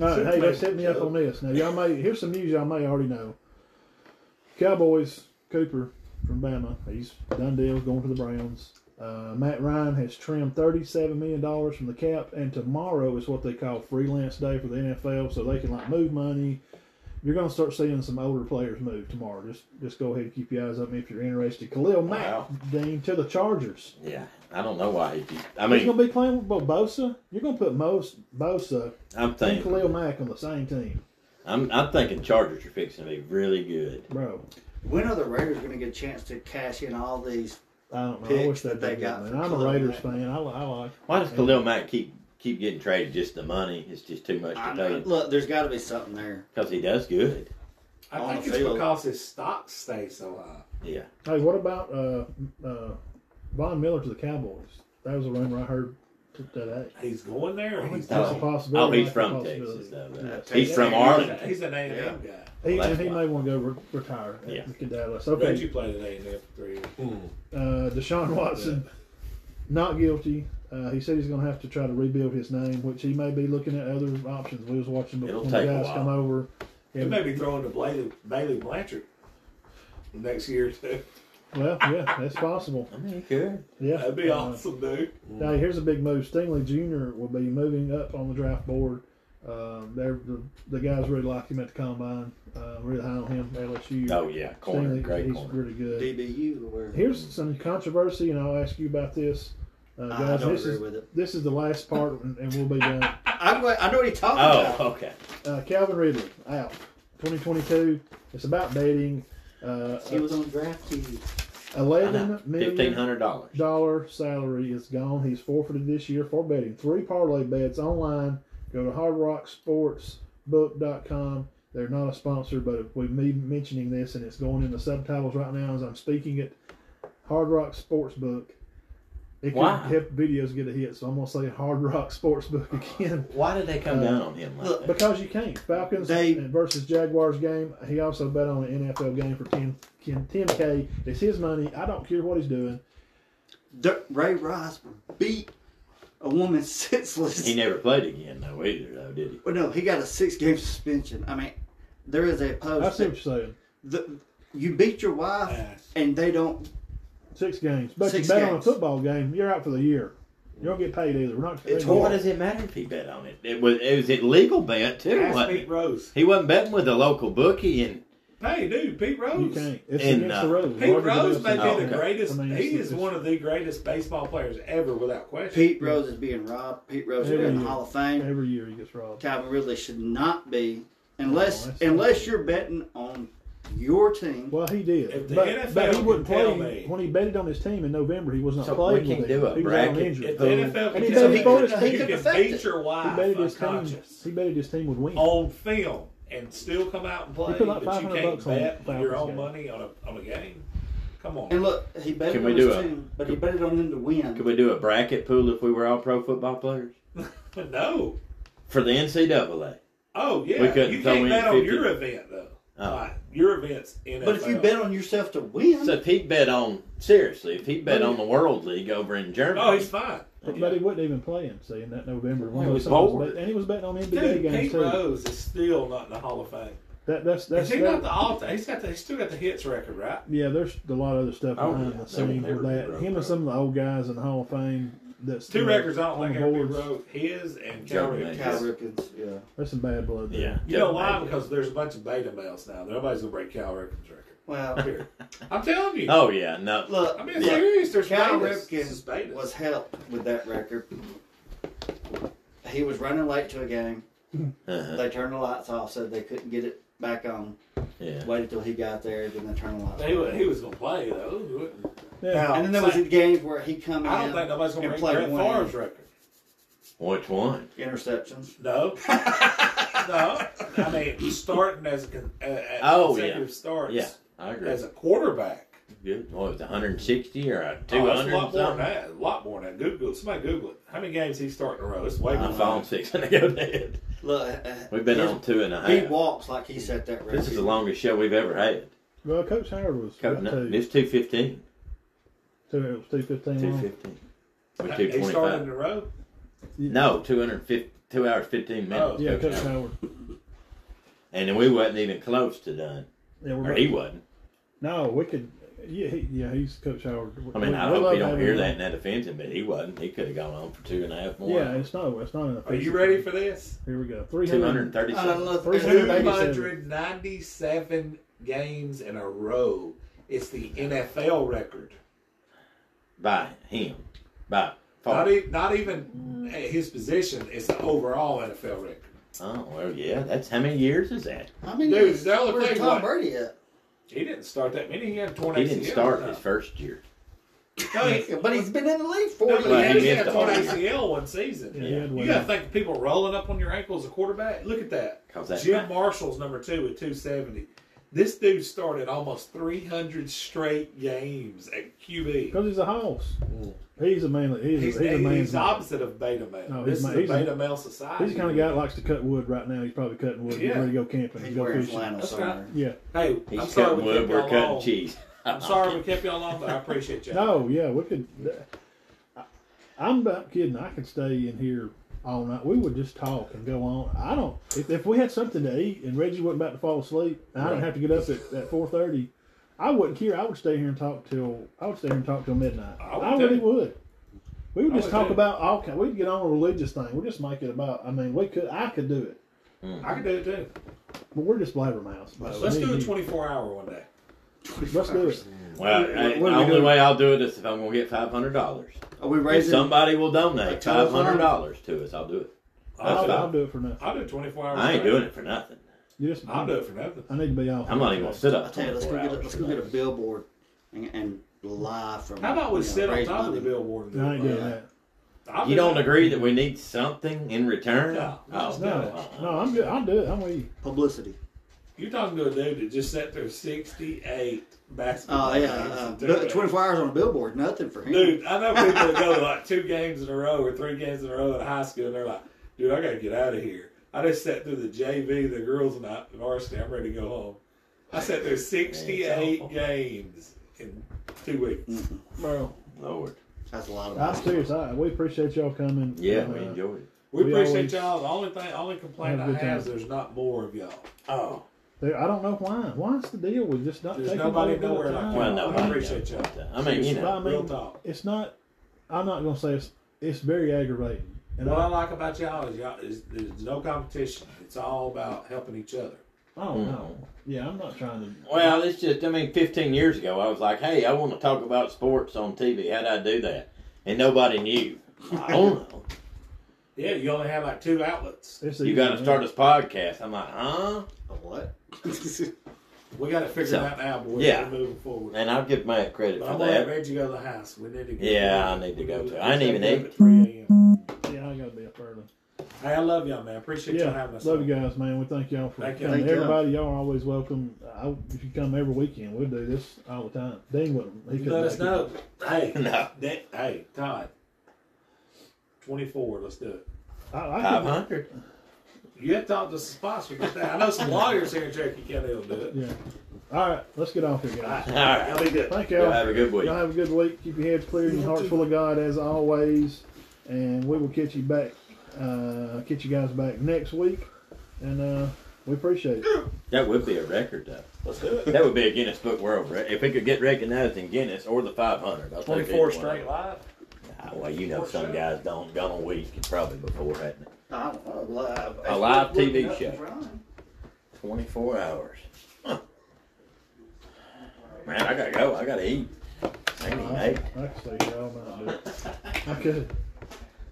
S2: All right, hey,
S7: Superman
S2: let's set me up
S7: joke.
S2: on this. Now, y'all may here's some news y'all may already know. Cowboys Cooper from Bama, he's done deal going to the Browns. Uh, Matt Ryan has trimmed thirty-seven million dollars from the cap, and tomorrow is what they call freelance day for the NFL, so they can like move money. You're going to start seeing some older players move tomorrow. Just just go ahead and keep your eyes on me if you're interested. Khalil
S4: Wow.
S2: Mack, Dean, to the Chargers.
S4: yeah. I don't know why he. Just, I
S2: He's
S4: mean,
S2: going to be playing with Bo- Bosa. You're going to put Most Bosa
S4: I'm
S2: and
S4: thinking,
S2: Khalil Mack on the same team,
S4: I'm, I'm thinking Chargers are fixing to be really good.
S2: bro.
S5: When are the Raiders going to get a chance to cash in all these?
S2: I don't know. I
S5: picks
S2: wish they'd
S5: that they
S2: done
S5: got
S2: that,
S5: for
S2: man. I'm a
S5: Khalil
S2: Raiders
S5: Mack.
S2: fan. I, li- I like.
S4: Why does Khalil Mack keep keep getting traded? Just the money. It's just too much
S5: I,
S4: to pay
S5: look, there's got to be something there.
S4: because he does good.
S7: I
S5: on
S7: think
S5: the
S7: it's
S5: field.
S7: because his stock stays so high.
S4: Yeah,
S2: Hey, what about uh, uh, Von Miller to the Cowboys? That was a rumor I heard t- today.
S7: He's going there. He's,
S2: That's a
S4: Oh.
S2: possibility.
S4: Oh, he's
S2: That's a
S4: from
S2: possibility.
S4: Texas, though,
S2: Yeah.
S4: right?
S2: He,
S4: He's from Arlington.
S7: He's an A&M
S5: Yeah.
S7: guy.
S4: Well,
S2: and he
S4: that's
S2: may want to go re- retire at
S4: Yeah.
S2: the Dallas.
S7: Reggie
S2: Okay,
S7: played at A&M for three years.
S6: Hmm.
S2: uh, Deshaun Watson, not guilty. Uh, he said he's going to have to try to rebuild his name, which he may be looking at other options. We was watching
S4: It'll
S2: before the
S4: take a
S2: guys
S4: while.
S2: come over.
S7: He
S2: Yeah,
S7: may be throwing to Bailey, Bailey Blanchard next year, too.
S2: well, yeah, that's possible.
S4: I mean, he could.
S2: Yeah,
S7: That'd be
S2: Uh,
S7: awesome, dude.
S2: Now, here's a big move. Stingley Jr. will be moving up on the draft board. Um, they're, the, the guys really liked him at the combine. Uh, really high on him, LSU.
S4: Oh yeah, corner,
S2: Stingley,
S4: great
S2: he's
S4: corner.
S2: really good.
S5: DBU or
S2: Here's some controversy, and I'll ask you about this. Uh,
S5: I
S2: guys,
S5: don't
S2: this
S5: agree
S2: is,
S5: with it.
S2: this is the last part, and, and we'll be done.
S5: I'm glad, I know what he's talking
S4: Oh,
S5: about.
S4: okay.
S2: Uh, Calvin Ridley, out. 2022. It's about betting. Uh,
S5: He was on DraftKings.
S2: $11
S4: Fifteen
S2: million
S4: hundred dollars.
S2: dollar salary is gone. He's forfeited this year for betting. Three parlay bets online. Go to hardrocksportsbook.com. They're not a sponsor, but with me mentioning this and it's going in the subtitles right now as I'm speaking it, Hard Rock Sportsbook. It could
S4: Wow.
S2: help videos get a hit, so I'm gonna say Hard Rock Sportsbook again
S4: Why did they come
S2: Uh,
S4: down on him like
S5: look,
S4: that?
S2: because you can't. Falcons
S5: They-
S2: versus Jaguars game. He also bet on an NFL game for 10 10k. It's his money. I don't care what he's doing.
S5: Dirt, Ray Rice beat a woman senseless.
S4: He never played again though either though, did he?
S5: well, no, he got a six game suspension. I mean, there is a
S2: I
S5: post.
S2: see what
S5: That
S2: you're saying.
S5: the, you beat your wife and they don't.
S2: Six games. But
S5: Six
S2: you bet on a
S5: games.
S2: football game, you're out for the year. You don't get paid either. We're not.
S5: It's
S4: Well,
S5: horrible.
S4: what does it matter if he bet on it? It was it was an illegal bet too.
S7: Ask
S4: wasn't
S7: Pete
S4: it?
S7: Rose.
S4: He wasn't betting with a local bookie, and
S7: Hey, dude, Pete Rose.
S2: You can't. It's
S4: And,
S2: against
S4: uh,
S2: the rules.
S7: Pete
S2: Roger
S7: Rose may
S2: Goodell
S7: be
S4: Oh,
S2: said
S7: the
S4: okay.
S7: greatest.
S2: I mean,
S7: he
S2: it's-
S7: is one of the greatest baseball players ever, without question.
S5: Pete Rose is being robbed. Pete Rose is
S2: Every
S5: in the
S2: year.
S5: Hall of Fame.
S2: Every year he gets robbed.
S5: Calvin Ridley should not be, unless
S2: No, that's-
S5: unless you're betting on your team.
S2: Well, he
S3: If
S2: did,
S3: the
S2: but,
S3: NFL
S2: but he
S3: can
S2: wouldn't
S3: tell
S2: play
S3: me-
S2: when he betted on his team in November. He was not
S4: So
S2: playing.
S4: we can
S2: with
S4: do
S2: it.
S4: a
S2: He was on
S4: bracket
S2: injury.
S3: If the NFL
S2: And he
S3: can
S2: betted
S3: tell
S2: he voted-
S3: you,
S2: he
S3: you
S5: could
S3: can
S5: affect
S3: beat
S5: it.
S3: your
S2: He
S3: wife
S2: betted his team.
S3: unconscious
S2: He betted his team would win.
S3: on film and still come out and play,
S2: put
S3: but
S2: like
S3: you
S2: 500
S3: can't
S2: bucks on
S3: bet
S2: Falcons
S3: your own
S2: game.
S3: money on a on a game. Come on.
S5: and look, he betted
S4: Can
S5: on
S4: we
S5: his
S4: do a-
S5: team, but he betted on him to win.
S4: Could we do a bracket pool if we were all pro football players
S3: no.
S4: for the NCAA?
S3: Oh yeah.
S4: We couldn't
S3: you
S4: throw
S3: can't
S4: in
S3: bet on
S4: 50.
S3: your event though.
S4: Oh.
S3: Like, your event's NFL.
S5: but if you bet on yourself to win,
S4: So if he bet on seriously, if he bet on the World League over in Germany,
S3: Oh, he's fine.
S2: But, but he wasn't even playing, see, in that November. One
S3: He
S2: of
S3: was
S2: those times,
S3: bored.
S2: but- and he was betting on NBA
S3: Dude,
S2: games
S3: Pete
S2: too.
S3: Rose is still not in the Hall of Fame.
S2: That, that's that's
S3: Is he not
S2: that-
S3: the all he's got the, he's still got the hits record, right?
S2: yeah. There's a lot of other stuff
S4: Oh,
S2: behind
S4: yeah.
S2: the
S4: They
S2: scenes
S4: were-
S2: with
S4: they
S2: that.
S4: were-
S2: Him and some of the old guys in the Hall of Fame. That's
S3: Two
S2: you know,
S3: records I don't
S2: on
S3: think
S2: the
S3: everybody
S2: boards.
S3: wrote his and
S4: Joe
S3: Cal
S4: Ricketts.
S5: Cal
S3: Ripken.
S5: Ripkins, yeah.
S2: That's some bad blood. There.
S4: yeah,
S3: You know why? Because there's a bunch of beta males now. Nobody's gonna break Cal Ripken's record.
S5: Well,
S3: Here. I'm telling you.
S4: Oh yeah, no.
S5: look,
S3: I mean, it's
S5: look,
S3: serious. There's
S5: Cal
S3: betas. This is
S5: Ripken
S3: betas.
S5: was helped with that record. He was running late to a game.
S4: Uh-huh.
S5: They turned the lights off, said they couldn't get it back on.
S4: Yeah.
S5: Waited till he got there, then they turned the lights
S3: He
S5: off.
S3: was, he was gonna play though. He wouldn't.
S2: Yeah.
S5: And then there was the games where he come in
S3: I don't think nobody's gonna break
S5: and play
S3: Brett
S5: one.
S3: Favre's record.
S4: Which one?
S5: interceptions.
S3: No, no. I mean, starting as a con- a, a
S4: Oh,
S3: consecutive starts
S4: Yeah, I agree.
S3: as a quarterback.
S4: Good. What was it, 160 or a
S3: Oh, that's a lot
S4: 200
S3: more than
S4: something?
S3: that. A lot more than that. Google. Somebody Google it. How many games he start in a row? It's way more.
S4: My
S3: than
S4: phone's fixing to go dead.
S5: Look, uh,
S4: We've been
S5: his-
S4: on two and a
S5: He
S4: half.
S5: walks like he set that record.
S4: This is the longest show we've ever had.
S2: Well, Coach Howard was
S4: Coach,
S2: about
S4: no,
S2: two.
S4: it's 215.
S2: two. It was two fifteen. long.
S4: 215. Or
S3: that. He started in
S4: 225.
S3: a row.
S4: No, 250, 2 hours 15 minutes.
S3: Oh,
S2: Yeah,
S4: Coach
S2: Coach
S4: Howard.
S2: Howard.
S4: And then we wasn't even close to done.
S2: Yeah, we're
S4: Or
S2: about-
S4: he wasn't.
S2: no, we could. Yeah, he, yeah, he's Coach Howard.
S4: I mean,
S2: We-
S4: I
S2: we
S4: hope
S2: love
S4: he don't
S2: having
S4: hear
S2: him.
S4: that and that offends him, but he wasn't. He could have gone on for two and a half more.
S2: Yeah, it's not. It's not enough.
S3: Are you ready for this?
S2: Here we go. Three hundred.
S4: 237.
S5: I love
S2: First
S5: and-
S3: Two
S2: 287.
S3: hundred ninety-seven games in a row. It's the NFL record.
S4: By him. By
S3: Not,
S4: far.
S3: e- not even at his position. It's the overall NFL record.
S4: Oh, well, yeah. That's how many years is that?
S5: I mean,
S3: Dude, they only
S5: where's
S3: played
S5: Tom
S3: one.
S5: Brady at?
S3: He didn't start that many. He had torn
S4: He
S3: ACL.
S4: didn't start
S3: No.
S4: his first year.
S3: No, he,
S5: But he's been in the
S3: no,
S5: league for
S3: but he
S4: Well, he
S5: years.
S3: had- he
S4: missed
S3: had
S4: the
S3: torn
S4: whole year.
S3: ACL one season.
S2: Yeah, he had
S3: You
S2: one.
S3: got to think of people rolling up on your ankle as a quarterback. Look at that.
S4: 'Cause that's
S3: Jim
S4: right.
S3: Marshall's number two with 270. This dude started almost 300 straight games at QB.
S2: Because he's a hoss.
S4: Mm.
S2: He's a manly. He's,
S3: He's,
S2: a, he's a
S3: he's,
S2: man's
S3: the
S2: man.
S3: opposite of beta male.
S2: No,
S3: this
S2: he's
S3: is
S2: ma-
S3: a
S2: he's a-
S3: beta male society.
S2: He's the kind of guy that likes to cut wood right now. He's probably cutting wood. He's
S3: Yeah.
S2: ready to go camping.
S5: He's
S2: go
S5: wearing
S2: fishing.
S5: flannel
S3: That's
S5: somewhere.
S2: Yeah.
S3: Hey,
S4: He's
S3: I'm sorry
S4: cutting
S3: we
S4: wood,
S3: kept
S4: we're
S3: y'all
S4: cutting
S3: long.
S4: cheese.
S3: I'm sorry we kept y'all long, but I appreciate you.
S2: No, Oh, yeah, we could. I- I'm not kidding. I could stay in here all night. We would just talk and go on. I don't. If, if we had something to eat and Reggie wasn't about to fall asleep, and I didn't have to get up at, at four thirty, I wouldn't care. I would stay here and talk till I would stay here and talk till midnight.
S3: I
S2: I,
S3: would
S2: really
S3: too.
S2: would. We would
S3: I
S2: just
S3: would
S2: talk
S3: too.
S2: about all kind. We'd get on a religious thing. We'd just make it about. I mean, we could. I could do it,
S3: I can do it too.
S2: but we're just blabbermouths. by the
S3: Let's
S2: way. Me
S3: do a
S2: and you.
S3: 24 hour one day.
S2: Let's do it.
S4: Well,
S5: What-
S4: I-
S5: what
S4: the
S5: are we
S4: only
S5: doing?
S4: way I'll do it is if I'm going to get five hundred dollars.
S5: Are we
S4: If
S5: raising?
S4: somebody will donate
S5: a ton
S4: five
S5: of
S4: hundred dollars to us, I'll do it. That's
S2: I'll, I'll
S4: fine.
S2: do it for nothing.
S3: I'll do 24 hours.
S4: I ain't
S3: a day.
S4: doing it for nothing.
S2: You just.
S3: I'll do it for nothing.
S2: I need to be off.
S4: I'm not even going to sit
S5: I
S4: up
S5: tell you, let's go
S4: twenty-four
S5: get a,
S4: hours.
S5: let's
S4: for
S5: go get a
S4: nothing.
S5: billboard and, and live from.
S3: How about
S5: you
S3: we
S5: know,
S3: sit on
S5: raise
S3: top of the
S5: money.
S3: billboard?
S2: I ain't doing
S5: Yeah.
S2: that.
S3: I'll
S4: You
S3: do
S4: don't
S3: that.
S4: agree that we need something in return?
S3: No,
S4: Oh,
S3: no,
S2: No, no, I'm good. I'll do it. I'm with you.
S5: Publicity.
S3: You're talking to a dude that just sat through 68 basketball
S5: Oh yeah,
S3: games.
S5: uh,
S3: in two
S5: but
S3: days.
S5: 24 hours on a billboard, nothing for him.
S3: Dude, I know people that go to like two games in a row or three games in a row in high school, and they're like, dude, I got to get out of here. I just sat through the JV, the girls' night, the varsity. I'm ready to go home. I sat through 68 games in two
S5: Mm.
S3: weeks.
S2: Bro,
S4: Lord.
S5: That's a lot of.
S2: I'm serious. I, we appreciate y'all coming.
S4: Yeah,
S2: And,
S4: we
S2: uh,
S4: enjoyed it.
S3: We,
S2: We
S3: appreciate
S2: always
S3: y'all. The only thing, only complaint
S2: have
S3: I
S2: a good
S3: have is
S2: time.
S3: there's not more of y'all.
S4: Oh,
S2: there- I don't know why. Why's the deal with just not
S3: There's
S2: taking
S3: nobody
S2: over the
S3: nowhere
S2: time?
S3: like
S4: well,
S3: I
S4: no,
S3: appreciate
S4: know.
S3: y'all.
S4: I mean, you know,
S2: But I
S3: Real
S2: mean,
S3: talk.
S2: it's not. I'm not gonna say it's. It's very aggravating. And
S3: What I
S2: I,
S3: like about y'all is y'all is there's no competition. It's all about helping each other.
S2: I don't
S4: Hmm.
S2: know. Yeah, I'm not trying to.
S4: well, it's just. I mean, 15 years ago, I was like, hey, I want to talk about sports on TV. How do I do that? And nobody knew. Oh, I don't know.
S3: Yeah, you only have like two outlets.
S2: It's
S4: You
S2: easy,
S4: got to
S2: man.
S4: start this podcast. I'm like, huh?
S5: A what?
S3: We got it figured
S4: So,
S3: out now, boys.
S4: yeah.
S3: We're moving forward.
S4: And I'll give Matt credit
S3: But
S4: for
S3: I'm gonna let
S4: that.
S3: Reggie go to the house. We need to. Get
S4: Yeah, I need to go too. I didn't even eat.
S3: At 3 a.m.
S2: Yeah, I gotta be up early.
S3: Hey, I love y'all, man. Appreciate y'all
S2: Yeah,
S3: having us.
S2: love
S3: on.
S2: you guys, man. We thank y'all for
S3: Thank you.
S2: coming.
S5: Thank y'all.
S2: Everybody, y'all are always welcome. I, if you come every weekend, we'll do this all the time. Dean wouldn't. He
S3: You
S2: couldn't
S3: Let
S2: make
S3: us
S2: it.
S3: know. Hey,
S4: No.
S3: that, hey, Todd. Twenty-four. Let's do it.
S2: I, I
S4: Five
S2: can,
S4: hundred.
S3: You have to talk to some sponsors. Get that. I know some lawyers here in Cherokee County will do it.
S2: yeah. All right, let's get off here,
S3: All
S2: guys.
S3: right.
S4: All right.
S3: Y'all be good.
S2: Thank
S4: Y'all
S2: y'all.
S4: have a good week.
S2: Y'all have a good week. Keep your heads clear and your hearts full of God as always. And we will catch you back, uh, catch you guys back next week. And uh, we appreciate it.
S4: That would be a record, though.
S3: Let's do it.
S4: That would be a Guinness Book World Record. If it could get recognized in Guinness or the 500, I'll take
S3: Twenty-four
S4: either
S3: straight
S4: one.
S3: live.
S4: Ah, well, you know, some guys don't gone a week probably before, hadn't it?
S5: I don't know, live.
S4: A live
S5: It's worth looking
S4: TV
S5: up
S4: show.
S5: and trying.
S4: 24 hours. Huh. Man, I gotta go. I gotta eat. I can eat
S2: I,
S4: eight.
S2: I could stay here all night. dude. I could.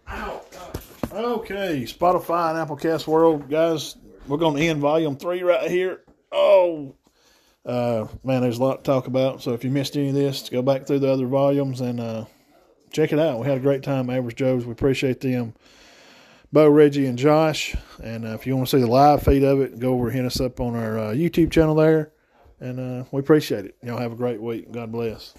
S3: Ow. God.
S2: Okay, Spotify and Applecast World, guys. We're going to end volume three right here. Oh, uh, man, there's a lot to talk about. So if you missed any of this, go back through the other volumes and uh, check it out. We had a great time, Average Joe's. We appreciate them, Bo, Reggie, and Josh. And uh, if you want to see the live feed of it, go over and hit us up on our uh, YouTube channel there. And uh, we appreciate it. Y'all have a great week. God bless.